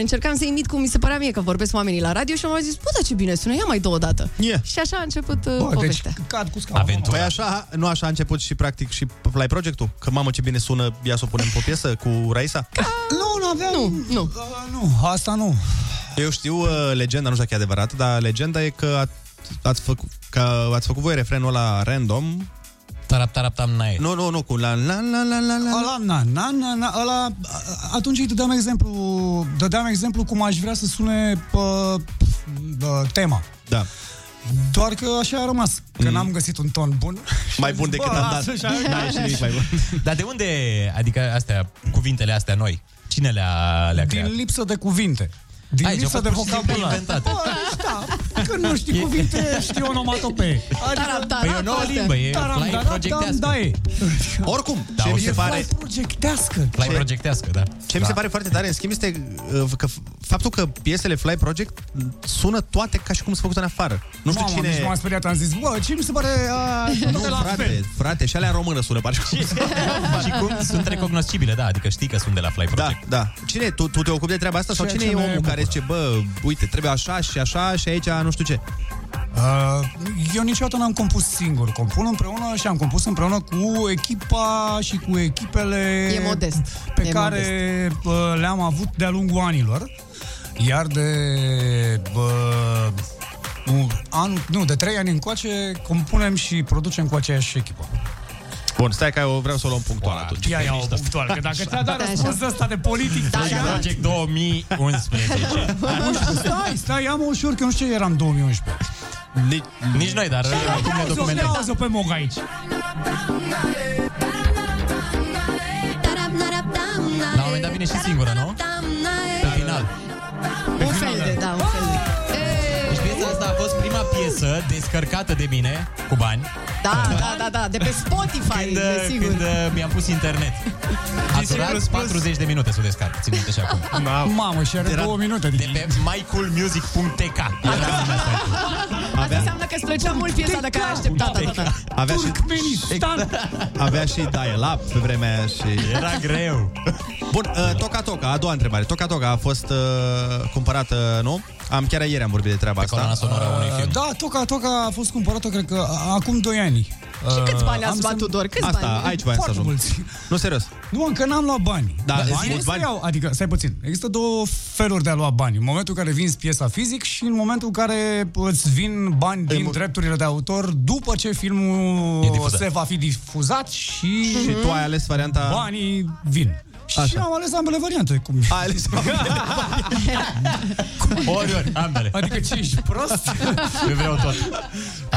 [SPEAKER 9] Încercam să imit cum mi se părea mie că vorbesc oamenii la radio Și am zis, bă, da, ce bine sună, ia mai două dată
[SPEAKER 7] Yeah.
[SPEAKER 9] Și așa a început uh,
[SPEAKER 14] Bă, deci
[SPEAKER 9] povestea
[SPEAKER 14] cad cu scaunul.
[SPEAKER 7] Păi așa, nu așa a început și practic și Fly Project-ul? Că mamă ce bine sună, ia să o punem pe o piesă cu Raisa?
[SPEAKER 14] Nu, nu aveam...
[SPEAKER 9] Nu, nu.
[SPEAKER 14] Nu, asta nu.
[SPEAKER 7] Eu știu uh, legenda, nu știu dacă e adevărat, dar legenda e că a- ați făcut, că ați făcut voi refrenul ăla random.
[SPEAKER 6] Tarap, tarap, tam, nae.
[SPEAKER 7] Nu, nu, nu, cu la la la la la la.
[SPEAKER 14] Ăla, na, na, na, na, ăla, a- atunci îi dădeam exemplu, dădeam exemplu cum aș vrea să sune pă, pă, tema.
[SPEAKER 7] Da.
[SPEAKER 14] Doar că așa a rămas, că
[SPEAKER 6] Mm.
[SPEAKER 14] n-am găsit un ton bun.
[SPEAKER 7] Mai bun
[SPEAKER 14] Bă,
[SPEAKER 7] decât am dat.
[SPEAKER 14] lasă și așa.
[SPEAKER 7] Da, și nimic mai bun.
[SPEAKER 6] Dar de unde, adică astea, cuvintele astea noi, cine le-a, le-a
[SPEAKER 14] Din
[SPEAKER 6] creat?
[SPEAKER 14] lipsă de cuvinte. Din
[SPEAKER 6] Aici,
[SPEAKER 14] lipsă
[SPEAKER 6] au
[SPEAKER 14] de
[SPEAKER 6] fost pur și simplu
[SPEAKER 14] vocabular.
[SPEAKER 6] inventate.
[SPEAKER 14] Bă, da, când nu știi cuvinte, știi onomatopee.
[SPEAKER 9] Tarap, tarap,
[SPEAKER 6] Păi e o nouă
[SPEAKER 9] astea.
[SPEAKER 6] limbă, e
[SPEAKER 14] Taram,
[SPEAKER 6] fly
[SPEAKER 14] taram,
[SPEAKER 6] projectească.
[SPEAKER 14] tam, da, e.
[SPEAKER 7] Oricum,
[SPEAKER 6] Da,
[SPEAKER 7] ce
[SPEAKER 6] o
[SPEAKER 7] mi
[SPEAKER 6] să
[SPEAKER 7] se
[SPEAKER 6] fac.
[SPEAKER 7] pare...
[SPEAKER 14] Projectească.
[SPEAKER 6] Fly projectească, da.
[SPEAKER 7] Ce mi se pare foarte tare, în schimb, este uh, că f- faptul că piesele Fly Project sună toate ca și cum sunt făcute în afară. Nu știu
[SPEAKER 14] Mamă,
[SPEAKER 7] cine...
[SPEAKER 14] Deci m-am speriat, am zis, bă, ce mi se pare... A,
[SPEAKER 7] Nu,
[SPEAKER 14] toate la fel.
[SPEAKER 7] frate, frate, și alea în română sună, parcă
[SPEAKER 6] și cum sunt recognoscibile, da, adică știi că sunt de la Fly
[SPEAKER 7] Da,
[SPEAKER 6] Project.
[SPEAKER 7] da. Cine e? Tu, tu te ocupi de treaba asta? Sau
[SPEAKER 14] Ceea
[SPEAKER 7] cine
[SPEAKER 14] ce
[SPEAKER 7] e
[SPEAKER 14] ne
[SPEAKER 7] omul
[SPEAKER 14] bucură.
[SPEAKER 7] care zice, bă, uite, trebuie așa și așa și aici nu știu ce?
[SPEAKER 14] Uh, Eu niciodată n-am compus singur. Compun împreună și am compus împreună cu echipa și cu echipele
[SPEAKER 9] E modest.
[SPEAKER 14] pe
[SPEAKER 9] E
[SPEAKER 14] care modest. le-am avut de-a lungul anilor. Iar de bă, un an, nu, de trei ani încoace compunem și producem cu aceeași echipă.
[SPEAKER 7] Bun, stai că eu vreau să o luăm punctual atunci.
[SPEAKER 14] Ia ia o punctuală, că dacă ți-a dat
[SPEAKER 9] Așa.
[SPEAKER 14] răspunsul ăsta de politic,
[SPEAKER 9] Da,
[SPEAKER 14] și
[SPEAKER 9] da,
[SPEAKER 14] a-
[SPEAKER 9] da.
[SPEAKER 6] Project 2011.
[SPEAKER 14] Nu știu, stai, stai, am ușor, că nu știu ce eram 2011.
[SPEAKER 7] Nici,
[SPEAKER 6] Nici noi, dar uh, acum ne
[SPEAKER 14] Auzi-o,
[SPEAKER 6] documentăm.
[SPEAKER 14] auzi-o pe Moga aici.
[SPEAKER 6] La un moment dat vine și singură, nu? Pe final.
[SPEAKER 9] Un fel de, da, un fel de
[SPEAKER 6] Deci piesa asta a fost prima piesă descărcată de mine, cu bani,
[SPEAKER 9] Da, da, da, da, de pe Spotify,
[SPEAKER 6] când,
[SPEAKER 9] desigur.
[SPEAKER 6] când uh, mi-am pus internet. A durat 40 de minute să o descarc, țin minte și acum.
[SPEAKER 14] Mamă, și are
[SPEAKER 6] Era
[SPEAKER 14] două minute. deci-
[SPEAKER 6] De pe michaelmusic.tk Era ziua asta.
[SPEAKER 9] Asta înseamnă că îți plăcea mult piesa de care
[SPEAKER 14] Exact.
[SPEAKER 9] ai așteptat atâta.
[SPEAKER 7] Avea și, avea și dial-up pe vremea aia și...
[SPEAKER 6] Era greu.
[SPEAKER 7] Bun, uh, Toca Toca, a doua întrebare. Toca Toca a fost uh, cumpărată, nu? Am chiar ieri am vorbit de treaba asta. Coloana sonoră a unui film.
[SPEAKER 14] Da, Toca Toca a fost cumpărată, cred că, a- acum 2 ani. Uh,
[SPEAKER 7] Și
[SPEAKER 9] câți bani ați luat,
[SPEAKER 14] luat
[SPEAKER 9] Tudor? Câți
[SPEAKER 7] Uh, Asta, bani? aici voiam să
[SPEAKER 14] Foarte
[SPEAKER 7] ajung.
[SPEAKER 14] mulți. Deci
[SPEAKER 7] Nu, serios.
[SPEAKER 14] Nu, încă n-am luat bani.
[SPEAKER 7] Da,
[SPEAKER 14] Dar
[SPEAKER 7] zile-
[SPEAKER 14] bani, nu se
[SPEAKER 7] bani.
[SPEAKER 14] Iau, adică, stai puțin. Există două feluri de a lua bani. În momentul în care vinzi piesa fizic și în momentul în care îți vin bani
[SPEAKER 7] Păi
[SPEAKER 14] din drepturile de autor după ce filmul se va fi difuzat și...
[SPEAKER 7] Și tu ai ales varianta-
[SPEAKER 14] Banii vin. Așa. Și
[SPEAKER 7] Așa.
[SPEAKER 14] am ales ambele variante. Cum... Ai
[SPEAKER 7] ales
[SPEAKER 6] Ori, ori, ambele.
[SPEAKER 14] Adică ce ești prost?
[SPEAKER 6] Eu vreau tot.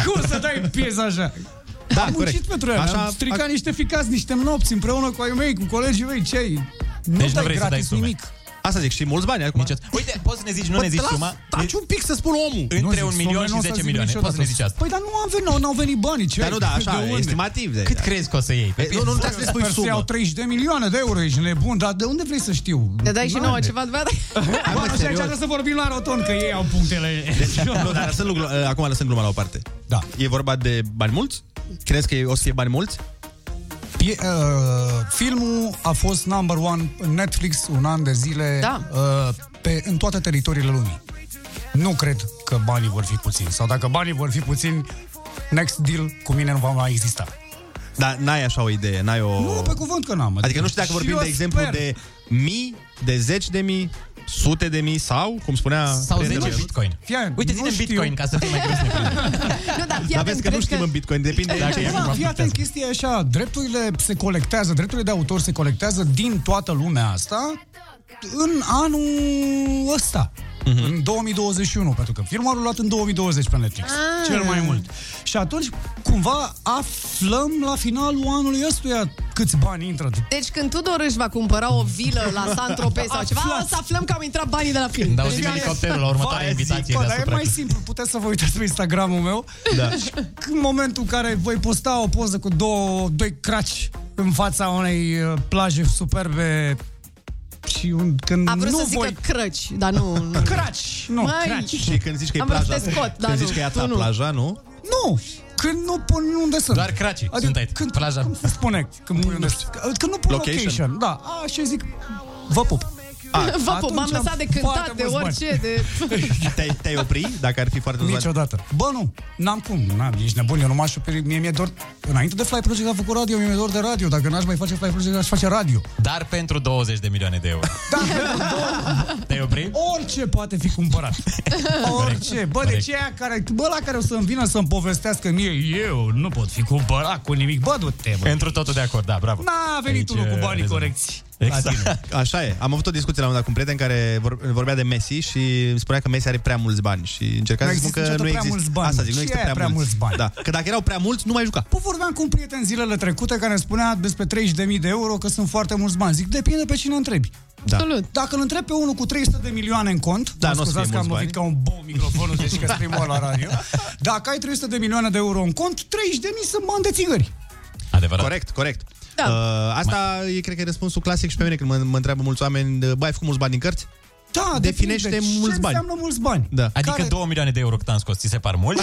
[SPEAKER 14] Cum să dai piesa așa?
[SPEAKER 7] Da,
[SPEAKER 14] am
[SPEAKER 7] corect.
[SPEAKER 14] muncit pentru el,
[SPEAKER 7] Așa-
[SPEAKER 14] am stricat niște ficați, niște nopți împreună cu ai mei, cu colegii mei, ce ai? Nu
[SPEAKER 7] Deci nu
[SPEAKER 14] dai
[SPEAKER 7] vrei să dai
[SPEAKER 14] gratis
[SPEAKER 7] sume.
[SPEAKER 14] nimic.
[SPEAKER 7] Asta zic, și mulți bani acum.
[SPEAKER 6] Uite, poți să ne zici, nu ne zici suma? Deci
[SPEAKER 7] Taci un pic să spun omul.
[SPEAKER 6] Între un milion și 10 milioane. Poți să ne zici asta.
[SPEAKER 14] Păi dar nu am venit, nu au venit banii, ce
[SPEAKER 7] Dar
[SPEAKER 14] ai?
[SPEAKER 7] nu, da, așa,
[SPEAKER 14] De unde?
[SPEAKER 7] estimativ. De
[SPEAKER 6] Cât crezi că o să iei? Păi,
[SPEAKER 7] Pe- nu, nu, nu trebuie să ne spui
[SPEAKER 14] Sper
[SPEAKER 7] sumă.
[SPEAKER 14] iau 30 de milioane de euro, ești nebun, dar de unde vrei să știu?
[SPEAKER 9] Te dai și nouă ceva, după
[SPEAKER 14] Hai, mă, și aici trebuie să vorbim la roton, că ei au punctele.
[SPEAKER 7] Deci, nu, dar lăsând, lucru- acum lăsând gluma la o parte.
[SPEAKER 14] Da.
[SPEAKER 7] E vorba de bani mulți? Crezi că e- o să fie bani mulți?
[SPEAKER 14] Pie, uh, filmul a fost number one în Netflix un an de zile
[SPEAKER 9] Da.
[SPEAKER 14] uh, pe, în toate teritoriile lumii. Nu cred că banii vor fi puțini. Sau dacă banii vor fi puțini, next deal cu mine nu va mai exista.
[SPEAKER 7] Dar n-ai așa o idee, n-ai o...
[SPEAKER 14] Nu, pe cuvânt că n-am.
[SPEAKER 7] Oh. Adică nu știu dacă
[SPEAKER 14] Și
[SPEAKER 7] vorbim
[SPEAKER 14] eu
[SPEAKER 7] de exemplu
[SPEAKER 14] sper.
[SPEAKER 7] de mii, de zeci de mii, sute de mii sau, cum spunea...
[SPEAKER 6] Sau
[SPEAKER 7] prietenul
[SPEAKER 6] 10
[SPEAKER 7] meu.
[SPEAKER 6] bitcoin.
[SPEAKER 14] Fia,
[SPEAKER 6] Uite, zine bitcoin ca să fie mai greu să ne prindem.
[SPEAKER 9] Nu, dar fii
[SPEAKER 7] Dar
[SPEAKER 9] atent,
[SPEAKER 7] vezi că nu
[SPEAKER 9] cred
[SPEAKER 7] știm în bitcoin, depinde
[SPEAKER 6] Dacă e
[SPEAKER 14] Da,
[SPEAKER 6] acum
[SPEAKER 14] fii atent, chestia e așa, drepturile se colectează, drepturile de autor se colectează din toată lumea asta în anul ăsta. Mm-hmm. În 2021, pentru că filmul a luat în 2020 pe Netflix,
[SPEAKER 9] Ah.
[SPEAKER 14] cel mai mult. Și atunci, cumva, aflăm la finalul anului ăstuia câți bani intră.
[SPEAKER 9] Deci când Tudor își va cumpăra o vilă la Saint-Tropez sau ceva,
[SPEAKER 14] Aflați.
[SPEAKER 9] o să aflăm că au intrat banii de la film.
[SPEAKER 6] Când auzim elicopterul la următoarea
[SPEAKER 14] Vai,
[SPEAKER 6] invitație
[SPEAKER 14] zic, bă, dar e
[SPEAKER 6] deasupra.
[SPEAKER 14] mai simplu, puteți să vă uitați pe Instagramul meu
[SPEAKER 6] Da.
[SPEAKER 14] și în momentul în care voi posta o poză cu două, doi craci în fața unei uh, plaje superbe și un, când
[SPEAKER 9] A vrut
[SPEAKER 14] nu
[SPEAKER 9] să zică
[SPEAKER 14] voi...
[SPEAKER 9] crăci, dar nu... nu.
[SPEAKER 14] Craci, nu,
[SPEAKER 9] Mai.
[SPEAKER 14] craci.
[SPEAKER 7] Și când zici că e
[SPEAKER 9] Am vrut
[SPEAKER 7] plaja,
[SPEAKER 9] să te scot, dar
[SPEAKER 7] când
[SPEAKER 9] nu,
[SPEAKER 7] zici că e a
[SPEAKER 9] tu
[SPEAKER 7] ta
[SPEAKER 9] nu.
[SPEAKER 7] plaja, nu?
[SPEAKER 14] Nu! Când nu pun unde sunt.
[SPEAKER 6] Doar cracii
[SPEAKER 14] Adică
[SPEAKER 6] sunt aici,
[SPEAKER 14] când,
[SPEAKER 6] plaja.
[SPEAKER 14] Cum se spune? Când, pui unde sunt? când nu pun location.
[SPEAKER 6] Location.
[SPEAKER 14] location. Da, așa zic, vă pup.
[SPEAKER 9] Vă pup,
[SPEAKER 14] Atunci
[SPEAKER 9] m-am lăsat
[SPEAKER 14] am
[SPEAKER 9] de
[SPEAKER 14] foarte
[SPEAKER 9] cântat, de
[SPEAKER 14] mulți bani.
[SPEAKER 9] orice, de...
[SPEAKER 7] Te-ai, te-ai opri dacă ar fi foarte mulți bani?
[SPEAKER 14] Niciodată. Bă, nu, n-am cum, n-am, ești nebun, eu nu m-aș opri, mie mi-e dor, înainte de Fly Project am făcut radio, mie mi-e dor de radio, dacă n-aș mai face Fly Project, aș face radio.
[SPEAKER 6] Dar pentru 20 de milioane de euro. Te-ai oprit?
[SPEAKER 14] Orice poate fi cumpărat. Orice. Bă, de
[SPEAKER 6] Corect.
[SPEAKER 14] ce aia care, bă, la care o să-mi vină să-mi povestească mie, eu nu pot fi cumpărat cu nimic. Bă, du-te, bă.
[SPEAKER 6] Pentru totul de acord, da, bravo.
[SPEAKER 14] N-a venit
[SPEAKER 6] Aici,
[SPEAKER 14] unul cu banii
[SPEAKER 6] rezolvăm.
[SPEAKER 14] corecți. La tine.
[SPEAKER 7] Exact. Așa e. Am avut o discuție la un moment dat cu un prieten care vor- vorbea de Messi și îmi spunea că Messi are prea mulți bani și încerca
[SPEAKER 14] Nu
[SPEAKER 7] să spun
[SPEAKER 14] există
[SPEAKER 7] că nu
[SPEAKER 14] niciodată prea
[SPEAKER 7] există.
[SPEAKER 14] mulți bani.
[SPEAKER 7] Asta zic,
[SPEAKER 14] Ce
[SPEAKER 7] nu există
[SPEAKER 14] e
[SPEAKER 7] prea,
[SPEAKER 14] prea mulți bani?
[SPEAKER 7] Da. Că dacă erau prea mulți, nu mai juca.
[SPEAKER 14] Pă, Păi vorbeam cu un prieten zilele trecute care îmi spunea despre 30.000 de euro că sunt foarte mulți bani. Zic, depinde pe cine întrebi.
[SPEAKER 7] Da.
[SPEAKER 14] Dacă îl întrebi pe unul cu 300 de milioane în cont,
[SPEAKER 7] Da,
[SPEAKER 14] mă
[SPEAKER 7] n-o să
[SPEAKER 14] scuzați
[SPEAKER 7] fie
[SPEAKER 14] că am
[SPEAKER 7] mulți
[SPEAKER 14] lovit ca
[SPEAKER 7] bani.
[SPEAKER 14] un bou microfonul, deci că primul la radio, dacă ai 300 de milioane de euro în cont, 30 de mii sunt bani de țigări.
[SPEAKER 6] Adevărat.
[SPEAKER 7] Corect, corect.
[SPEAKER 9] Da.
[SPEAKER 7] Uh, asta e, cred că, e răspunsul clasic și pe mine când mă, mă întreabă mulți oameni, bă, ai făcut mulți bani din cărți?
[SPEAKER 14] Da,
[SPEAKER 7] Definește
[SPEAKER 14] depinde.
[SPEAKER 7] mulți
[SPEAKER 14] ce
[SPEAKER 7] bani.
[SPEAKER 14] înseamnă mulți bani?
[SPEAKER 7] Da.
[SPEAKER 6] Adică
[SPEAKER 14] Care-
[SPEAKER 6] 2 milioane de euro cât am scos, ți se par mult?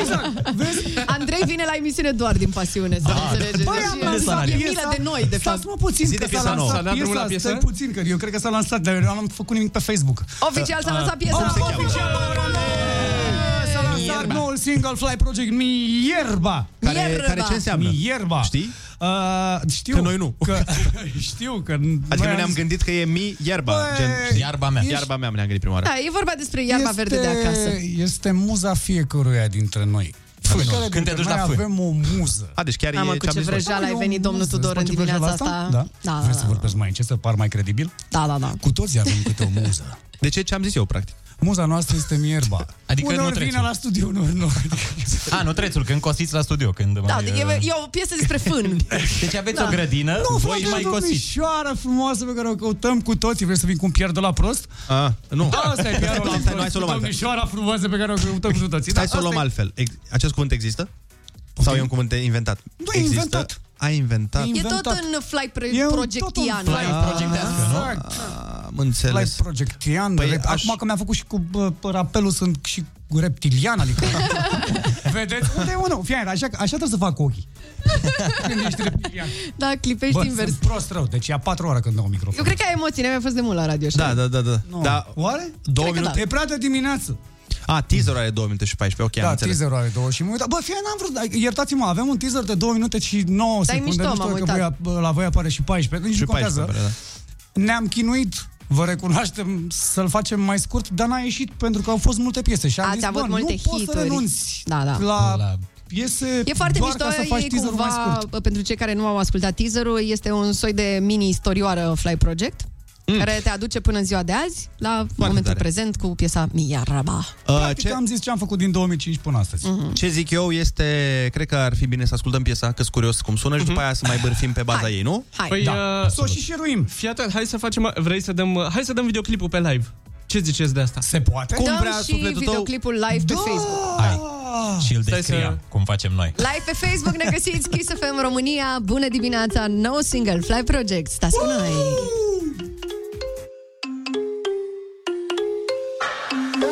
[SPEAKER 14] Exact. Vezi? Da.
[SPEAKER 9] Andrei vine la emisiune doar din pasiune, să ne înțelegeți.
[SPEAKER 14] Băi,
[SPEAKER 9] Deci,
[SPEAKER 14] am
[SPEAKER 9] e
[SPEAKER 14] lansat
[SPEAKER 9] milă de noi, de fapt.
[SPEAKER 14] Stați-mă puțin,
[SPEAKER 7] Zi
[SPEAKER 14] că
[SPEAKER 7] de
[SPEAKER 14] s-a
[SPEAKER 7] piesa nouă.
[SPEAKER 14] lansat
[SPEAKER 7] S-a dat
[SPEAKER 14] piesa,
[SPEAKER 7] drumul la piesă?
[SPEAKER 14] stai puțin, că eu cred că s-a lansat, dar eu n-am făcut nimic pe Facebook.
[SPEAKER 9] Oficial
[SPEAKER 7] Ah.
[SPEAKER 9] s-a lansat piesa.
[SPEAKER 7] Cum se cheamă?
[SPEAKER 14] S-a lansat noul single Fly Project Mierba.
[SPEAKER 7] Care, care ce înseamnă?
[SPEAKER 14] Mierba.
[SPEAKER 7] Știi?
[SPEAKER 14] Uh, știu
[SPEAKER 7] Că noi nu.
[SPEAKER 14] Că, știu că...
[SPEAKER 7] Adică
[SPEAKER 14] noi
[SPEAKER 7] noi ne-am
[SPEAKER 14] am zis-
[SPEAKER 7] gândit că e mi ierba.
[SPEAKER 14] Bă,
[SPEAKER 7] gen,
[SPEAKER 6] Iarba mea.
[SPEAKER 7] Iarba mea ne-am gândit prima oară.
[SPEAKER 9] Da, e vorba despre iarba verde de acasă.
[SPEAKER 14] Este muza fiecăruia dintre noi.
[SPEAKER 6] Fâi,
[SPEAKER 14] Fiecare
[SPEAKER 6] nu. Când te
[SPEAKER 14] dintre
[SPEAKER 6] duci
[SPEAKER 14] noi
[SPEAKER 6] la fâi.
[SPEAKER 14] avem o muză.
[SPEAKER 7] A, deci chiar
[SPEAKER 9] Mamă,
[SPEAKER 7] e
[SPEAKER 9] cu
[SPEAKER 7] ce-am
[SPEAKER 9] ce
[SPEAKER 7] zis noi.
[SPEAKER 9] vrăjeală ai venit, domnul Tudor, în
[SPEAKER 14] Îți place
[SPEAKER 9] dimineața
[SPEAKER 14] vrăjeala
[SPEAKER 9] asta?
[SPEAKER 14] Da.
[SPEAKER 9] Da,
[SPEAKER 14] Vrei
[SPEAKER 9] da,
[SPEAKER 14] să vorbesc mai încet, să par mai credibil?
[SPEAKER 9] da, da, da.
[SPEAKER 14] Cu toții avem câte o muză.
[SPEAKER 7] De ce ce-am zis eu, practic?
[SPEAKER 14] Muza noastră este mierba.
[SPEAKER 6] Adică
[SPEAKER 14] uneori
[SPEAKER 6] nu
[SPEAKER 14] vine
[SPEAKER 6] trețul.
[SPEAKER 14] la studiu, uneori nu.
[SPEAKER 6] A, nu trețul, când cosiți la studio. Când
[SPEAKER 9] Da,
[SPEAKER 6] mai,
[SPEAKER 9] e,
[SPEAKER 6] uh,
[SPEAKER 9] e o piesă despre fân.
[SPEAKER 6] Deci aveți
[SPEAKER 9] Da.
[SPEAKER 6] o grădină,
[SPEAKER 14] Nu,
[SPEAKER 6] voi
[SPEAKER 14] frate,
[SPEAKER 6] mai
[SPEAKER 14] e o
[SPEAKER 6] cosiți.
[SPEAKER 14] domnișoară frumoasă pe care o căutăm cu toții. Vrei să vin cu un piar de la prost?
[SPEAKER 7] A, nu.
[SPEAKER 14] Da, asta e
[SPEAKER 7] Stai,
[SPEAKER 14] piarul la
[SPEAKER 7] stai, hai
[SPEAKER 14] prost.
[SPEAKER 7] să o luăm altfel.
[SPEAKER 14] Domnișoara frumoasă pe care o căutăm cu toții.
[SPEAKER 7] Stai
[SPEAKER 14] Da,
[SPEAKER 7] să o luăm
[SPEAKER 14] asta e-
[SPEAKER 7] altfel. Ex- Acest cuvânt există? Sau e un cuvânt inventat?
[SPEAKER 14] Nu, Da, e inventat.
[SPEAKER 7] A inventat. Da.
[SPEAKER 9] E tot în fly
[SPEAKER 14] E
[SPEAKER 9] pre-
[SPEAKER 14] un-
[SPEAKER 9] projectian. da.
[SPEAKER 14] tot un fly projectească, nu?
[SPEAKER 7] Exact. Am înțeles.
[SPEAKER 14] Like projectian, păi rep- aș... acum că mi-a făcut și cu bă, rapelul, sunt și cu reptilian, adică... Vedeți? Unde e unul? Fii, aer, așa, așa trebuie să fac ochii. Când ești reptilian.
[SPEAKER 9] Da, clipești
[SPEAKER 14] Bă,
[SPEAKER 9] invers.
[SPEAKER 14] sunt prost rău, deci ia patru ore când dau microfon.
[SPEAKER 9] Eu cred că ai emoții, ne-am mai fost de mult la radio. știi?
[SPEAKER 7] da, da.
[SPEAKER 14] Nu. Oare?
[SPEAKER 7] Două
[SPEAKER 14] Cred că
[SPEAKER 7] minute.
[SPEAKER 14] Da. E prea de dimineață.
[SPEAKER 7] A, teaserul are 2 minute și 14. Ok, am
[SPEAKER 14] da,
[SPEAKER 7] înțeles.
[SPEAKER 14] teaserul are două și mă uitam. Bă, fie n-am vrut, iertați-mă, avem un teaser de 2 minute și 9
[SPEAKER 9] Dar e
[SPEAKER 14] secunde.
[SPEAKER 9] mișto,
[SPEAKER 14] nu știu
[SPEAKER 9] m-am
[SPEAKER 14] că
[SPEAKER 9] uitat.
[SPEAKER 14] voi, la voi apare și 14, nici
[SPEAKER 7] Și
[SPEAKER 14] nu contează.
[SPEAKER 7] 14, da.
[SPEAKER 14] Ne-am chinuit Vă recunoaștem să-l facem mai scurt, dar n-a ieșit pentru că au fost multe piese și am
[SPEAKER 9] Ați
[SPEAKER 14] zis,
[SPEAKER 9] avut
[SPEAKER 14] bă,
[SPEAKER 9] multe
[SPEAKER 14] nu poți să
[SPEAKER 9] hituri.
[SPEAKER 14] renunți
[SPEAKER 9] Da, da.
[SPEAKER 14] la, piese
[SPEAKER 9] E foarte
[SPEAKER 14] doar
[SPEAKER 9] mișto,
[SPEAKER 14] ca să faci
[SPEAKER 9] e
[SPEAKER 14] teaserul mai
[SPEAKER 9] cumva,
[SPEAKER 14] scurt.
[SPEAKER 9] pentru cei care nu au ascultat teaserul, este un soi de mini-istorioară Fly Project, mm. care te aduce până în ziua de azi, la momentul
[SPEAKER 7] tare.
[SPEAKER 9] prezent, cu piesa Mia Raba.
[SPEAKER 7] Practic
[SPEAKER 14] ce? am zis ce am făcut din 2005 până astăzi.
[SPEAKER 9] Mhm.
[SPEAKER 7] Ce zic eu este, cred că ar fi bine să ascultăm piesa, că curios cum sună și după aia să mai bârfim pe baza ei, nu?
[SPEAKER 10] Păi, da. uh,
[SPEAKER 14] Să o și șeruim.
[SPEAKER 10] Fii atent, hai să facem, uh, vrei să dăm, hai să dăm videoclipul pe live. Ce ziceți de asta?
[SPEAKER 14] Se poate?
[SPEAKER 9] Dăm și videoclipul live pe Facebook.
[SPEAKER 6] Hai. Și îl
[SPEAKER 10] Ah, Stai să-
[SPEAKER 6] descriam, cum facem noi.
[SPEAKER 9] Live pe Facebook ne găsiți Kiss FM România. Bună dimineața, nou single Fly Project. Stați cu noi!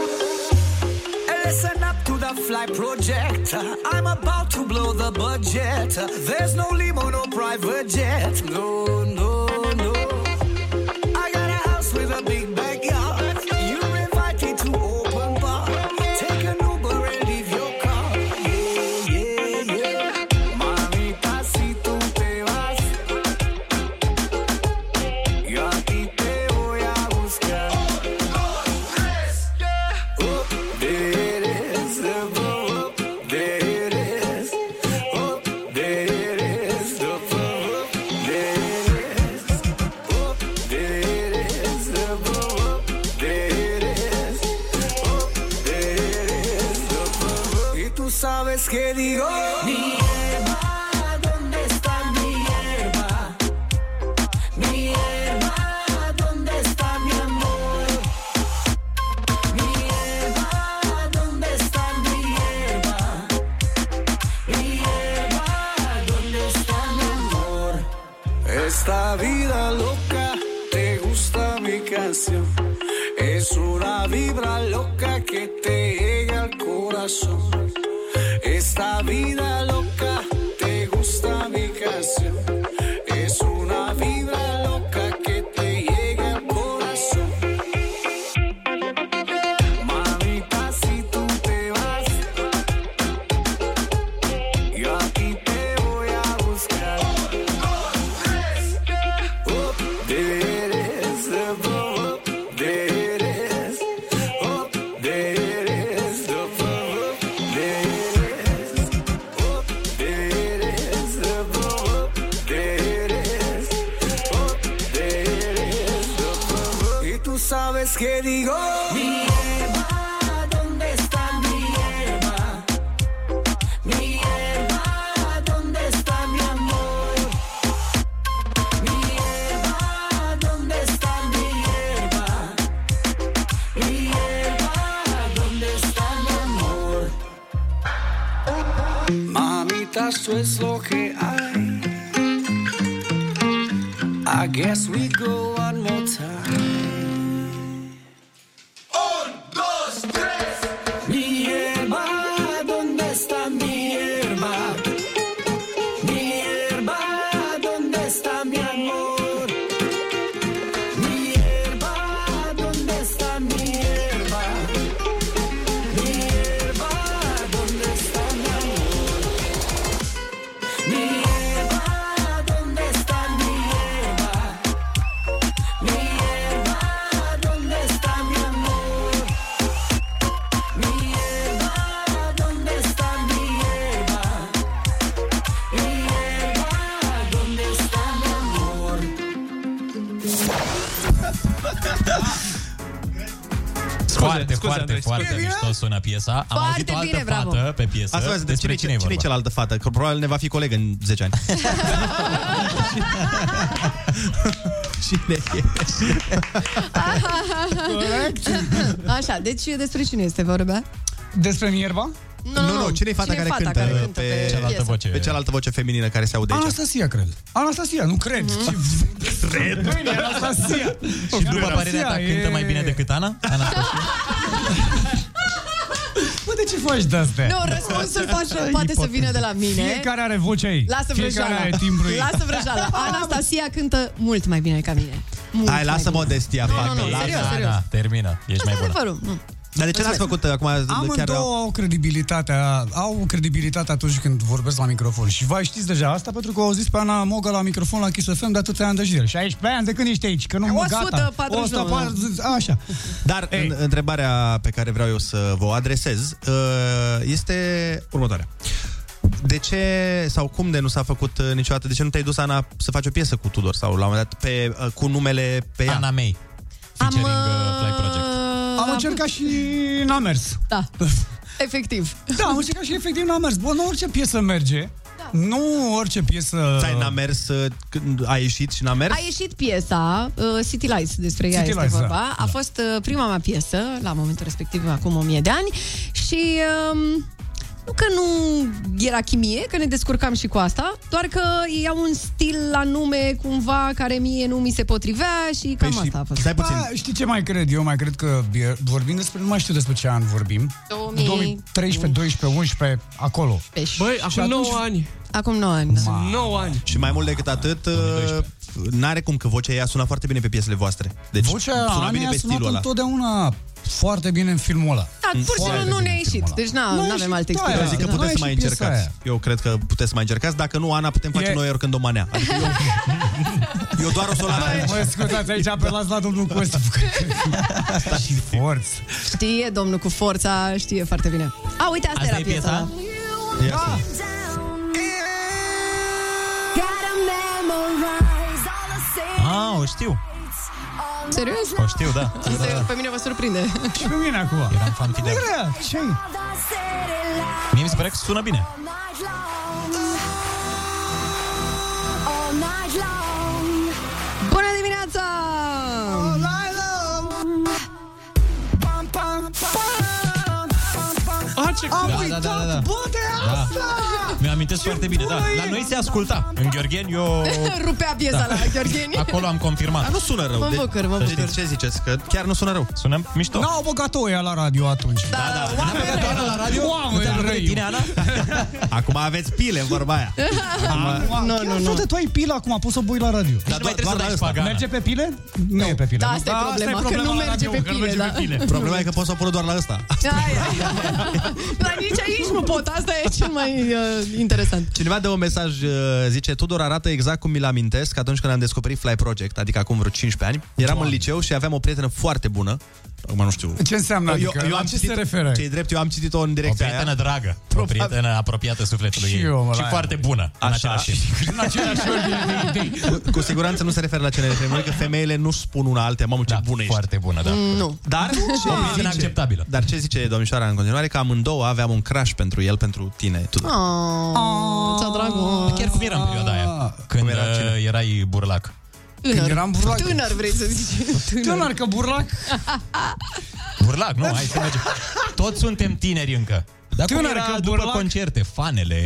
[SPEAKER 8] Hey, Listen up to the fly project. I'm about to blow the budget. There's no limo, no private jet. No, no, no. I got a house with a big backyard. You're invited to open bar. Take an Uber and leave your car. Yeah, yeah, yeah. Mamita, si tú te vas, yo a ti te voy a buscar. Oh, there it is. The boom. There it is. Oh, there it is. The boom. There it is. Oh, there it is. The boom. There it is. Oh, there it is. The boom. Y tú sabes que digo. Mi hierba, ¿dónde está mi hierba? Mi hierba, ¿dónde está mi amor? Mi hierba, ¿dónde está mi hierba? Mi hierba, ¿dónde está mi amor? Esta vida loca, te gusta mi canción. Es una vibra loca que te llega al corazón. Esta vida loca, te gusta mi canción. Es una vibra loca que te llega al corazón. Mamita, si tú te vas, yo a ti te voy a buscar. Oh, there it is, the boom. There it is. Oh, there it is, the boom. There it is. Oh, there it is, the boom. There it is. Oh, there it is, the boom. Y tú sabes que digo mi hierba, ¿dónde está mi hierba? Mi hierba, ¿dónde está mi amor? Mi hierba, ¿dónde está mi hierba? Mi hierba, ¿dónde está mi amor? Mamita, esto es lo que hay. I guess we go one more time. Un, dos, tres. Mi hierba, ¿dónde está mi hierba? Mi hierba, ¿dónde está mi amor? Mi hierba, ¿dónde está mi hierba? Mi hierba, ¿dónde está mi amor? Mi hierba, ¿dónde está mi hierba? Mi hierba,
[SPEAKER 10] scuze,
[SPEAKER 6] foarte,
[SPEAKER 10] scuze,
[SPEAKER 6] foarte,
[SPEAKER 10] Andrei,
[SPEAKER 6] foarte
[SPEAKER 10] scuze.
[SPEAKER 6] mișto sună piesa. Am
[SPEAKER 9] Foarte
[SPEAKER 6] auzit o altă
[SPEAKER 9] bine, bravo.
[SPEAKER 6] fată pe piesă.
[SPEAKER 7] Asta vreau să întreb,
[SPEAKER 6] Despre
[SPEAKER 7] cine,
[SPEAKER 6] cine e
[SPEAKER 7] cine, cine e
[SPEAKER 6] vorba?
[SPEAKER 7] cealaltă fată? Că probabil ne va fi colegă în 10 ani. cine e?
[SPEAKER 9] Corect. Așa, deci despre cine este vorba?
[SPEAKER 14] Despre Mierba?
[SPEAKER 9] Nu, nu, nu,
[SPEAKER 7] cine e fata, care,
[SPEAKER 9] cine-i fata
[SPEAKER 7] cântă
[SPEAKER 9] care cântă pe
[SPEAKER 7] cealaltă
[SPEAKER 9] piesă?
[SPEAKER 7] voce? pe cealaltă voce feminină care se aude aici?
[SPEAKER 14] Anastasia, cred. Anastasia, nu cred.
[SPEAKER 9] Mhm.
[SPEAKER 14] Ce-
[SPEAKER 7] Cred.
[SPEAKER 14] Mâine, Anastasia.
[SPEAKER 6] Și după părerea ta, cântă mai bine decât Ana? Ana?
[SPEAKER 14] Bă, de ce faci de astea?
[SPEAKER 9] Nu, răspunsul poate, poate să vină de la mine.
[SPEAKER 14] Fiecare are vocea ei.
[SPEAKER 9] Lasă
[SPEAKER 14] Fiecare
[SPEAKER 9] vrăjeala.
[SPEAKER 14] are timbrul ei.
[SPEAKER 9] Lasă vrăjeala. Anastasia cântă mult mai bine ca mine. Mult
[SPEAKER 7] Hai,
[SPEAKER 9] mai
[SPEAKER 7] lasă
[SPEAKER 9] bine.
[SPEAKER 7] modestia,
[SPEAKER 9] Nu,
[SPEAKER 7] fată.
[SPEAKER 9] nu, nu,
[SPEAKER 7] lasă.
[SPEAKER 9] serios, serios.
[SPEAKER 6] Da, Termină, ești mai bună.
[SPEAKER 9] Adevărul, nu.
[SPEAKER 7] Dar de ce l-ați făcut uh, acum? chiar
[SPEAKER 14] Amândouă au credibilitatea, au credibilitate atunci când vorbesc la microfon. Și voi știți deja asta pentru că au zis pe Ana Moga la microfon la Kiss FM de atâția ani de zile. 16 ani de când ești aici, că nu mă gata.
[SPEAKER 9] 149.
[SPEAKER 14] 140, așa.
[SPEAKER 7] Dar în, întrebarea pe care vreau eu să vă o adresez uh, este următoarea. De ce sau cum de nu s-a făcut uh, niciodată? De ce nu te-ai dus, Ana, să faci o piesă cu Tudor sau la un moment dat pe, uh, cu numele pe ea? Ana
[SPEAKER 6] May.
[SPEAKER 7] Featuring
[SPEAKER 6] uh,
[SPEAKER 9] Fly Project.
[SPEAKER 14] Am încercat și n-a mers.
[SPEAKER 9] Da. Efectiv.
[SPEAKER 14] Da, am încercat și efectiv n-a mers. Bă, nu orice piesă merge.
[SPEAKER 9] Da.
[SPEAKER 14] Nu orice piesă...
[SPEAKER 7] Ți-ai n-a mers uh, când a ieșit și n-a mers?
[SPEAKER 9] A ieșit piesa uh, City Lights, despre ea
[SPEAKER 7] City
[SPEAKER 9] este
[SPEAKER 7] Lights, da.
[SPEAKER 9] vorba. A fost uh, prima mea piesă, la momentul respectiv, acum 1000 de ani. Și um, nu că nu era chimie, că ne descurcam și cu asta, doar că ia un stil la nume cumva care mie nu mi se potrivea
[SPEAKER 7] Păi
[SPEAKER 9] și cam asta a fost.
[SPEAKER 14] Ba, știi ce mai cred? Eu mai cred că e- vorbim despre... Nu mai știu despre ce an vorbim.
[SPEAKER 9] 2000.
[SPEAKER 14] 2013, 12, 11, acolo.
[SPEAKER 10] Băi,
[SPEAKER 14] Și
[SPEAKER 10] acum
[SPEAKER 14] atunci-
[SPEAKER 10] 9 ani.
[SPEAKER 9] Acum 9 ani. da.
[SPEAKER 14] Ma.
[SPEAKER 10] 9 ani.
[SPEAKER 7] Ah. Și mai mult decât atât, uh, n-are cum că vocea ei a sunat foarte bine pe piesele voastre. Deci
[SPEAKER 14] Vocea
[SPEAKER 7] suna
[SPEAKER 14] Anei
[SPEAKER 7] bine
[SPEAKER 14] a
[SPEAKER 7] pe
[SPEAKER 14] sunat
[SPEAKER 7] stilul ăla.
[SPEAKER 14] întotdeauna foarte bine în filmul ăla.
[SPEAKER 9] Da, pur și
[SPEAKER 7] Foarte
[SPEAKER 9] simplu nu
[SPEAKER 7] bine
[SPEAKER 9] ne-a ieșit. Deci na,
[SPEAKER 14] Nu a
[SPEAKER 9] nu avem
[SPEAKER 14] ieșit, da,
[SPEAKER 9] alte explicații.
[SPEAKER 7] Eu zic că
[SPEAKER 14] Da,
[SPEAKER 7] puteți
[SPEAKER 14] da,
[SPEAKER 7] să mai
[SPEAKER 14] și piesa
[SPEAKER 7] încercați.
[SPEAKER 14] aia.
[SPEAKER 7] Eu cred că puteți să mai încercați. Dacă nu, Ana, putem face
[SPEAKER 14] E-
[SPEAKER 7] noi oricând o manea. Adică eu, eu doar o să o las aici.
[SPEAKER 14] Mă scuzați aici, apelați la domnul Costi. Asta și forță.
[SPEAKER 9] Știe domnul cu forța, știe foarte bine. A, uite, asta,
[SPEAKER 8] Asta
[SPEAKER 9] era
[SPEAKER 8] e
[SPEAKER 9] piesa.
[SPEAKER 8] piesa?
[SPEAKER 9] Da.
[SPEAKER 6] Ah, o știu.
[SPEAKER 9] Serios?
[SPEAKER 6] O știu, da.
[SPEAKER 9] Pe mine vă surprinde.
[SPEAKER 14] Și pe mine acum.
[SPEAKER 6] Eram fan fidel.
[SPEAKER 14] ce
[SPEAKER 6] Mie mi se pare că sună bine.
[SPEAKER 9] Bună dimineața!
[SPEAKER 14] Oh,
[SPEAKER 10] A, ce
[SPEAKER 8] Am
[SPEAKER 6] Da, da,
[SPEAKER 8] uitat,
[SPEAKER 6] da, da, da.
[SPEAKER 8] bă, de
[SPEAKER 6] Da.
[SPEAKER 8] asta!
[SPEAKER 6] Mi-amintesc foarte bine, da. La noi se asculta. În Gheorgheni eu... Da.
[SPEAKER 9] Rupea piesa la Gheorgheni.
[SPEAKER 6] Acolo am confirmat.
[SPEAKER 7] Dar nu sună rău.
[SPEAKER 9] Mă
[SPEAKER 7] de-
[SPEAKER 9] bucur, mă
[SPEAKER 7] să știți
[SPEAKER 9] bucur.
[SPEAKER 7] Ce ziceți? Că chiar nu sună rău. Sună mișto.
[SPEAKER 14] N-au băgat oia la radio atunci.
[SPEAKER 7] Da, da. da. N-am băgat Ana la radio?
[SPEAKER 14] Oameni
[SPEAKER 7] Nu te-a plăcut de
[SPEAKER 14] răi.
[SPEAKER 7] tine, Ana? Acum aveți pile, vorba aia.
[SPEAKER 14] Acum,
[SPEAKER 9] Nu,
[SPEAKER 14] chiar,
[SPEAKER 9] nu, nu.
[SPEAKER 14] frate, tu ai pilă acum, poți să o bui la radio.
[SPEAKER 7] Dar nu mai trebuie să dai șpagana.
[SPEAKER 14] Merge pe pile? Nu, e pe pile.
[SPEAKER 9] Da, asta e problema, că nu
[SPEAKER 14] la
[SPEAKER 9] merge
[SPEAKER 14] radio,
[SPEAKER 9] pe
[SPEAKER 14] că nu
[SPEAKER 9] pile, da.
[SPEAKER 7] Problema e că poți să o pun doar la ăsta.
[SPEAKER 9] Dar nici aici nu pot, asta e cel mai uh, interesant.
[SPEAKER 7] Cineva dă un mesaj, uh, zice Tudor arată exact cum mi-l amintesc atunci când am descoperit Fly Project, adică acum vreo 15 ani. Eram în liceu și aveam o prietenă foarte bună. Acum nu știu.
[SPEAKER 14] Ce înseamnă? Adică, la ce se referă?
[SPEAKER 7] Ce drept, eu am citit-o în
[SPEAKER 6] O
[SPEAKER 7] direcția
[SPEAKER 6] prietenă
[SPEAKER 7] aia.
[SPEAKER 6] dragă, o prietenă apropiată sufletului
[SPEAKER 7] Și
[SPEAKER 6] ei
[SPEAKER 7] eu, mă,
[SPEAKER 6] și
[SPEAKER 7] la
[SPEAKER 6] foarte bună în
[SPEAKER 7] Așa.
[SPEAKER 6] același timp.
[SPEAKER 14] În
[SPEAKER 9] Ah.
[SPEAKER 14] același ordine de idei.
[SPEAKER 7] Cu, cu siguranță nu se referă la ce ne referim noi, că femeile nu spun una altea, mamă ce da, bună ești. Foarte
[SPEAKER 6] bună, da.
[SPEAKER 9] Nu.
[SPEAKER 7] Dar ce zice, acceptabilă. Dar ce zice domnișoara în continuare? Că amândouă aveam un crush pentru el, pentru tine, Tudor.
[SPEAKER 9] Oh, ți-a dragoste.
[SPEAKER 6] Chiar cum era în perioada aia, când
[SPEAKER 7] era
[SPEAKER 6] era erai burlac.
[SPEAKER 9] Tânăr.
[SPEAKER 14] eram burlac.
[SPEAKER 9] Tânăr, vrei să zici.
[SPEAKER 14] Tânăr, că burlac.
[SPEAKER 6] Burlac, nu, hai să mergem. Toți suntem tineri încă. Dar cum
[SPEAKER 14] Tânăr
[SPEAKER 6] era
[SPEAKER 14] ca
[SPEAKER 6] după
[SPEAKER 14] burlac.
[SPEAKER 6] concerte? Fanele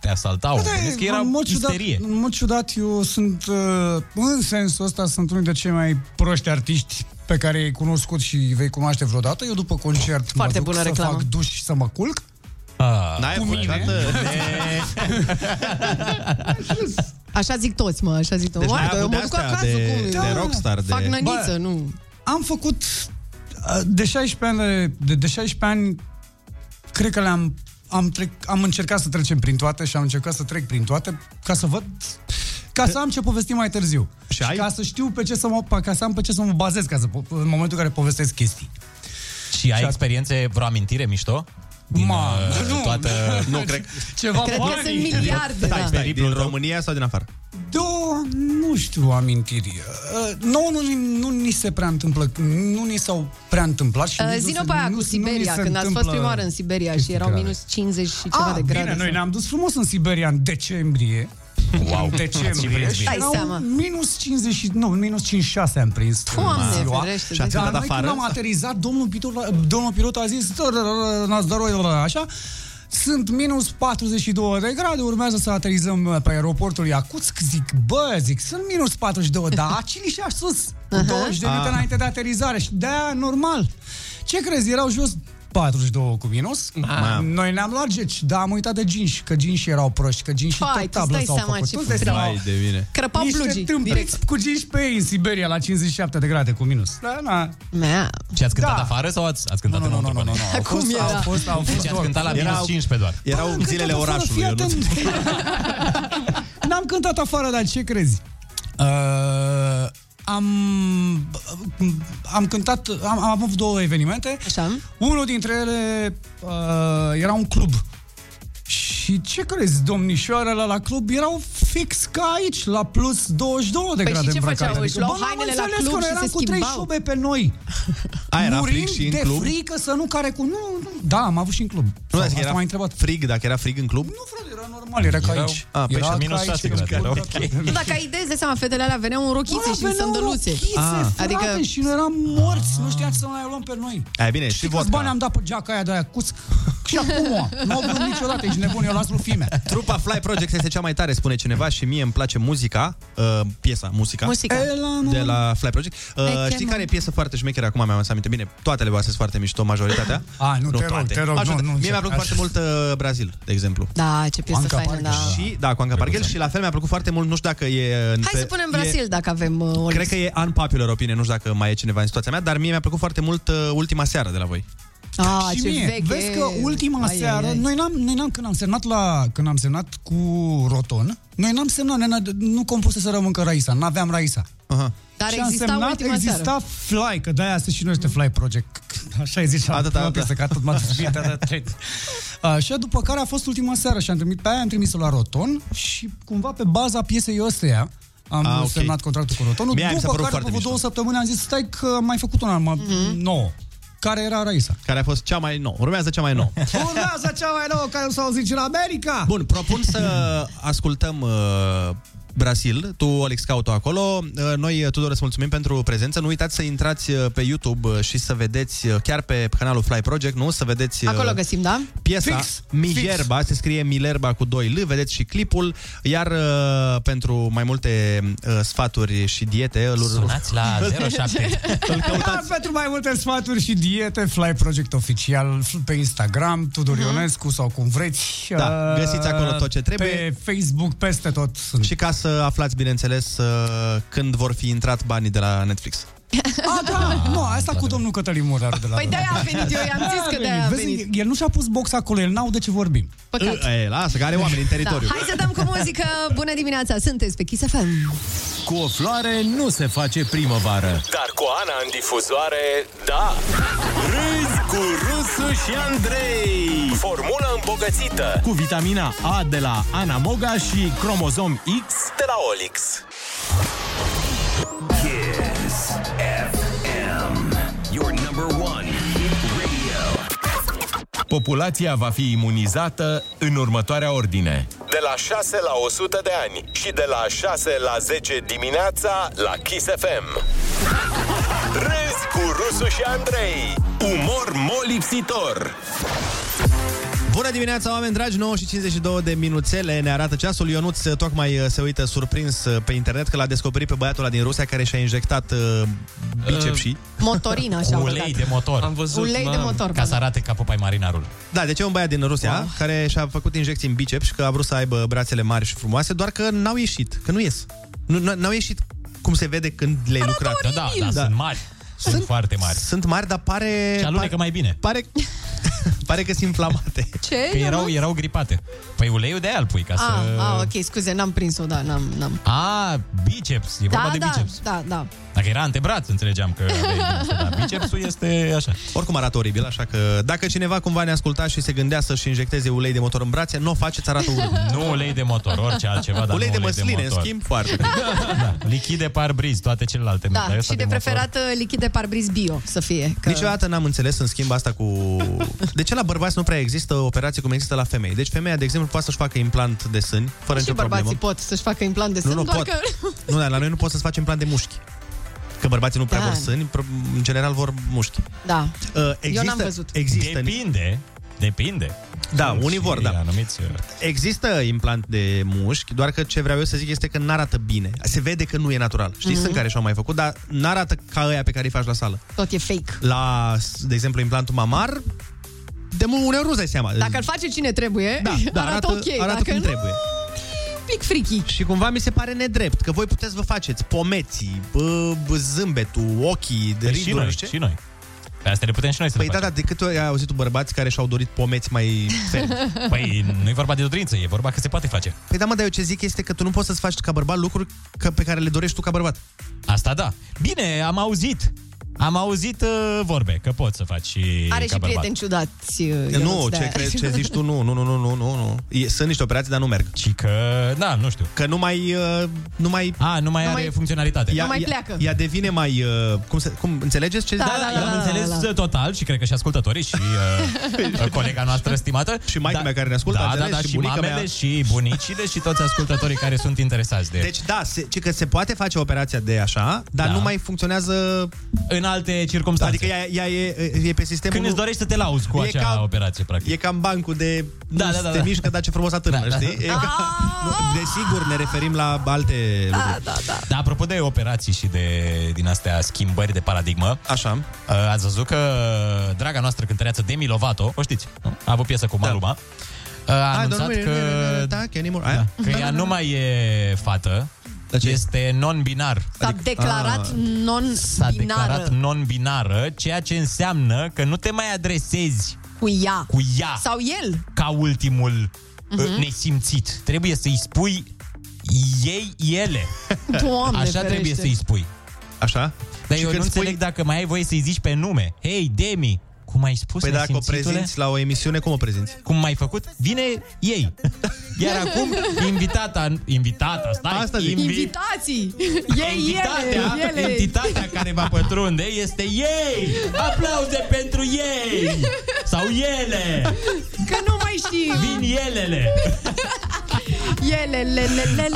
[SPEAKER 6] te asaltau.
[SPEAKER 14] Da,
[SPEAKER 6] Bănesc că era
[SPEAKER 14] în mod ciudat,
[SPEAKER 6] isterie.
[SPEAKER 14] în mod ciudat, eu sunt, uh, în sensul ăsta, sunt unul dintre cei mai proști artiști pe care i-ai cunoscut și îi vei cunoaște vreodată. Eu după concert
[SPEAKER 9] Foarte
[SPEAKER 14] mă duc
[SPEAKER 9] bună
[SPEAKER 14] să
[SPEAKER 9] reclamă.
[SPEAKER 14] fac duș și să mă culc.
[SPEAKER 7] N-ai
[SPEAKER 14] cu
[SPEAKER 7] avut
[SPEAKER 14] mine.
[SPEAKER 7] niciodată
[SPEAKER 9] Așa zic toți, mă, așa zic toți.
[SPEAKER 7] Deci
[SPEAKER 9] Oare,
[SPEAKER 7] n-ai avut
[SPEAKER 9] mă
[SPEAKER 7] de
[SPEAKER 9] duc
[SPEAKER 7] astea
[SPEAKER 9] acasă,
[SPEAKER 7] de-
[SPEAKER 9] cum?
[SPEAKER 7] de
[SPEAKER 9] Da.
[SPEAKER 7] rockstar, de-
[SPEAKER 9] Fac năniță,
[SPEAKER 14] Bă.
[SPEAKER 9] nu.
[SPEAKER 14] Am făcut uh, de 16 ani, de, de 16 ani cred că le-am am, trec, am încercat să trecem prin toate și am încercat să trec prin toate ca să văd ca să am ce povesti mai târziu. Și, și ca să știu pe ce să mă ca să am pe ce să mă bazez ca să, po- în momentul în care povestesc chestii.
[SPEAKER 6] Și ai experiențe, vreo amintire mișto? Din,
[SPEAKER 14] Ma,
[SPEAKER 6] uh,
[SPEAKER 14] nu.
[SPEAKER 6] toată...
[SPEAKER 7] Nu, cred.
[SPEAKER 14] Ceva
[SPEAKER 9] Cred că
[SPEAKER 14] banii.
[SPEAKER 9] sunt miliarde,
[SPEAKER 7] Stai,
[SPEAKER 9] da.
[SPEAKER 7] stai, din România sau din afară?
[SPEAKER 14] De o, nu știu, amintiri. Uh, Nouă nu, ni- nu ni se prea întâmplă, nu ni s-au prea întâmplat. Și
[SPEAKER 9] Uh,
[SPEAKER 14] nici nu
[SPEAKER 9] Zi-ne
[SPEAKER 14] se-
[SPEAKER 9] pe aia
[SPEAKER 14] nu-
[SPEAKER 9] cu
[SPEAKER 14] nu ni
[SPEAKER 9] Siberia,
[SPEAKER 14] se
[SPEAKER 9] când ați fost
[SPEAKER 14] întâmplă-
[SPEAKER 9] prima oară în Siberia și erau
[SPEAKER 14] grave.
[SPEAKER 9] minus 50 și ceva
[SPEAKER 14] Ah,
[SPEAKER 9] de grade.
[SPEAKER 14] bine,
[SPEAKER 9] sau-
[SPEAKER 14] noi ne-am dus frumos în Siberia în decembrie. Wow,
[SPEAKER 9] Ați
[SPEAKER 14] decembrie.
[SPEAKER 9] prins
[SPEAKER 14] Și
[SPEAKER 9] bine. Dai
[SPEAKER 14] erau
[SPEAKER 9] seama.
[SPEAKER 14] Minus 50 și, nu, minus 56 am prins.
[SPEAKER 9] Doamne,
[SPEAKER 14] în ziua.
[SPEAKER 9] ferește,
[SPEAKER 14] Dar
[SPEAKER 9] de-
[SPEAKER 14] noi
[SPEAKER 9] dat afară?
[SPEAKER 14] când am aterizat, domnul pilot, domnul pilot a zis, "Tă, ră, ră, ră, n-ați dat roi, ră, ră", așa, sunt minus 42 de grade, urmează să aterizăm uh, pe aeroportul Iacuțc, zic, bă, zic, sunt minus 42, dar Cilișa sus, cu 20 de minute
[SPEAKER 7] Ah.
[SPEAKER 14] înainte de aterizare și de normal. Ce crezi, erau jos 42 cu minus?
[SPEAKER 7] Mamă.
[SPEAKER 14] Noi ne-am luat geci, dar am uitat de ginși, că ginși erau proști, că ginși
[SPEAKER 9] Fai,
[SPEAKER 14] tot
[SPEAKER 9] tu-ți
[SPEAKER 14] tablă
[SPEAKER 9] dai
[SPEAKER 14] s-au
[SPEAKER 9] seama
[SPEAKER 14] făcut.
[SPEAKER 9] ce
[SPEAKER 14] Tu-ți dai
[SPEAKER 9] frică.
[SPEAKER 14] seama.
[SPEAKER 9] Vai
[SPEAKER 7] de mine.
[SPEAKER 9] Crăpau plugii, direct.
[SPEAKER 14] cu ginși pe ei în Siberia la 57 de grade cu minus. Da, na.
[SPEAKER 6] Și ați cântat
[SPEAKER 14] Da.
[SPEAKER 6] afară sau ați, ați cântat nu, în nu, nu, nu, nu, nu.
[SPEAKER 14] Cum fost- era? au fost- au fost
[SPEAKER 6] Deci ați
[SPEAKER 14] doar-
[SPEAKER 6] cântat la
[SPEAKER 14] Erau-
[SPEAKER 6] minus 15 doar.
[SPEAKER 14] Bă, am cântat afară, fii atent. N-am cântat afară, dar ce crezi? Uh, am, uh, am cântat, am, am avut două evenimente.
[SPEAKER 9] Așa.
[SPEAKER 14] Unul dintre ele uh, era un club. Și ce crezi, domnișoarele la club erau fix ca aici, la plus 22 de
[SPEAKER 9] Păi și
[SPEAKER 14] grade
[SPEAKER 9] ce
[SPEAKER 14] îmbrăcate.
[SPEAKER 9] făceau? Își luau
[SPEAKER 14] bă, n-am
[SPEAKER 9] hainele la
[SPEAKER 14] înțeles
[SPEAKER 9] club
[SPEAKER 14] că noi
[SPEAKER 9] și
[SPEAKER 14] eram
[SPEAKER 9] se
[SPEAKER 14] cu trei
[SPEAKER 9] schimbau?
[SPEAKER 14] șube pe noi.
[SPEAKER 7] A, era
[SPEAKER 14] Murim
[SPEAKER 7] frig și în
[SPEAKER 14] de
[SPEAKER 7] club?
[SPEAKER 14] frică să nu care cu... Nu, nu, da, am avut și în club.
[SPEAKER 7] Nu,
[SPEAKER 14] Sau
[SPEAKER 7] dacă
[SPEAKER 14] asta
[SPEAKER 7] era
[SPEAKER 14] m-ai întrebat.
[SPEAKER 7] frig, dacă era frig în club? Nu,
[SPEAKER 14] frate, era normal, era ca aici.
[SPEAKER 7] A, pe
[SPEAKER 14] Era
[SPEAKER 7] și
[SPEAKER 14] ca
[SPEAKER 7] minus
[SPEAKER 14] aici,
[SPEAKER 7] 6
[SPEAKER 14] în
[SPEAKER 7] grade,
[SPEAKER 14] club,
[SPEAKER 7] ok.
[SPEAKER 9] Nu, dacă ai idei, îți dai seama, fetele alea veneau în rochițe
[SPEAKER 14] Bă,
[SPEAKER 9] și în
[SPEAKER 14] veneau
[SPEAKER 9] sândăluțe.
[SPEAKER 14] rochițe,
[SPEAKER 7] Ah.
[SPEAKER 14] frate,
[SPEAKER 9] Adică
[SPEAKER 14] și noi eram morți, nu știam să mai luăm pe noi.
[SPEAKER 7] Aia bine, și
[SPEAKER 14] Câți
[SPEAKER 7] vodka.
[SPEAKER 14] bani am dat pe geaca aia de aia cuț? Și acum, mă, nu au vrut niciodată, ești nebun, eu las lui Fime.
[SPEAKER 7] Trupa Fly Project este cea mai tare, spune cineva, și mie îmi place muzica, uh, piesa, muzica,
[SPEAKER 14] Muzica. Ela, nu.
[SPEAKER 7] de la Fly Project.
[SPEAKER 14] Ne
[SPEAKER 7] Uh, știi
[SPEAKER 14] chemăm.
[SPEAKER 7] care e piesă foarte șmecheră? Acum mi-am adus aminte. Bine, toate le sunt foarte mișto, majoritatea.
[SPEAKER 14] A, Ah, nu, te rog,
[SPEAKER 7] toate.
[SPEAKER 14] te rog, nu,
[SPEAKER 7] Ajută.
[SPEAKER 14] nu,
[SPEAKER 7] Mie mi-a plăcut foarte
[SPEAKER 14] așa.
[SPEAKER 7] mult uh, Brazil, de exemplu.
[SPEAKER 9] Da, ce piesă
[SPEAKER 7] Anca
[SPEAKER 9] faină,
[SPEAKER 7] Parghel.
[SPEAKER 9] da.
[SPEAKER 7] Și, da, cu
[SPEAKER 14] Păi,
[SPEAKER 7] Anca Parghel și la fel mi-a plăcut foarte mult, nu știu dacă e... în
[SPEAKER 9] Hai
[SPEAKER 7] pe-
[SPEAKER 9] să punem
[SPEAKER 7] e-
[SPEAKER 9] Brasil dacă avem uh, o
[SPEAKER 7] Cred că e unpopular opinie, nu știu dacă mai e cineva în situația mea, dar mie mi-a plăcut foarte mult uh, ultima seară de la voi.
[SPEAKER 9] A,
[SPEAKER 14] și
[SPEAKER 9] ce
[SPEAKER 14] mie,
[SPEAKER 9] veche.
[SPEAKER 14] vezi că ultima
[SPEAKER 9] Ai, ai,
[SPEAKER 14] seară,
[SPEAKER 9] ai.
[SPEAKER 14] noi n-am, noi n-am, când am semnat la, când am semnat cu Roton, noi n-am semnat, noi n-am- nu compusese încă Raisa, n-aveam Raisa.
[SPEAKER 7] Aha.
[SPEAKER 9] Dar
[SPEAKER 14] și
[SPEAKER 9] exista
[SPEAKER 14] am semnat,
[SPEAKER 9] ultima
[SPEAKER 14] exista
[SPEAKER 9] seară.
[SPEAKER 14] Fly, că de-aia se și nu este Fly Project. Așa ai zis,
[SPEAKER 7] Atâta,
[SPEAKER 14] atâta,
[SPEAKER 7] da.
[SPEAKER 14] piesă, că atât m-a dus bine, atâta trec. Așa, după care a fost ultima seară și am trimis, pe aia am trimis-o la Roton și cumva pe baza piesei ăsteia am
[SPEAKER 7] Ah,
[SPEAKER 14] ah,
[SPEAKER 7] ok.
[SPEAKER 14] okay. semnat contractul cu Rotonul.
[SPEAKER 7] Mie mi s-a
[SPEAKER 14] după
[SPEAKER 7] părut
[SPEAKER 14] care,
[SPEAKER 7] foarte
[SPEAKER 14] după
[SPEAKER 7] mișto.
[SPEAKER 14] vreo două săptămâni, am zis, stai că am mai făcut una
[SPEAKER 9] Mhm.
[SPEAKER 14] mm-hmm. nouă, care era Raisa.
[SPEAKER 7] Care a fost cea mai nouă. Urmează cea mai nouă.
[SPEAKER 14] Urmează cea mai nouă care s-a auzit și în America!
[SPEAKER 7] Bun, propun să ascultăm uh, Brasil, tu, Alex Cauto, acolo. Uh, Noi, uh, Tudor, îți mulțumim pentru prezență. Nu uitați să intrați uh, pe YouTube uh, și să vedeți, uh, chiar pe canalul Fly Project, nu? Să vedeți uh,
[SPEAKER 9] Acolo găsim, da?
[SPEAKER 7] piesa
[SPEAKER 9] Fix,
[SPEAKER 7] Milerba, se scrie Milerba cu 2 L, vedeți și clipul, iar uh, pentru mai multe uh, sfaturi și diete... îl-
[SPEAKER 6] Sunați la 07.
[SPEAKER 7] Îl căutați
[SPEAKER 14] Dar pentru mai multe sfaturi și diete, Fly Project Oficial pe Instagram, Tudor
[SPEAKER 9] Mhm.
[SPEAKER 14] Ionescu sau cum vreți.
[SPEAKER 7] Da,
[SPEAKER 14] Uh,
[SPEAKER 7] găsiți acolo tot ce trebuie.
[SPEAKER 14] Pe Facebook, peste tot.
[SPEAKER 7] și ca să aflați, bineînțeles, uh, când vor fi intrat banii de la Netflix.
[SPEAKER 14] A, da, nu, asta cu domnul Cătălin Muraru de la
[SPEAKER 9] Păi
[SPEAKER 14] Dora.
[SPEAKER 9] de-aia a venit eu, i-am zis că de-aia a
[SPEAKER 14] Vezi,
[SPEAKER 9] venit.
[SPEAKER 14] El nu și-a pus box acolo, el n-au de ce vorbim.
[SPEAKER 9] Păcat.
[SPEAKER 7] E, lasă, că are oameni în teritoriu.
[SPEAKER 9] Da. Hai să dăm cu muzică. Bună dimineața, sunteți pe Kiss FM.
[SPEAKER 11] Cu o floare nu se face primăvară.
[SPEAKER 1] Dar cu Ana în difuzoare, da Râzi cu Rusu și Andrei Formula îmbogățită
[SPEAKER 6] Cu vitamina A de la Ana Moga și cromozom X
[SPEAKER 1] de la Olix
[SPEAKER 8] Kiss FM, your number one hit radio.
[SPEAKER 11] Populația va fi imunizată în următoarea ordine.
[SPEAKER 1] De la 6 la 100 de ani Și de la 6 la 10 dimineața La Kiss FM Râzi cu Rusu și Andrei Umor molipsitor
[SPEAKER 7] Bună dimineața, oameni dragi, 9 și 52 de minuțele ne arată ceasul. Ionuț uh, tocmai uh, se uită surprins uh, pe internet că l-a descoperit pe băiatul ăla din Rusia care și-a injectat uh, bicep și...
[SPEAKER 9] Motorină, așa.
[SPEAKER 6] cu
[SPEAKER 9] am
[SPEAKER 6] ulei
[SPEAKER 9] urcat.
[SPEAKER 6] de motor.
[SPEAKER 10] Am văzut,
[SPEAKER 9] Ulei de mamă. motor,
[SPEAKER 6] Ca să arate ca Popeye Marinarul.
[SPEAKER 7] Da, deci e un băiat din Rusia care și-a făcut injecții în bicep și că a vrut să aibă brațele mari și frumoase, doar că n-au ieșit, că nu ies. Nu, n- n-au ieșit cum se vede când le-ai lucrat.
[SPEAKER 6] Da, da, da, sunt mari. Sunt, foarte mari.
[SPEAKER 7] Sunt mari, dar pare...
[SPEAKER 6] Și alunecă
[SPEAKER 7] pare-
[SPEAKER 6] mai bine.
[SPEAKER 7] Pare... Pare că sunt inflamate.
[SPEAKER 9] Ce?
[SPEAKER 6] Că erau, erau gripate. Păi uleiul de aia îl pui ca
[SPEAKER 9] Ah,
[SPEAKER 6] să...
[SPEAKER 9] ah, ok, scuze, n-am prins-o, da, n-am... n-am.
[SPEAKER 6] A, biceps. E vorba
[SPEAKER 9] da,
[SPEAKER 6] de
[SPEAKER 9] da,
[SPEAKER 6] biceps.
[SPEAKER 9] da, da.
[SPEAKER 6] Dacă era antebraț, înțelegeam că...
[SPEAKER 7] da. Bicepsul este așa. Oricum arată oribil, așa că dacă cineva cumva ne asculta și se gândea să-și injecteze ulei de motor în brațe, nu o faceți, arată urât.
[SPEAKER 6] Nu ulei de motor, orice altceva, dar
[SPEAKER 7] ulei de
[SPEAKER 6] nu ulei de
[SPEAKER 7] măsline, în
[SPEAKER 6] motor.
[SPEAKER 7] schimb, foarte.
[SPEAKER 6] da, lichide parbriz, toate celelalte.
[SPEAKER 9] Da,
[SPEAKER 6] dar ăsta
[SPEAKER 9] și de,
[SPEAKER 6] motor-
[SPEAKER 9] preferat motor. lichid de parbriz bio să fie. Că...
[SPEAKER 7] Niciodată n-am înțeles, în schimb, asta cu... De ce la bărbați nu prea există operații cum există la femei? Deci femeia, de exemplu, poate să-și facă implant de sâni, fără
[SPEAKER 9] și
[SPEAKER 7] nicio
[SPEAKER 9] bărbații
[SPEAKER 7] problemă.
[SPEAKER 9] pot să-și facă implant de
[SPEAKER 7] Nu,
[SPEAKER 9] sân,
[SPEAKER 7] nu
[SPEAKER 9] doar
[SPEAKER 7] pot.
[SPEAKER 9] că...
[SPEAKER 7] Nu, dar la noi nu poți să-ți faci implant de mușchi. Că bărbații nu prea
[SPEAKER 9] Da.
[SPEAKER 7] vor sâni, pro- în general vor mușchi.
[SPEAKER 9] Da.
[SPEAKER 7] Uh,
[SPEAKER 9] Eu n-am văzut.
[SPEAKER 7] Există,
[SPEAKER 6] depinde, depinde.
[SPEAKER 7] Da, unii vor, da.
[SPEAKER 6] Anumiți, uh,
[SPEAKER 7] Există implant de mușchi, doar că ce vreau eu să zic este că n-arată bine. Se vede că nu e natural. Știi,
[SPEAKER 9] Mhm.
[SPEAKER 7] mm-hmm. sunt care și-au mai făcut, dar n-arată ca ăia pe care îi faci la sală.
[SPEAKER 9] Tot e fake.
[SPEAKER 7] La, de exemplu, implantul mamar, de mult uneori nu-ți dai seama.
[SPEAKER 9] Dacă îl face cine trebuie,
[SPEAKER 7] da, da,
[SPEAKER 9] arată,
[SPEAKER 7] arată,
[SPEAKER 9] ok.
[SPEAKER 7] arată
[SPEAKER 9] Dacă
[SPEAKER 7] cum
[SPEAKER 9] nu,
[SPEAKER 7] trebuie.
[SPEAKER 9] plic frichi.
[SPEAKER 7] Și cumva mi se pare nedrept că voi puteți vă faceți pomeții, bă, bă, zâmbetul, ochii, de
[SPEAKER 6] Păi și
[SPEAKER 7] rândul,
[SPEAKER 6] noi,
[SPEAKER 7] nu știu ce.
[SPEAKER 6] și noi. Pe astea le putem și noi să
[SPEAKER 7] Păi
[SPEAKER 6] le
[SPEAKER 7] da,
[SPEAKER 6] facem.
[SPEAKER 7] da, de câte ori ai auzit tu bărbați care și-au dorit pomeți mai fermi?
[SPEAKER 6] Păi nu e vorba de dorință, e vorba că se poate face.
[SPEAKER 7] Păi da, mă, dar eu ce zic este că tu nu poți să-ți faci ca bărbat lucruri că, pe care le dorești tu ca bărbat.
[SPEAKER 6] Asta da. Bine, am auzit. Am auzit uh, vorbe că poți să faci și
[SPEAKER 9] Are
[SPEAKER 6] ca
[SPEAKER 9] și
[SPEAKER 6] bărbat.
[SPEAKER 9] prieteni ciudați. uh,
[SPEAKER 7] nu, ce, cre- ce zici tu, nu, nu, nu, nu, nu, nu, nu. E, sunt niște operații, dar nu merg.
[SPEAKER 6] Ci că, da, nu știu.
[SPEAKER 7] Că nu mai... Uh, nu mai...
[SPEAKER 6] A, nu mai
[SPEAKER 7] Nu
[SPEAKER 6] are
[SPEAKER 7] mai-
[SPEAKER 6] funcționalitate.
[SPEAKER 7] ea, Ea, ea devine mai... Uh, cum, se, cum, înțelegeți ce
[SPEAKER 6] Da, da, da, da, am înțeles da, da. total și cred că și ascultătorii și uh, colega noastră stimată. Și
[SPEAKER 7] Păi, maica mea care ne ascultă,
[SPEAKER 6] da, da,
[SPEAKER 7] înțeles,
[SPEAKER 6] da,
[SPEAKER 7] și
[SPEAKER 6] și,
[SPEAKER 7] bunica
[SPEAKER 6] mamele
[SPEAKER 7] mea.
[SPEAKER 6] și bunicile și toți ascultătorii care sunt interesați de...
[SPEAKER 7] Deci da, se, ce că se poate face operația de așa, dar
[SPEAKER 6] Da.
[SPEAKER 7] da. nu mai funcționează
[SPEAKER 6] în alte circunstanțe.
[SPEAKER 7] Adică ea, ea e, e pe sistemul
[SPEAKER 6] Când îți dorești să te lauzi cu
[SPEAKER 7] E
[SPEAKER 6] acea
[SPEAKER 7] ca-
[SPEAKER 6] operație, practic.
[SPEAKER 7] E cam bancul de
[SPEAKER 6] Da,
[SPEAKER 7] nu
[SPEAKER 6] da, da,
[SPEAKER 7] se
[SPEAKER 6] da.
[SPEAKER 7] mișcă, dar ce frumos atârnă,
[SPEAKER 6] Da, da.
[SPEAKER 7] știi? E ca,
[SPEAKER 9] Ah!
[SPEAKER 7] nu, desigur, ne referim la alte da, lucruri.
[SPEAKER 9] Da, da.
[SPEAKER 6] Dar apropo de operații și de din astea schimbări de paradigmă, uh,
[SPEAKER 7] Așa.
[SPEAKER 6] ați văzut că draga noastră cântăreață Demi Lovato, o știți, nu? a avut piesă cu Maluma, Uh, a anunțat
[SPEAKER 7] Da. domnule,
[SPEAKER 6] că,
[SPEAKER 7] da, că anymore, aia?
[SPEAKER 6] că ea nu mai e fată, este non-binar.
[SPEAKER 9] S-a
[SPEAKER 7] Ah.
[SPEAKER 9] declarat
[SPEAKER 6] S-a Ah. declarat
[SPEAKER 9] non-binară
[SPEAKER 6] non-binară, ceea ce înseamnă că nu te mai adresezi
[SPEAKER 9] cu ea.
[SPEAKER 6] cu ea
[SPEAKER 9] Sau el.
[SPEAKER 6] ca ultimul
[SPEAKER 9] Mhm.
[SPEAKER 6] uh-huh. nesimțit. Trebuie să-i spui ei, ele.
[SPEAKER 9] Doamne
[SPEAKER 6] Așa
[SPEAKER 9] ferește.
[SPEAKER 6] trebuie să-i spui.
[SPEAKER 7] Așa?
[SPEAKER 6] Dar
[SPEAKER 7] Și
[SPEAKER 6] eu nu
[SPEAKER 7] când spui-
[SPEAKER 6] înțeleg dacă mai ai voie să-i zici pe nume. Hei, Demi, cum ai spus,
[SPEAKER 7] Păi dacă o
[SPEAKER 6] nesimțitule?
[SPEAKER 7] prezinți la o emisiune, cum o prezinți?
[SPEAKER 6] Cum ai făcut? Vine ei. Iar acum, invitata, invitata, stai,
[SPEAKER 7] Asta zic.
[SPEAKER 6] invi-
[SPEAKER 9] Invitații. Ei,
[SPEAKER 6] entitatea,
[SPEAKER 9] ele, ele.
[SPEAKER 6] entitatea care va pătrunde este ei! Aplauze pentru ei! Sau ele!
[SPEAKER 9] Că nu mai știi.
[SPEAKER 6] Vin elele!
[SPEAKER 9] Ele, le, le, le, le,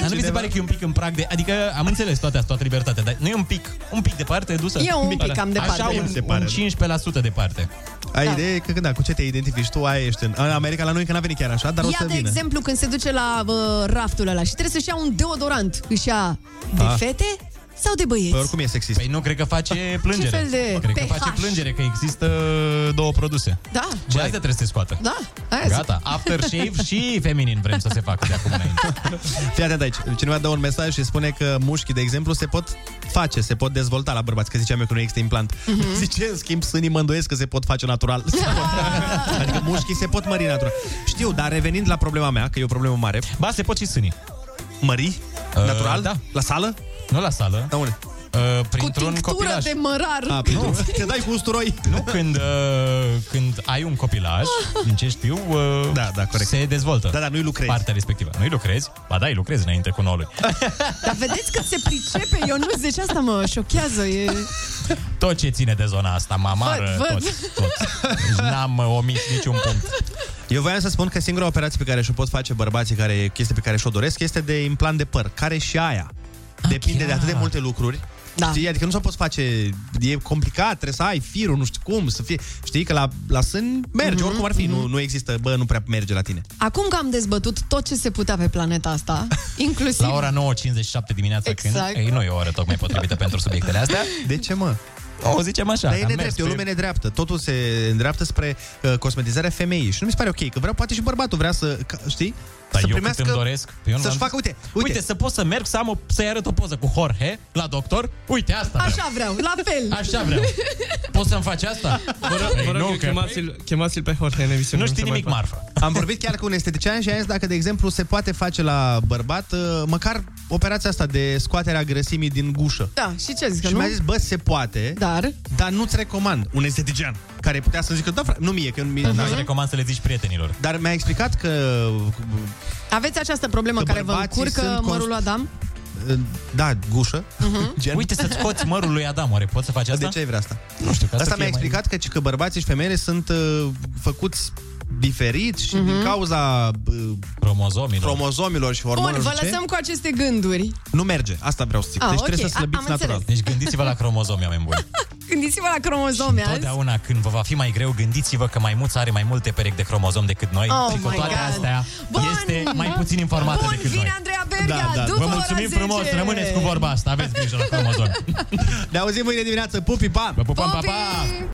[SPEAKER 6] Dar nu
[SPEAKER 9] le.
[SPEAKER 6] vi se pare că e un pic în prag de... Adică am înțeles toate astea, toată libertatea, dar nu e un pic, un pic departe dusă?
[SPEAKER 9] E un pic cam departe.
[SPEAKER 6] Așa un,
[SPEAKER 7] Se pare,
[SPEAKER 6] un
[SPEAKER 7] da.
[SPEAKER 6] 15% departe.
[SPEAKER 7] Ai idee că, da, cu ce te identifici tu, aia ești în, în America, la noi că n-a venit chiar așa, dar o
[SPEAKER 9] Ia,
[SPEAKER 7] să
[SPEAKER 9] de
[SPEAKER 7] vină.
[SPEAKER 9] exemplu, când se duce la bă, raftul ăla și trebuie să-și ia un deodorant, își ia de
[SPEAKER 6] Ah.
[SPEAKER 9] fete sau de băieți?
[SPEAKER 6] Păi oricum
[SPEAKER 7] e sexist.
[SPEAKER 6] Păi nu, cred că face plângere.
[SPEAKER 9] Ce fel de
[SPEAKER 6] Cred că
[SPEAKER 9] pH?
[SPEAKER 6] face plângere că există două produse.
[SPEAKER 9] Da.
[SPEAKER 6] Și astea trebuie să se scoată.
[SPEAKER 9] Da, aia zic.
[SPEAKER 6] Gata, aftershave și feminin vrem să se facă de acum înainte.
[SPEAKER 7] Fii atent aici. Cineva dă un mesaj și spune că mușchii, de exemplu, se pot face, se pot dezvolta la bărbați, că ziceam eu că nu există implant. Mm-hmm. Zice, în schimb, sânii mă îndoiesc că se pot face natural. Se pot- adică mușchii se pot mări natural. Știu, dar revenind la problema mea, că e o problemă mare.
[SPEAKER 6] Ba, se pot și sânii.
[SPEAKER 7] Mări?
[SPEAKER 6] Uh,
[SPEAKER 7] Natural?
[SPEAKER 6] da.
[SPEAKER 7] La sală?
[SPEAKER 6] Nu la sală.
[SPEAKER 7] Da, unde?
[SPEAKER 6] Uh,
[SPEAKER 9] Cu
[SPEAKER 6] printr-un
[SPEAKER 9] tinctură
[SPEAKER 6] copilaj. Ah, păi
[SPEAKER 9] de mărar.
[SPEAKER 7] A, pentru... Te dai cu usturoi.
[SPEAKER 6] Nu, când, uh, când ai un copilaj,
[SPEAKER 9] Ah.
[SPEAKER 6] din ce știu, uh, da, da, corect. se dezvoltă. Da,
[SPEAKER 7] da, nu-i lucrezi.
[SPEAKER 6] Partea respectivă. Nu-i lucrezi? Ba da, îi lucrezi înainte cu 9 luni.
[SPEAKER 9] Dar vedeți că se pricepe, eu nu zic asta mă șochează. E...
[SPEAKER 6] Tot ce ține de zona asta, mamară,
[SPEAKER 9] Văd, văd.
[SPEAKER 6] tot, tot. Deci N-am uh, omis
[SPEAKER 14] Deci
[SPEAKER 6] niciun punct.
[SPEAKER 7] Eu voiam să spun că singura operație pe care și-o pot face bărbații, care e chestia pe care și-o doresc, este de implant de păr, care și aia.
[SPEAKER 6] Ah,
[SPEAKER 7] Depinde de atât de multe lucruri. Da. Știi? Adică nu s-o poți face, e complicat, trebuie să ai firul, nu știu cum, să fie... Știi că la, la sân
[SPEAKER 6] Mhm,
[SPEAKER 7] merge, mm-hmm, oricum ar fi, mm-hmm. nu, nu există, bă, nu prea merge la tine.
[SPEAKER 9] Acum că am dezbătut tot ce se putea pe planeta asta, inclusiv...
[SPEAKER 6] La ora 9.57 dimineața
[SPEAKER 9] Exact.
[SPEAKER 6] când... Ei, nu e o oră tocmai potrivită pentru subiectele astea.
[SPEAKER 7] De ce, mă?
[SPEAKER 6] O zicem așa.
[SPEAKER 7] Dar e
[SPEAKER 6] Am mers
[SPEAKER 7] nedrept, e o
[SPEAKER 6] pe-
[SPEAKER 7] lume nedreaptă. Totul se îndreaptă spre uh, cosmetizarea femeii și nu mi se pare ok, că vreau, poate și bărbatul vrea să, ca, știi?
[SPEAKER 6] Dar
[SPEAKER 7] să
[SPEAKER 6] eu cât
[SPEAKER 7] primească,
[SPEAKER 6] îmi doresc, Păi eu nu
[SPEAKER 7] să-și
[SPEAKER 6] am-
[SPEAKER 7] facă, uite,
[SPEAKER 6] uite, să pot să merg, să am o, să-i arăt o poză cu Jorge la doctor. Uite, asta
[SPEAKER 9] Așa vreau, la fel.
[SPEAKER 6] Așa vreau. Poți să-mi faci asta?
[SPEAKER 10] Da. Vă rog, vă rog chemați-l, chemați-l pe Jorge în emisiune.
[SPEAKER 6] Nu știi
[SPEAKER 10] se mai
[SPEAKER 6] nimic,
[SPEAKER 10] poate.
[SPEAKER 6] Marfa.
[SPEAKER 7] Am vorbit chiar cu un estetician și a zis dacă, de exemplu, se poate face la bărbat uh, măcar operația asta de scoaterea grăsimii din gușă.
[SPEAKER 9] Da, și ce zic,
[SPEAKER 7] Și
[SPEAKER 9] nu? Da.
[SPEAKER 7] mi-a zis, bă, se poate,
[SPEAKER 9] dar,
[SPEAKER 7] dar nu-ți recomand un estetician care putea să zică, da, frate, nu mie, că nu mie,
[SPEAKER 6] Îți recomand să le zici prietenilor.
[SPEAKER 7] Dar mi-a explicat că
[SPEAKER 9] Aveți această problemă
[SPEAKER 7] Că
[SPEAKER 9] care vă
[SPEAKER 7] bărbații
[SPEAKER 9] încurcă
[SPEAKER 7] sunt
[SPEAKER 9] mărul Mhm. lui Adam?
[SPEAKER 7] uh, da, gușă.
[SPEAKER 6] Gen. Uite să-ți scoți mărul lui Adam, oare poți să faci asta?
[SPEAKER 7] De ce ai vrea asta?
[SPEAKER 6] Nu știu, că
[SPEAKER 7] Asta
[SPEAKER 6] să fie
[SPEAKER 7] mi-a explicat că, că bărbații și femeile sunt uh, făcuți diferit și mm-hmm. din cauza uh,
[SPEAKER 6] cromozomilor.
[SPEAKER 7] cromozomilor și
[SPEAKER 9] Mhm. Bun,
[SPEAKER 7] hormonilor
[SPEAKER 9] vă
[SPEAKER 7] și ce,
[SPEAKER 9] lăsăm cu aceste gânduri.
[SPEAKER 7] nu merge. Asta vreau să zic.
[SPEAKER 9] Ah,
[SPEAKER 7] deci
[SPEAKER 9] ok.
[SPEAKER 7] trebuie să
[SPEAKER 9] A-
[SPEAKER 7] slăbiți
[SPEAKER 9] am
[SPEAKER 7] natural.
[SPEAKER 9] înțeles.
[SPEAKER 6] Deci gândiți-vă la cromozomi, oameni buni.
[SPEAKER 9] Gândiți-vă la cromozome azi.
[SPEAKER 6] Totdeauna când vă va fi mai greu, gândiți-vă că maimuța are mai multe perechi de cromozom decât noi
[SPEAKER 9] Oh
[SPEAKER 6] și cu
[SPEAKER 9] my
[SPEAKER 6] toate
[SPEAKER 9] God.
[SPEAKER 6] astea
[SPEAKER 9] Bun.
[SPEAKER 6] este mai puțin informată
[SPEAKER 9] Bun,
[SPEAKER 6] decât
[SPEAKER 9] vine
[SPEAKER 6] noi. Da,
[SPEAKER 9] Andreea
[SPEAKER 7] Da,
[SPEAKER 9] Berga, după
[SPEAKER 6] Vă
[SPEAKER 9] ora
[SPEAKER 6] mulțumim
[SPEAKER 9] 10.
[SPEAKER 6] frumos, rămâneți cu vorba asta, aveți grijă la cromozom.
[SPEAKER 7] Ne auzim mâine dimineață. Pupi, pa!
[SPEAKER 6] Vă pupăm, pa, pa!